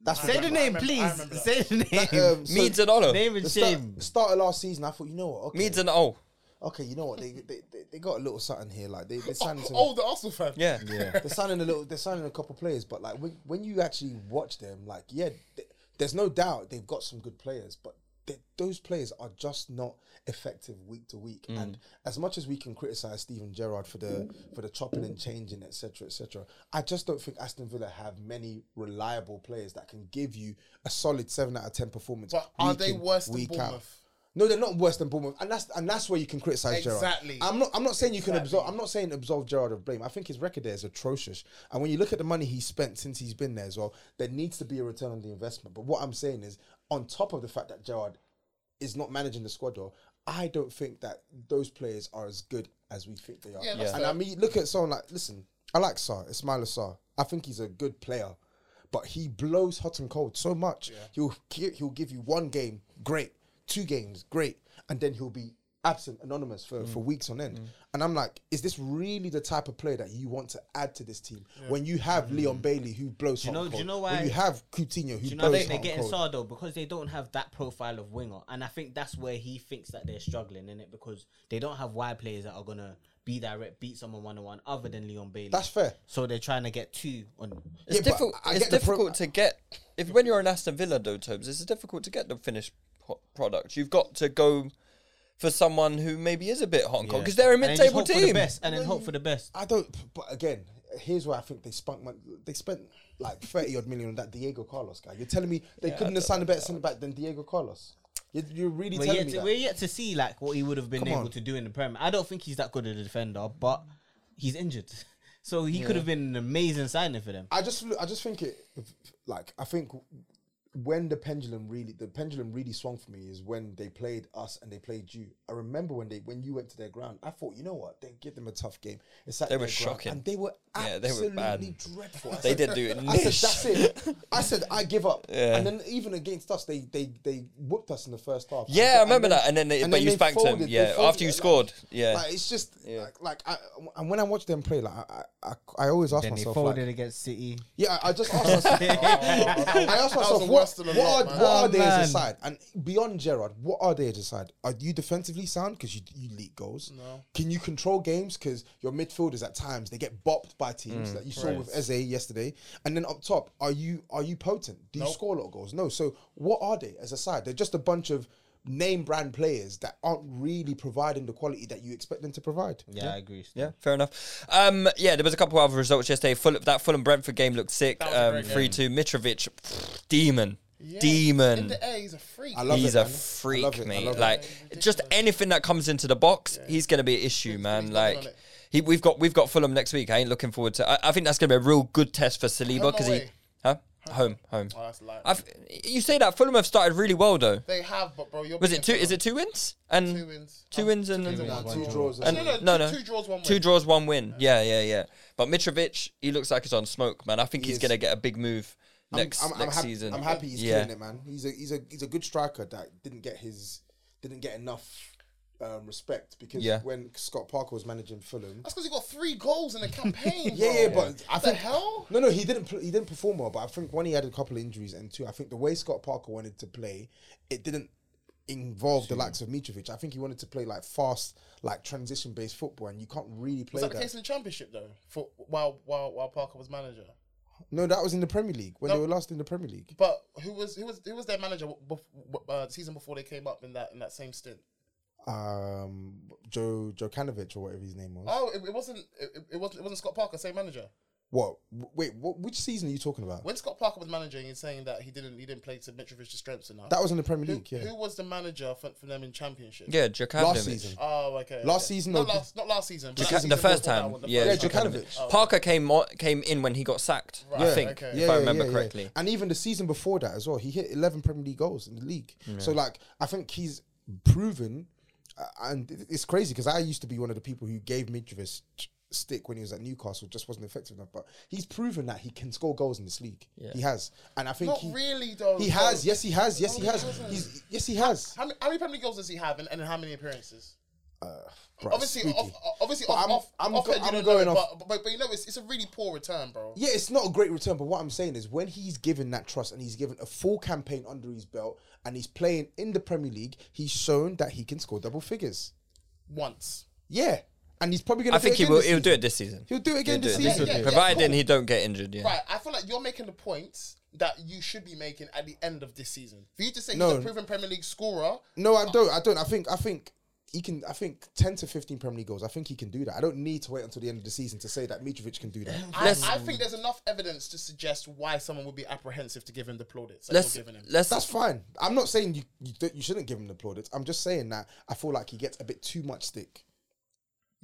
That's Say the remember- name, I remember- I remember please. that. Say the name. um, so Meads and Olo. name the and start, shame. start of last season, I thought, you know what? Okay, Meads and O. okay you know what? They, they, they, they got a little something here. Like they, <laughs> they're signing Oh, some. oh, the Arsenal fan. Yeah. they're signing a little. They're signing a couple players, but like when, when you actually watch them, like yeah, th- there's no doubt they've got some good players, but th- those players are just not effective week to week. And as much as we can criticize Steven Gerrard for the for the chopping and changing, etc., etc., I just don't think Aston Villa have many reliable players that can give you a solid seven out of ten performance. But are week they in, worse than week out. Bournemouth? No, they're not worse than Bournemouth, and that's and that's where you can criticize Exactly. Gerard. I'm not. I'm not saying you can absolve. I'm not saying absolve Gerard of blame. I think his record there is atrocious, and when you look at the money he's spent since he's been there as well, there needs to be a return on the investment. But what I'm saying is, on top of the fact that Gerard is not managing the squad well, I don't think that those players are as good as we think they are. Yeah, that's And I mean, look at someone like listen. I like Sar, Ismail Sar. I think he's a good player, but he blows hot and cold so much. He'll gi- he'll give you one game, great, two games, great, and then he'll be absent, anonymous for, Mm. for weeks on end. And I'm like, is this really the type of player that you want to add to this team when you have Leon Bailey who blows you hot know- and Mm. do cold? you know When why- you have Coutinho who Do you know blows they, hot they're and getting cold? Sar though because they don't have that profile of winger, and I think that's where he thinks that they're struggling in it because they don't have wide players that are gonna be direct, beat someone one on one, other than Leon Bailey. That's fair. So they're trying to get two on. It's Yeah, but difficult. I it's get the pro- difficult to get if when you're an Aston Villa though, Tobes. It's difficult to get the finished po- product. You've got to go for someone who maybe is a bit hot and cold because they're a And then just mid-table hope for the team. best, and then hope for the best. I don't. But again, here's where I think they spunk. Mon- they spent like thirty odd million on that Diego Carlos guy. You're telling me they couldn't have signed a better centre back than Diego Carlos? You're, you're really We're telling yet, me to, that? we're yet to see like what he would have been Come able on. to do in the Premier. I don't think he's that good at a defender, but he's injured, <laughs> so he could have been an amazing signing for them. I just, I just think it, like, I think when the pendulum really, the pendulum really swung for me is when they played us and they played you. I remember when they, when you went to their ground, I thought, you know what, they give them a tough game. It's like They were shocking. and they were Yeah, they were absolutely bad. dreadful. I They said- did do it. I said niche. <laughs> that's it. I said I give up. And then even against us, they they they whooped us in the first half. Yeah, I And- remember and that, and then they- but you they spanked 'em, folded- they yeah, after folded you it, like- scored, yeah. like, it's just like, like I, and when I watch them play, like I I, I always ask Then they myself, folded like, against City. yeah, I just ask myself, I ask myself, the what, worst of the what, lot, are, man. what are Oh, they as man. a side? And beyond Gerard, what are they as a side? Are you defensively sound because you, you leak goals? No. Can you control games because your midfielders at times they get bopped by teams that you saw with Eze yesterday? And then up top, are you are you potent? Do you score a lot of goals? No. So what are they as a side? They're just a bunch of name brand players that aren't really providing the quality that you expect them to provide. Yeah, I agree. Yeah, fair enough. Um, yeah, there was a couple of other results yesterday. Full, that Fulham Brentford game looked sick. was a Um, great game. Three two. Mitrovic, pff, demon, Yeah. In demon. the air, he's a freak. I love he's it, a man. I freak, love it, I mate. love it. Like just anything that comes into the box, he's gonna be an issue, man. he's working on Like it. he, we've got we've got Fulham next week. I ain't looking forward to. I, I think that's gonna be a real good test for Saliba Home because he, away. huh, home, home. Oh, that's a lie. I've, you say that Fulham have started really well though. They have, but bro, you're Was being it two? Is Fulham. it two wins and Two wins. two wins and Nah, two draws. and No, no, no, two- no. two draws, one win. Two draws, one win. Yeah, yeah, yeah. But Mitrovic, he looks like he's on smoke, man. I think he's is. gonna get a big move next I'm, I'm next happy, season. I'm happy he's yeah. killing it, man. He's a he's a he's a good striker that didn't get his didn't get enough um, respect because Yeah. when Scott Parker was managing Fulham, That's because he got three goals in a campaign. <laughs> yeah, yeah, bro. but I think What the hell. no, no, <laughs> he didn't pl- he didn't perform well. But I think one he had a couple of injuries, and two, I think the way Scott Parker wanted to play, it didn't involve the likes of Mitrovic. I think he wanted to play like fast, like transition based football, and you can't really play Was that that. the case in the championship though? For while while while Parker was manager. No, that was in the Premier League when No. they were last in the Premier League. But who was who was who was their manager bef- uh, season before they came up in that in that same stint? Um, Joe Joe Kanovich or whatever his name was. Oh, it, it wasn't it, it wasn't it wasn't Scott Parker, same manager. What? W- Wait, what? Which season are you talking about? When Scott Parker was managing, he's saying that he didn't he didn't play to Mitrovic's strengths enough. That was in the Premier who, League. Yeah. who was the manager for, for them in Championship? Yeah, Djokanovic. Last season. Oh, okay. Last okay. season not or- last, not last season. but Djoka- that the season first before that time, one, the yeah, first- Yeah, Djokanovic. Djokanovic. Parker came on, came in when he got sacked, I Right, think, okay. if I remember yeah. correctly. And even the season before that as well, he hit 11 Premier League goals in the league. So, like, I think he's proven, uh, and it- it's crazy because I used to be one of the people who gave Mitrovic ch- stick when he was at Newcastle, just wasn't effective enough. But he's proven that he can score goals in this league. He has. And I think Not he, really, though, He has. bro. Yes, he has. Yes, No, he he has. hasn't. He's, yes, he has. How many, how many Premier League goals does he have, and, and how many appearances? Uh, Bruh, Obviously, squeaky. off, uh, obviously, But off, I'm- off, I'm off go- it, you I'm don't going know, off- But, but, but you know, it's, it's a really poor return, bro. Yeah, it's not a great return, but what I'm saying is when he's given that trust and he's given a full campaign under his belt and he's playing in the Premier League, he's shown that he can score double figures. Once. Yeah. And he's probably going I to think he will. He'll do it this season. He'll do it again this He'll do season. Yeah, yeah, providing cool. he don't get injured. Yeah. Right, I feel like you're making the points that you should be making at the end of this season. For you to say he's No. a proven Premier League scorer, No, I don't. I don't. I think I think he can I think 10 to 15 Premier League goals. I think he can do that. I don't need to wait until the end of the season to say that Mitrovic <clears throat> can do that. I, Let's- I think there's enough evidence to suggest why someone would be apprehensive to give him the plaudits that Let's you're giving him. let's That's fine. I'm not saying you you, don't, you shouldn't give him the plaudits. I'm just saying that I feel like he gets a bit too much stick.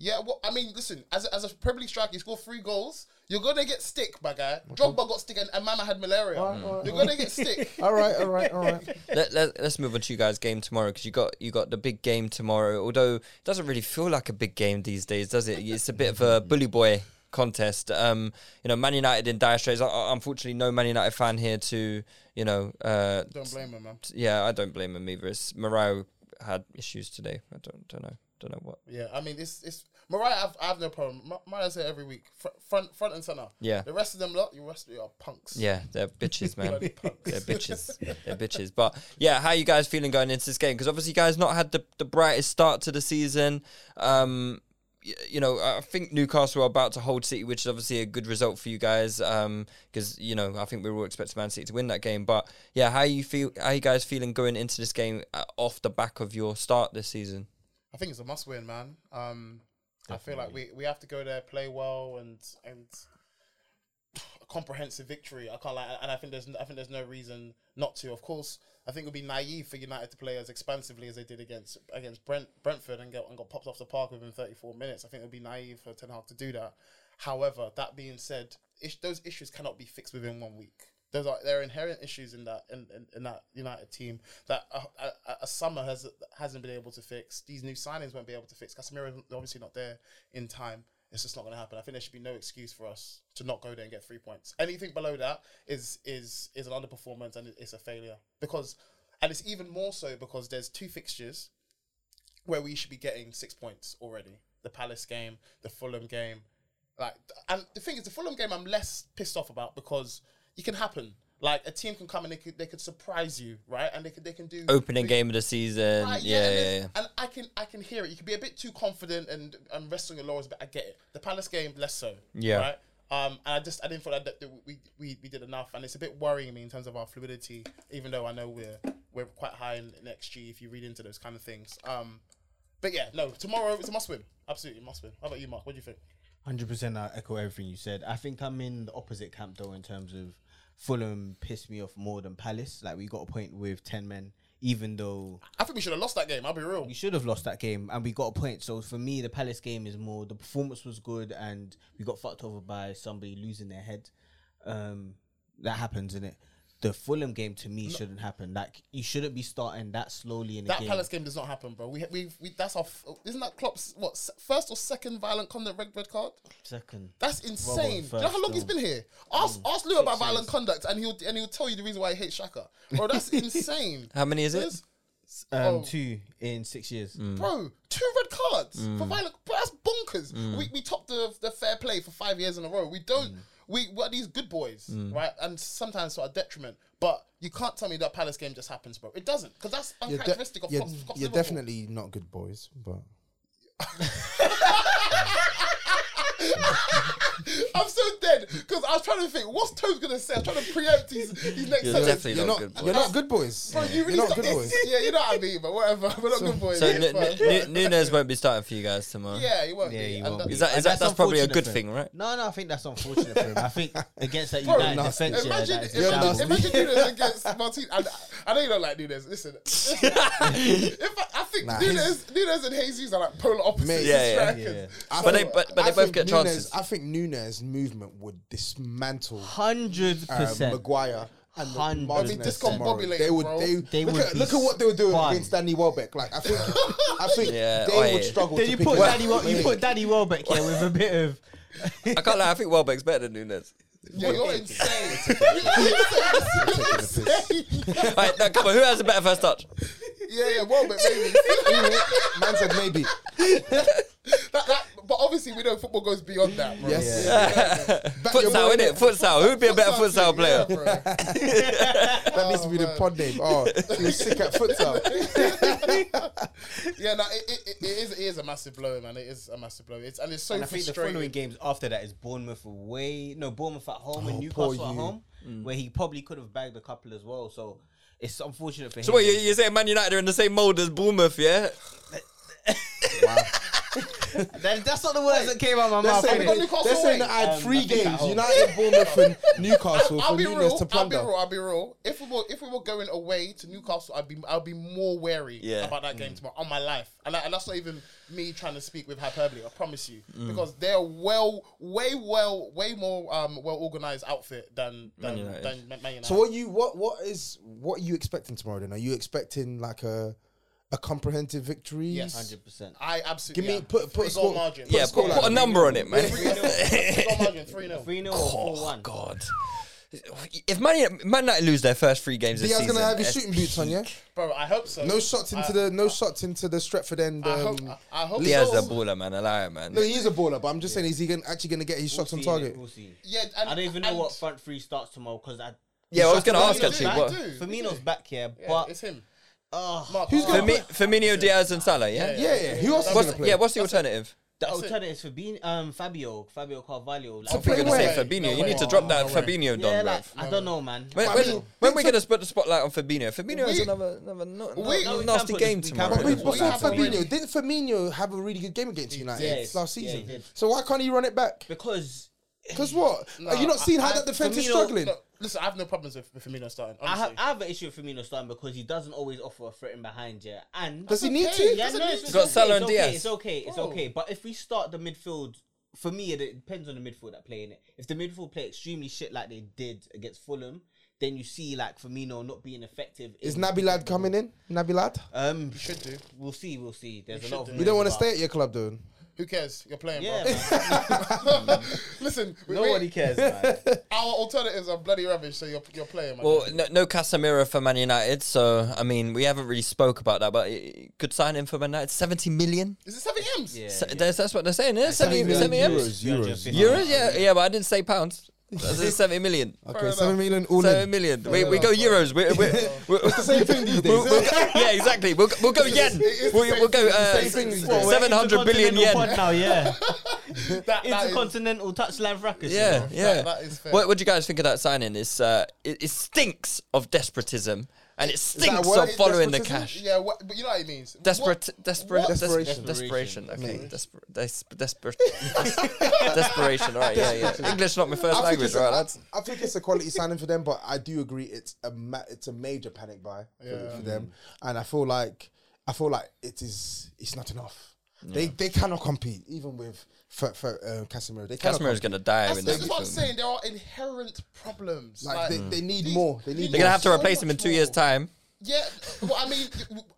Yeah, well, I mean, listen, as a, as a Premier League striker, you score three goals, you're gonna get stick, my guy. Drogba got stick, and, and Mama had malaria. you're <laughs> gonna get stick. All right, all right, all right. let, let, us move on to you guys' game tomorrow because you got you got the big game tomorrow. Although it doesn't really feel like a big game these days, does it? It's a bit of a bully boy contest. Um, you know, Man United in dire straits. Uh, uh, Unfortunately, no Man United fan here to you know. Uh, Don't blame him, man. yeah, I don't blame him either. It's Mario had issues today. I don't don't know don't know what. Yeah, I mean, it's it's Mariah. I've, I have no problem. Ma- Mariah's here every week, Fr- front front and center. Yeah. the rest of them lot, you rest of you are punks. Yeah, they're bitches, man. <laughs> Bloody punks. they're bitches. They're bitches. But yeah, how you guys feeling going into this game? Because obviously, you guys not had the, the brightest start to the season. Um, y- you know, I I think Newcastle are about to hold City, which is obviously a good result for you guys. Um, because you know, I think we were all expecting Man City to win that game. But yeah, how you feel? How you guys feeling going into this game uh, off the back of your start this season? I think it's a must win, man. Um, I feel like we, we have to go there, play well, and and a comprehensive victory. I can't like, and I think there's I think there's no reason not to. Of course, I think it would be naive for United to play as expansively as they did against against Brent Brentford and get and got popped off the park within 34 minutes. I think it would be naive for Ten Hag to do that. However, that being said, ish, those issues cannot be fixed within one week. Those are there are inherent issues in that in, in, in that United team that a, a, a summer has hasn't been able to fix. These new signings won't be able to fix. Casemiro obviously not there in time. It's just not going to happen. I think there should be no excuse for us to not go there and get three points. Anything below that is is is an underperformance and it's a failure because, and it's even more so because there's two fixtures where we should be getting six points already. The Palace game, the Fulham game, like, and the thing is, the Fulham game I'm less pissed off about because it can happen. Like a team can come and they could they could surprise you, right? And they could they can do Opening game of the season. Right, yeah, and, yeah, it's- yeah. and I can I can hear it. You can be a bit too confident and and rest on your laurels, but I get it. The Palace game, less so. Yeah. Right. Um, and I just I didn't feel like that, that we, we we did enough, and it's a bit worrying me in terms of our fluidity. Even though I know we're we're quite high in, in XG if you read into those kind of things. Um, but yeah, no, tomorrow it's a must win. Absolutely must win. How about you, Mark? What do you think? Hundred percent, I echo everything you said. I think I'm in the opposite camp though in terms of Fulham pissed me off more than Palace. Like we got a point with ten men, even though I think we should have lost that game. I'll be real. we should have lost that game and we got a point. So for me, the Palace game is more the performance was good and we got fucked over by somebody losing their head. Um, that happens, is it? The Fulham game to me shouldn't happen. Like you shouldn't be starting that slowly in a That game. Palace game does not happen, bro. We we we that's our f- isn't that Klopp's what s- first or second violent conduct red red card? Second, That's insane. Do you know first how long he's still. been here? Ask Mm. ask Lou about violent conduct, and he'll and he'll tell you the reason why he hates Shaka. <laughs> Bro, that's insane. How many is it? There's- um, Oh. two in six years. Bro, two red cards for Mm. violent. Bro, that's bonkers. We, we topped the, the fair play for five years in a row. We don't. Mm. We we're these good boys, Mm. right? And sometimes to our detriment. But you can't tell me that Palace game just happens, bro. It doesn't, because that's You're, de- uncharacteristic you're- of Klopp's, Klopp's you're Liverpool. definitely not good boys, but <laughs> I'm so dead because I was trying to think what's Toes gonna say. I'm trying to preempt his, his next You're sentence. definitely You're not not, good boy. you're not good boys. Bro, you really you're not stop good boys. this. <laughs> Yeah, you know what I mean. But whatever, we're not good boys. So yeah, N- but- N- Nunes won't be starting for you guys tomorrow. <laughs> yeah, he won't. Yeah, be. he And won't. that- be. Is that- is And that- that's probably a unfortunate good for him. thing, right? No, no, I think that's unfortunate for him. I <laughs> think against that Bro, United nasty. defense, yeah, Imagine, that is You're a shambles. imagine, imagine Nunes against Martinez. I, I know you don't like Nunes. Listen, <laughs> if I, I think Nah, Nunes, Nunes and Jesus are like polar opposites. Mate. Yeah, yeah. strikers. I But they think- but, but I they both think get Nunes- chances. I think Nunes' movement would dismantle Hundred uh, percent. Maguire and Hundred Martinez percent. tomorrow. Discombobulated, They would. bro. They, They look, would at, be look at what they were doing fun. against Danny Welbeck. Like I think, I think Yeah, they oi. would struggle. Then to you pick put him up. Danny, Wel- you put Danny Welbeck here with a bit of. I can't lie. I think Welbeck's better than Nunes. Yeah, <laughs> you're insane. All right, now come on. Who has a better first touch? <laughs> yeah, yeah, well, but maybe. <laughs> Man said maybe. that, that, but obviously, we know football goes beyond that, bro. Yes. Futsal, innit? Futsal. Who'd be a better futsal player? Yeah, bro. That needs to be the pod name. Oh, he was sick at futsal. <laughs> Yeah, no, it, it, it, is, it is a massive blow, man. It is a massive blow. It's and it's so <laughs> And I think the frustrating. following games after that is Bournemouth away, no Bournemouth at home Oh, and poor Newcastle at you. home, Mm. where he probably could have bagged a couple as well. So it's unfortunate for him. So what? You're, you're saying Man United are in the same mold as Bournemouth? Yeah. That- that's not the words that came out of my mouth. saying- innit? Newcastle they're saying away. that I had Um, three I think at games: home. United, Bournemouth, and Newcastle <laughs> I'll for be Nunes to real. I'll be plunder. real. I'll be real. If we were if we were going away to Newcastle, I'd be I'd be more wary Yeah. about that Mm. game tomorrow on my life. And, I, and that's not even me trying to speak with hyperbole. I promise you, Mm. because they're well, way well, way more um well organized outfit than than Man United. United. Than Man United. So what you what what is what are you expecting tomorrow? Then are you expecting like a a comprehensive victory? Yes. 100%. I absolutely Give me- yeah. put- put Three a goal score- margin. put Yeah. score Put, line. put a number on it, man. Three nil. <laughs> Three goal margin. Three nil. 3 0 Oh 4 1. God. If Man United, Man United lose their first three games this Diaz season, gonna have his eh, shooting boots on, yeah. Bro, I hope so. No shots into the no shots into the Stretford end. I Um, hope. I, I hope. Diaz so. a baller, man. A liar, man. no, he is a baller, but I'm just saying, is he gonna, actually going to get his shots on target? We'll see. Yeah, and- I don't even know and- what front three starts tomorrow because I. Yeah, I was gonna Firmino's ask actually. back What? too. Firmino's back here, Yeah, it's but him. uh, Mark Who's Hart. gonna- Firmi- Firmino, Diaz, and Salah. Yeah. Yeah, yeah. Who else is going to What's, play? yeah. What's the alternative? the That's it. alternative is Fabinho, um, Fabio, Fabio Carvalho. Like, I think play you're gonna say away. Fabinho. No you need to way. drop No that way. Fabinho yeah, don, like, bruv. I don't know, man. When, I when, mean, when we we took- gonna put the spotlight on Fabinho? Fabinho has We- another another no, no, we- no- we nasty can't put game this- we tomorrow. can't But put we, Yeah. besides Yeah. Fabinho, didn't Fabinho have a really good game against United Yeah, last yeah, he season? did. so why can't he run it back? Because Because what? No, Are you not I- seeing how I- that defense is Firmino- struggling? Look, listen, I have no problems with, with Firmino starting. I Honestly. have, I have an issue with Firmino starting because he doesn't always offer a threat in behind, yeah. And Does he need okay. to? He Yeah, doesn't no, need it's, to. it's Got okay. Salah it's and okay, Diaz. It's okay. It's Bro. okay. But if we start the midfield, for me, it, it depends on the midfield that play in it. If the midfield play extremely shit like they did against Fulham, then you see like Firmino not being effective. Is in- Naby Lad coming in? Naby Lad? Um, should do. we'll see. We'll see. There's a should lot of do. noise You don't want to about- stay at your club, though. Who cares? You're playing, Yeah, bro. man. <laughs> listen, we- we- nobody cares, man. Our alternatives are bloody rubbish, so you're you're playing, man. Well, no, no Casemiro for Man United, so I mean we haven't really spoke about that, but eh, good sign in for Man United, seventy million. Is it seven M's? <laughs> Yeah, So yeah. That's, that's what they're saying, yeah. 70, 70 M's. Euros, Euros, yeah, yeah, but I didn't say pounds. That's just 70 million. Okay, seven million all in. 7 million. We, we go euros. We, we, <laughs> we, It's the same thing these we'll, days. we'll, yeah, exactly. We'll, we'll go yen. it's the We'll, same we'll go thing, uh, same thing these days. 700 billion Intercontinental yen. pod now, <laughs> yeah. That- that is- Intercontinental touchline ruckus. you Yeah, know. yeah. That- that is fair. What, what do you guys think of that signing? It's, uh, it, it stinks of despotism and it a stinks word? of following the Despotism? cash. yeah, what, but you know what it means. Desperate, desperate, what- desperation, Desperation. desperation. Okay, desperate, des- desperate, <laughs> desperation. All right, yeah, yeah. English not my first I think, language, it's right? a, That's I think it's a quality signing for them, but I do agree it's a ma- it's a major panic buy for, for them, Mm. and I feel like I feel like it is it's not enough. They they cannot compete even with for, for uh, Casemiro. They cannot Casemiro's compete. gonna die That's, when that's they. what I'm saying. There are inherent problems. like, they, they need more. They need Mm. They're more. gonna have to So replace him in much two years' more. time. Yeah, well, I mean,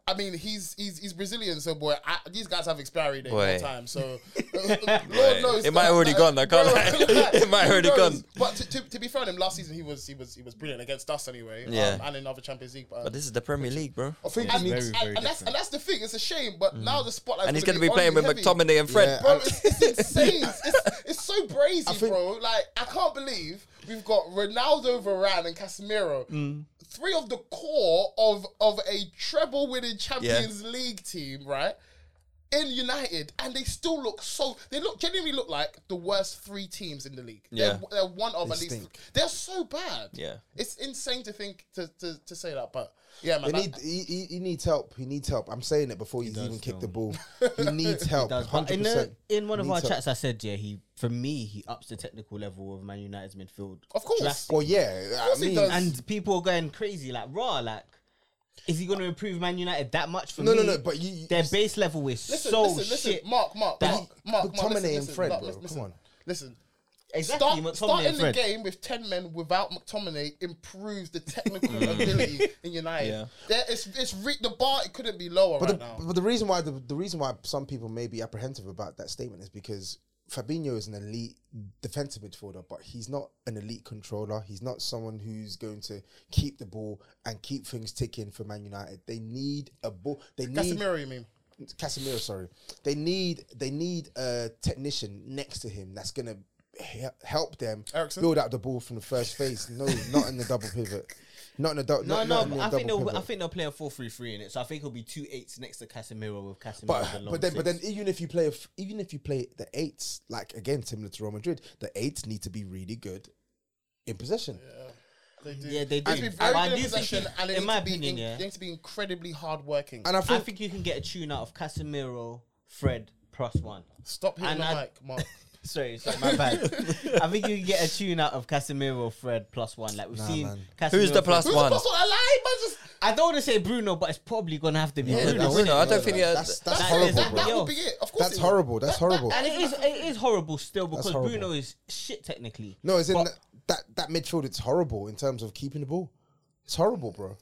I mean, he's he's he's Brazilian, so boy, I, these guys have expiry date all Boy. the time. <laughs> So, uh, Lord knows, It might already gone, I can't lie. <laughs> It might who already knows? gone. But to, to, to be fair, to him last season he was he was he was brilliant against us anyway. Yeah. um, and in other Champions League. But, But Oh, this is the Premier League, bro. I think and, we need- and- and that's and that's the thing. It's a shame, but now the spotlight Mm. And he's gonna be playing with McTominay and Fred. Yeah. Bro, it's, <laughs> it's insane. It's, it's so brazy, think- bro. Like, I can't believe we've got Ronaldo, Varane, and Casemiro. Mm. Three of the core of, of a treble winning Champions League team, right? in United, and they still look so. They look genuinely look like the worst three teams in the league. Yeah. they're, they're one of They at least. stink. They're so bad. Yeah. it's insane to think to to, to say that, but yeah, man. They that- need, he, he, he needs help. He needs help. I'm saying it before he's does even kicked the still. <laughs> ball. He needs help. does. But 100%. in, the, in one of Needs our help. chats, I said, yeah, he for me he ups the technical level of Man United's midfield. of course. drastic. Well, yeah. I course he mean, does. and people are going crazy, like raw, like. Is he going to improve Man United that much for No, me? no, no, but you- you- their base level is Listen, so listen, listen. shit. Mark, Mark, that- Mark, Mark, Mark. McTominay listen, and listen, Fred, Mark, bro, listen, come listen. on. Listen. Exactly, McTominay Start, and starting the Fred. game with ten men without McTominay improves the <laughs> technical ability in United. Yeah. There, it's it's re- the bar. It couldn't be lower But right the, now. but the reason why the, the reason why some people may be apprehensive about that statement is because Fabinho is an elite defensive midfielder, but he's not an elite controller. He's not someone who's going to keep the ball and keep things ticking for Man United. They need a ball. They need Casemiro, you mean? Casemiro, sorry. They need they need a technician next to him that's gonna he- help them Eriksen? build out the ball from the first phase. No, not in the double pivot. Not in the, do- No, not, no, not in but the I think double they'll, pivot. I think they'll play a four three three in it. So I think it'll be two eights next to Casemiro with Casemiro. as a But long but then but then six. even if you play a f- even if you play the eights like again similar to Real Madrid, the eights need to be really good in possession. They do. Yeah, They they do. need to be very But I good in do think possession, he- and they in need my to be opinion, in- yeah. they need to be incredibly hardworking. And I I think, think you can get a tune out of Casemiro, Fred plus one. Stop hitting And the I- mic, <laughs> Mark. Sorry, sorry, my bad. I think you can get a tune out of Casemiro, Fred plus one. Like we've seen. man. Casemiro, Who's the Fred- plus Who's one? the boss on a lie, man? Just I don't want to say Bruno, but it's probably gonna have to be Yeah, Bruno. that's- isn't it? no, I don't think he- that's, that's that- horrible, that- bro. that Yo. would be it. Of course, That's it would. horrible. That's horrible. And it is it is horrible still because horrible. Bruno is shit technically. No, it's in But that, that that midfield. It's horrible in terms of keeping the ball. It's horrible, bro.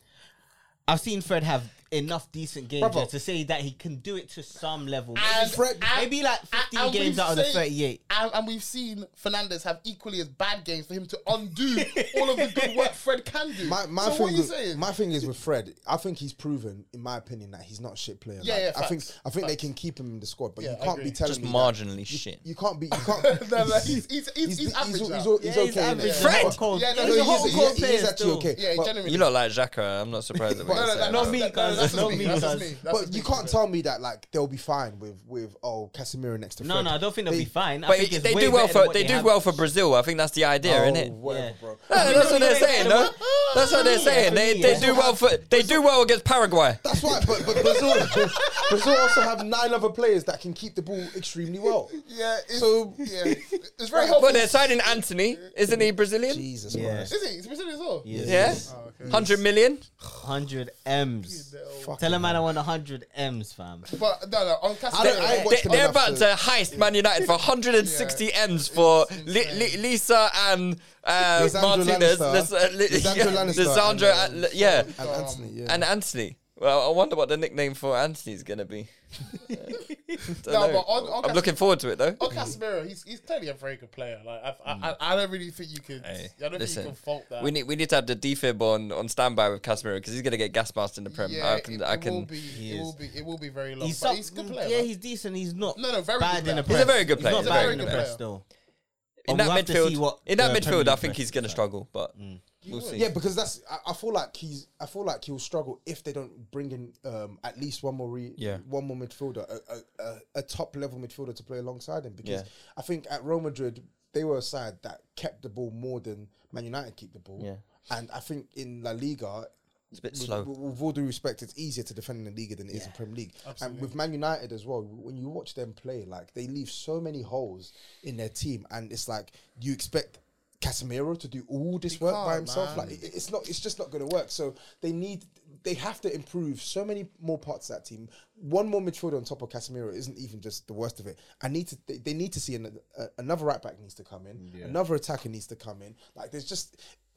I've seen Fred have enough decent games Brother. there to say that he can do it to some level. And- Maybe, Fred- maybe like fifteen and games we've out of the seen- thirty-eight. And, and we've seen Fernandez have equally as bad games for him to undo all of the good <laughs> work Fred can do. My my so thing. what are you with- saying? My thing is with Fred. I think he's proven, in my opinion, that he's not a shit player. Yeah, Like, yeah, I think facts. I think they can keep him in the squad, but Yeah, you I can't agree. be telling Just me marginally that. You- shit. You, can't be. <laughs> You can't. No, no, he's- he's- he's- he's <laughs> average He's, now. o- he's Yeah, okay. innit? average, Fred! he's cold. Yeah, no, he's no, a he's- hot he- cold he player is actually still. okay. yeah, but- genuinely. You look like Xhaka. I'm not surprised. at what No, you're no, saying. no, Not me, that- guys, that's not me, me, that's guys. me, that's But me. you can't tell me that like they'll be fine with with oh Casemiro next to No, Fred. no, I don't think they'll They- be fine. I But think it's they way do well better than for what they do have. well for Brazil. I think that's the idea, Oh, isn't it? whatever, Yeah. bro. that's what they're Yeah. saying, no? That's what they're saying. They, they do well for they do well against Paraguay. That's why, but, but Brazil, <laughs> Brazil also have nine other players that can keep the ball extremely <laughs> well. yeah, it's, So- <laughs> yeah, it's very helpful. But they're signing Anthony. Isn't he Brazilian? Jesus Yeah. Christ. Is he? He's Brazilian as well. Yeah. Yeah, Oh, hundred million. hundred M's. Tell him I don't want hundred M's, fam. But no, no, on Casemiro, I don't- I ain't They, watched them they're enough about to heist Man United for 160 m's for Li- Li- Lisa and uh, Lisandro Martinez, Lannister. Lis- uh, Li- Lisandro yeah, Lannister Lisandro, and, and, yeah, uh, And Anthony, yeah. and Anthony. Well, I wonder what the nickname for Anthony's gonna <laughs> be. Don't No, know. but on- on I'm looking forward to it though. on Casemiro, he's he's clearly a very good player. Like I, I, I, I don't really think you can. Hey, I don't think you can fault that. We need we need to have the defib on on standby with Casemiro because he's gonna get gas masked in the prem. yeah, I can it, I it can. Will be, it will be. It will be very long. He's, but some- he's a good player. Yeah, man. he's decent. He's not No, no, very bad good in player. the press. He's a very good player. He's He's not a bad very in the good press player. though. in But that we'll have to see midfield, what in that the Premier midfield, I League think he's press going to is like. Mm. struggle, but we'll see. Yeah, because that's I, I feel like he's I feel like he'll struggle if they don't bring in um, at least one more re, Yeah. one more midfielder, a, a, a, a top level midfielder to play alongside him. Because Yeah. I think at Real Madrid they were a side that kept the ball more than Man United keep the ball. Yeah. And I think in La Liga It's a bit with- slow. With, with all due respect, it's easier to defend in the Liga than it is in Premier League. And with Man United as well, when you watch them play, like they leave so many holes in their team, and it's like you expect Casemiro to do all this work by can't, himself. man. Like it- it's not, it's just not going to work. So they need, they have to improve so many more parts of that team. One more midfielder on top of Casemiro isn't even just the worst of it. I need to, they, they need to see another, uh, another right back needs to come in, another attacker needs to come in. Like there's just.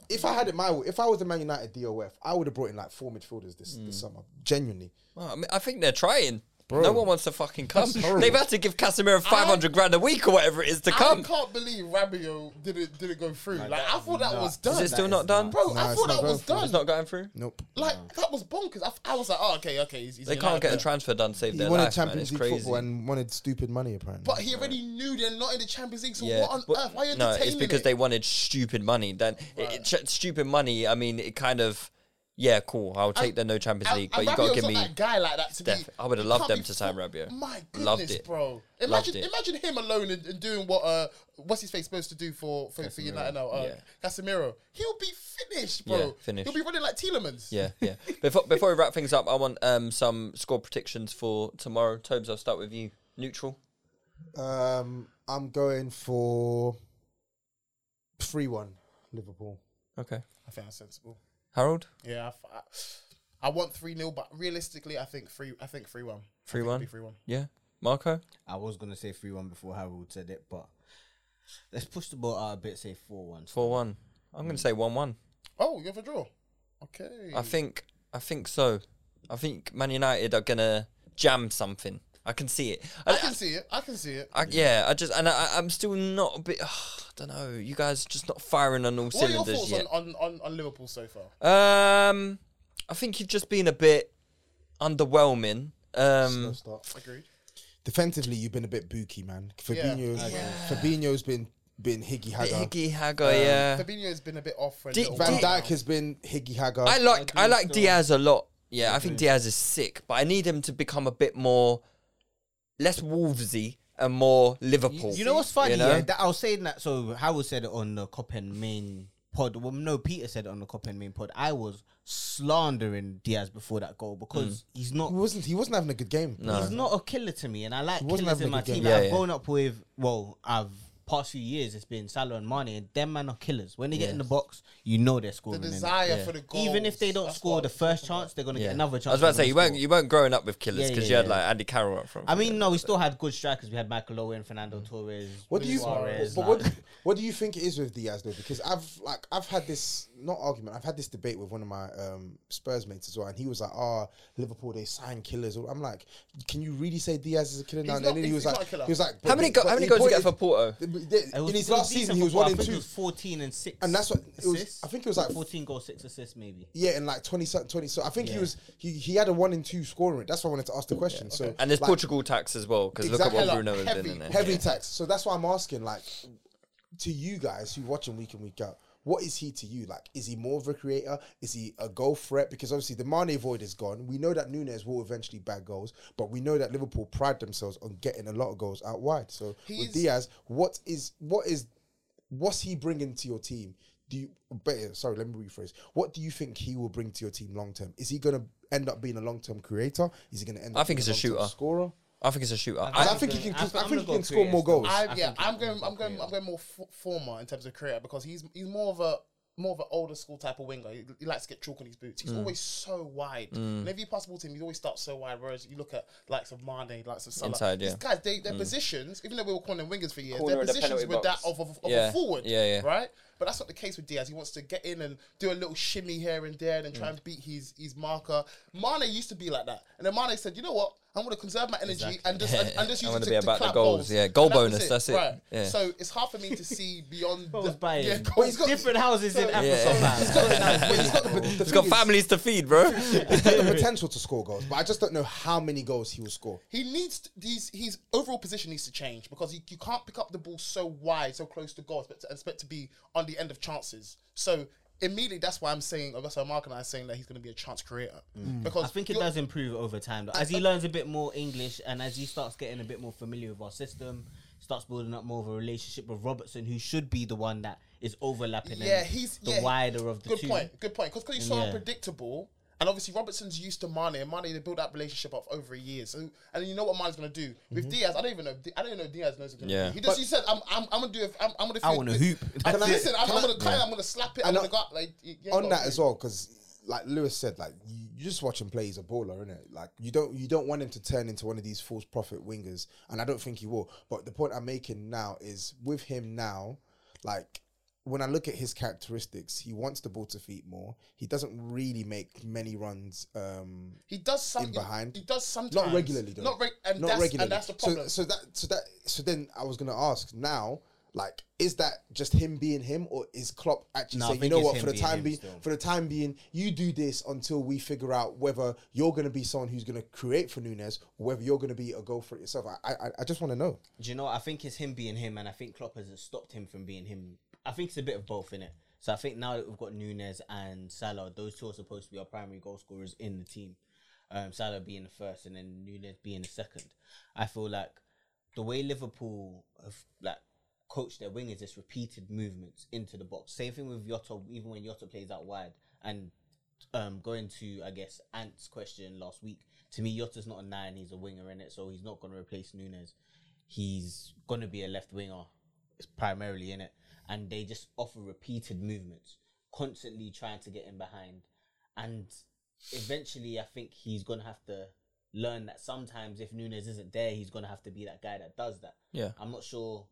If I had it my way, if I was the Man United DOF, I would have brought in like four midfielders this, this Mm. summer. Genuinely, Well, I, mean, I think they're trying. No one wants to fucking come. horrible. They've had to give Casemiro 500 grand a week or whatever it is to I come. can't believe Rabio didn't didn't go through. like I thought that was Is done. it still not done? Bro, Nah, I it's thought not that going was through. done. It's not going through. nope. Like that was bonkers. I, I was like, oh, okay, okay. He's, he's They United can't get a player. transfer done, save He their wanted life, man. Champions It's League crazy. football and wanted stupid money apparently. But he already knew they're not in the Champions League. So Yeah. what on but- earth? Why are you no, entertaining it's because it? they wanted stupid money. Then it- it, ch- stupid money. I mean, it kind of yeah, cool. I'll take the no Champions League, but you got to Rabiot's give not me. that guy like that to Def- be. I would've you loved can't them be to sign fuck- Rabiot. My goodness, Loved it. bro! Imagine, Loved it. imagine him alone and, and doing what uh, what's his face supposed to do for for, for United now? Uh, Casemiro, he'll be finished, bro. Yeah, finished. He'll be running like Tielemans. Yeah, yeah. Before before we wrap things up, I want um some score predictions for tomorrow. Tobes, I'll start with you. Neutral. Um, I'm going for three one Liverpool. Okay. I think that's sensible. Harold. Yeah, I f- I, I want three 0 but realistically, I think three. I think three one. Three one. Three one. Yeah. Marco. I was gonna say three one before Harold said it, but let's push the ball out a bit. Say four one. Four one. I'm gonna say one one. Oh, you have a draw. Okay. I think I think so. I think Man United are gonna jam something. I can see it. I can see it. I can see it. I, yeah, I just and I, I'm still not a bit. <sighs> I don't know. You guys are just not firing on all What are your cylinders thoughts yet. on, on, on, on Liverpool so far? Um, I think you've just been a bit underwhelming. Slow Um, start. Agreed. Defensively, you've been a bit booky, man. Fabinho's Yeah. Fabinho's been been Higgy bit Hagger. Higgy Hagger, Um, yeah. Fabinho has been a bit off for a Did- little Van while Dijk now. has been Higgy Hagger. I like I do like still- Diaz a lot. Yeah, I think Diaz is sick, but I need him to become a bit more less Wolvesy and more Liverpool. You know what's funny? You know? Yeah, that I was saying that. So Howard said it on the Copen main pod. Well, no, Peter said it on the Copen main pod. I was slandering Diaz before that goal because he's not. he wasn't he wasn't having a good game. He's not a killer to me, and I like wasn't killers having in a my good team. game. Like, Yeah, I've yeah. grown up with. Well, I've past few years it's been Salah and Mane, and them man are killers. When they get in the box, you know they're The scoring. innit? desire for the goals. Even if they don't that's score what I'm the first talking about. chance, they're gonna Yeah. get another chance. I was about to they're say you gonna weren't score. you weren't growing up with killers Yeah, because yeah, you had yeah. like Andy Carroll up front. I mean, no, we still had good strikers. We had Michael Owen, Fernando Mm. Torres. What do you Suarez, but like- what, what do you think it is with Diaz though? Because I've like I've had this not argument, I've had this debate with one of my um, Spurs mates as well, and he was like, "Ah, Liverpool they sign killers." I'm like, "Can you really say Diaz is a killer now?" And not- then he he's was not like, a killer. "He was like, How many go- how many goals did he get for Porto? It was In his still last decent season, he was football. one I and think it two, was fourteen and six, And that's what- it was- assists. I think it was like- fourteen goals, six assists, maybe. yeah, and like 20, so- 20 So I think he Yeah. was he, he had a one and two scoring rate. That's why I wanted to ask the question. So and there's like, Portugal tax as well because Exactly. look at what Like, Bruno has heavy, been in there. heavy tax. So that's why I'm asking, like, to you guys who watch him week in week out, what is he to you? Like, is he more of a creator? Is he a goal threat? Because obviously the Mane void is gone. We know that Nunes will eventually bag goals, but we know that Liverpool pride themselves on getting a lot of goals out wide. So He's- with Diaz, what is what is what's he bringing to your team? Do you better? Sorry, let me rephrase. What do you think he will bring to your team long term? Is he gonna end up being a long term creator? Is he gonna end? I up think being he's a long-term shooter. scorer. I think it's a shooter. I, I, think I'm he can. gonna- I I'm think he gonna can go score more creative. goals. I, I yeah, think I'm he's going. more I'm going. creative. I'm going more f- former in terms of career because he's he's more of a more of an older school type of winger. He, he likes to get chalk on his boots. Mm. He's always so wide. Whenever you pass the ball to him, he always starts so wide. Whereas you look at likes of Mane, likes of Salah, Inside, these yeah. Mm. guys, they, their positions, even though we were calling them wingers for years, Corner their of the positions penalty were that box. of, of, of Yeah. a forward, Yeah, yeah. right? But that's not the case with Diaz. He wants to get in and do a little shimmy here and there and then try Mm. and beat his his marker. Mane used to be like that, and then Mane said, "You know what? I'm going to conserve my energy <laughs> and just and, and I just use wanna it to, be to about the clap goals. Yeah, goal And that was bonus, that's it. Right. Yeah. So it's hard for me to see beyond. Goals the- buying. Yeah, But goals. he's got- Different houses in Africa, Yeah. man. <laughs> he's got families to feed, <laughs> bro. He's got the potential to score goals, but I just don't know how many goals he will score. He needs to- these. His overall position needs to change because he, you can't pick up the ball so wide, so close to goals, but to expect to be on the end of chances. So immediately, that's why I'm saying, or that's why Mark and I are saying that he's going to be a chance creator because Mm. I think it you're- does improve over time. though. As he learns a bit more English and as he starts getting a bit more familiar with our system, starts building up more of a relationship with Robertson, who should be the one that is overlapping. and Yeah, he's the yeah, wider of the good two. point. Good point. Because he's so Yeah. unpredictable, and obviously Robertson's used to Mane, and Mane they built that relationship up over years. So, and you know what Mane's gonna do with Mm-hmm. Diaz? I don't even know. if Di- I don't even know if Diaz knows. What Yeah. yeah. He just he said, "I'm I'm, I'm gonna do. it. I'm, I'm gonna. I feel- wanna hoop. I'm, That's it. listen, I'm, Can I'm I- gonna climb. I'm gonna slap it. I'm And gonna I- go out, like you- you ain't On got that to- as well, because like Lewis said, like you, you just watch him play. He's a baller, isn't it? Like you don't you don't want him to turn into one of these false prophet wingers, and I don't think he will. But the point I'm making now is with him now, like. When I look at his characteristics, he wants the ball to feet more. He doesn't really make many runs um, He does something behind. He does sometimes. not regularly though. Not, reg- and, Not that's, regularly. and that's the So- problem. So, that so that so then I was gonna ask now, like, is that just him being him, or is Klopp actually No, I saying, you think know it's what, him for the being time him being, still. for the time being, you do this until we figure out whether you're gonna be someone who's gonna create for Nunes, or whether you're gonna be a goal for it yourself. I I, I just want to know. Do you know? I think it's him being him, and I think Klopp hasn't stopped him from being him. I think it's a bit of both in it. So I think now that we've got Nunes and Salah, those two are supposed to be our primary goal scorers in the team. Um, Salah being the first, and then Nunes being the second. I feel like the way Liverpool have like coached their wingers is repeated movements into the box. Same thing with Yotta, even when Yotta plays out wide. And um, going to I guess Ant's question last week, to me Yotta's not a nine, he's a winger in it, so he's not going to replace Nunes. He's going to be a left winger, it's primarily in it, and they just offer repeated movements, constantly trying to get him behind, and eventually I think he's going to have to learn that sometimes if Nunes isn't there, he's going to have to be that guy that does that. Yeah. I'm not sure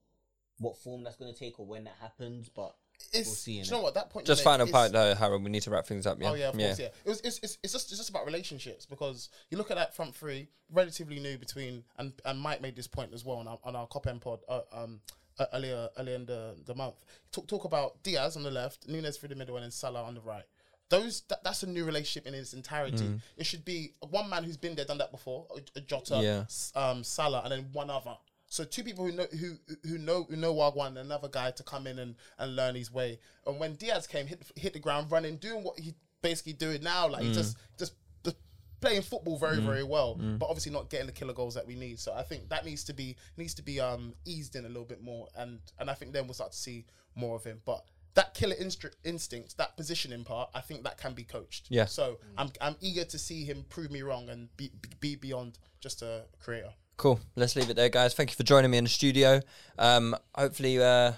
what form that's going to take or when that happens, but It's, we'll see. do In you know what? That point. Just you made final is- point though, Harold. We need to wrap things up. Yeah. Oh yeah, of course. Yeah, it was. It's, it's, it's just it's just about relationships because you look at that front three, relatively new between and and Mike made this point as well on our on our Cop End pod uh, um uh, earlier earlier in the, the month. Talk talk about Diaz on the left, Nunes through the middle, and then Salah on the right. Those that, that's a new relationship in its entirety. It should be one man who's been there, done that before, a, a Jota, Yeah. S- um, Salah, and then one other. So two people who know who who know who know Wagwan and another guy to come in and, and learn his way. And when Diaz came, hit hit the ground running, doing what he basically doing now, like he just just just playing football very very well, but obviously not getting the killer goals that we need. So I think that needs to be needs to be um eased in a little bit more, and and I think then we'll start to see more of him. But that killer instru- instinct, that positioning part, I think that can be coached. Yeah. So I'm I'm eager to see him prove me wrong and be be beyond just a creator. Cool. Let's leave it there, guys. Thank you for joining me in the studio. Um, hopefully, uh,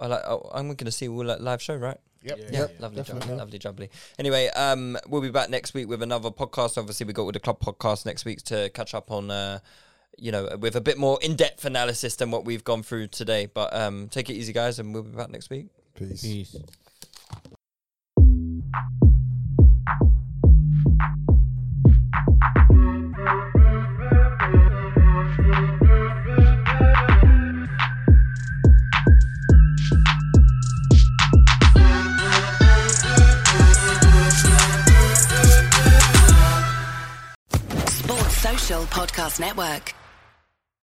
I like, oh, I'm going to see you all at live show, right? Yep. Yeah, lovely jubbly, lovely jubbly. Anyway, um, we'll be back next week with another podcast. Obviously, we got all the club podcast next week to catch up on. Uh, you know, with a bit more in-depth analysis than what we've gone through today. But um, take it easy, guys, and we'll be back next week. Peace. Peace. Sports Social Podcast Network.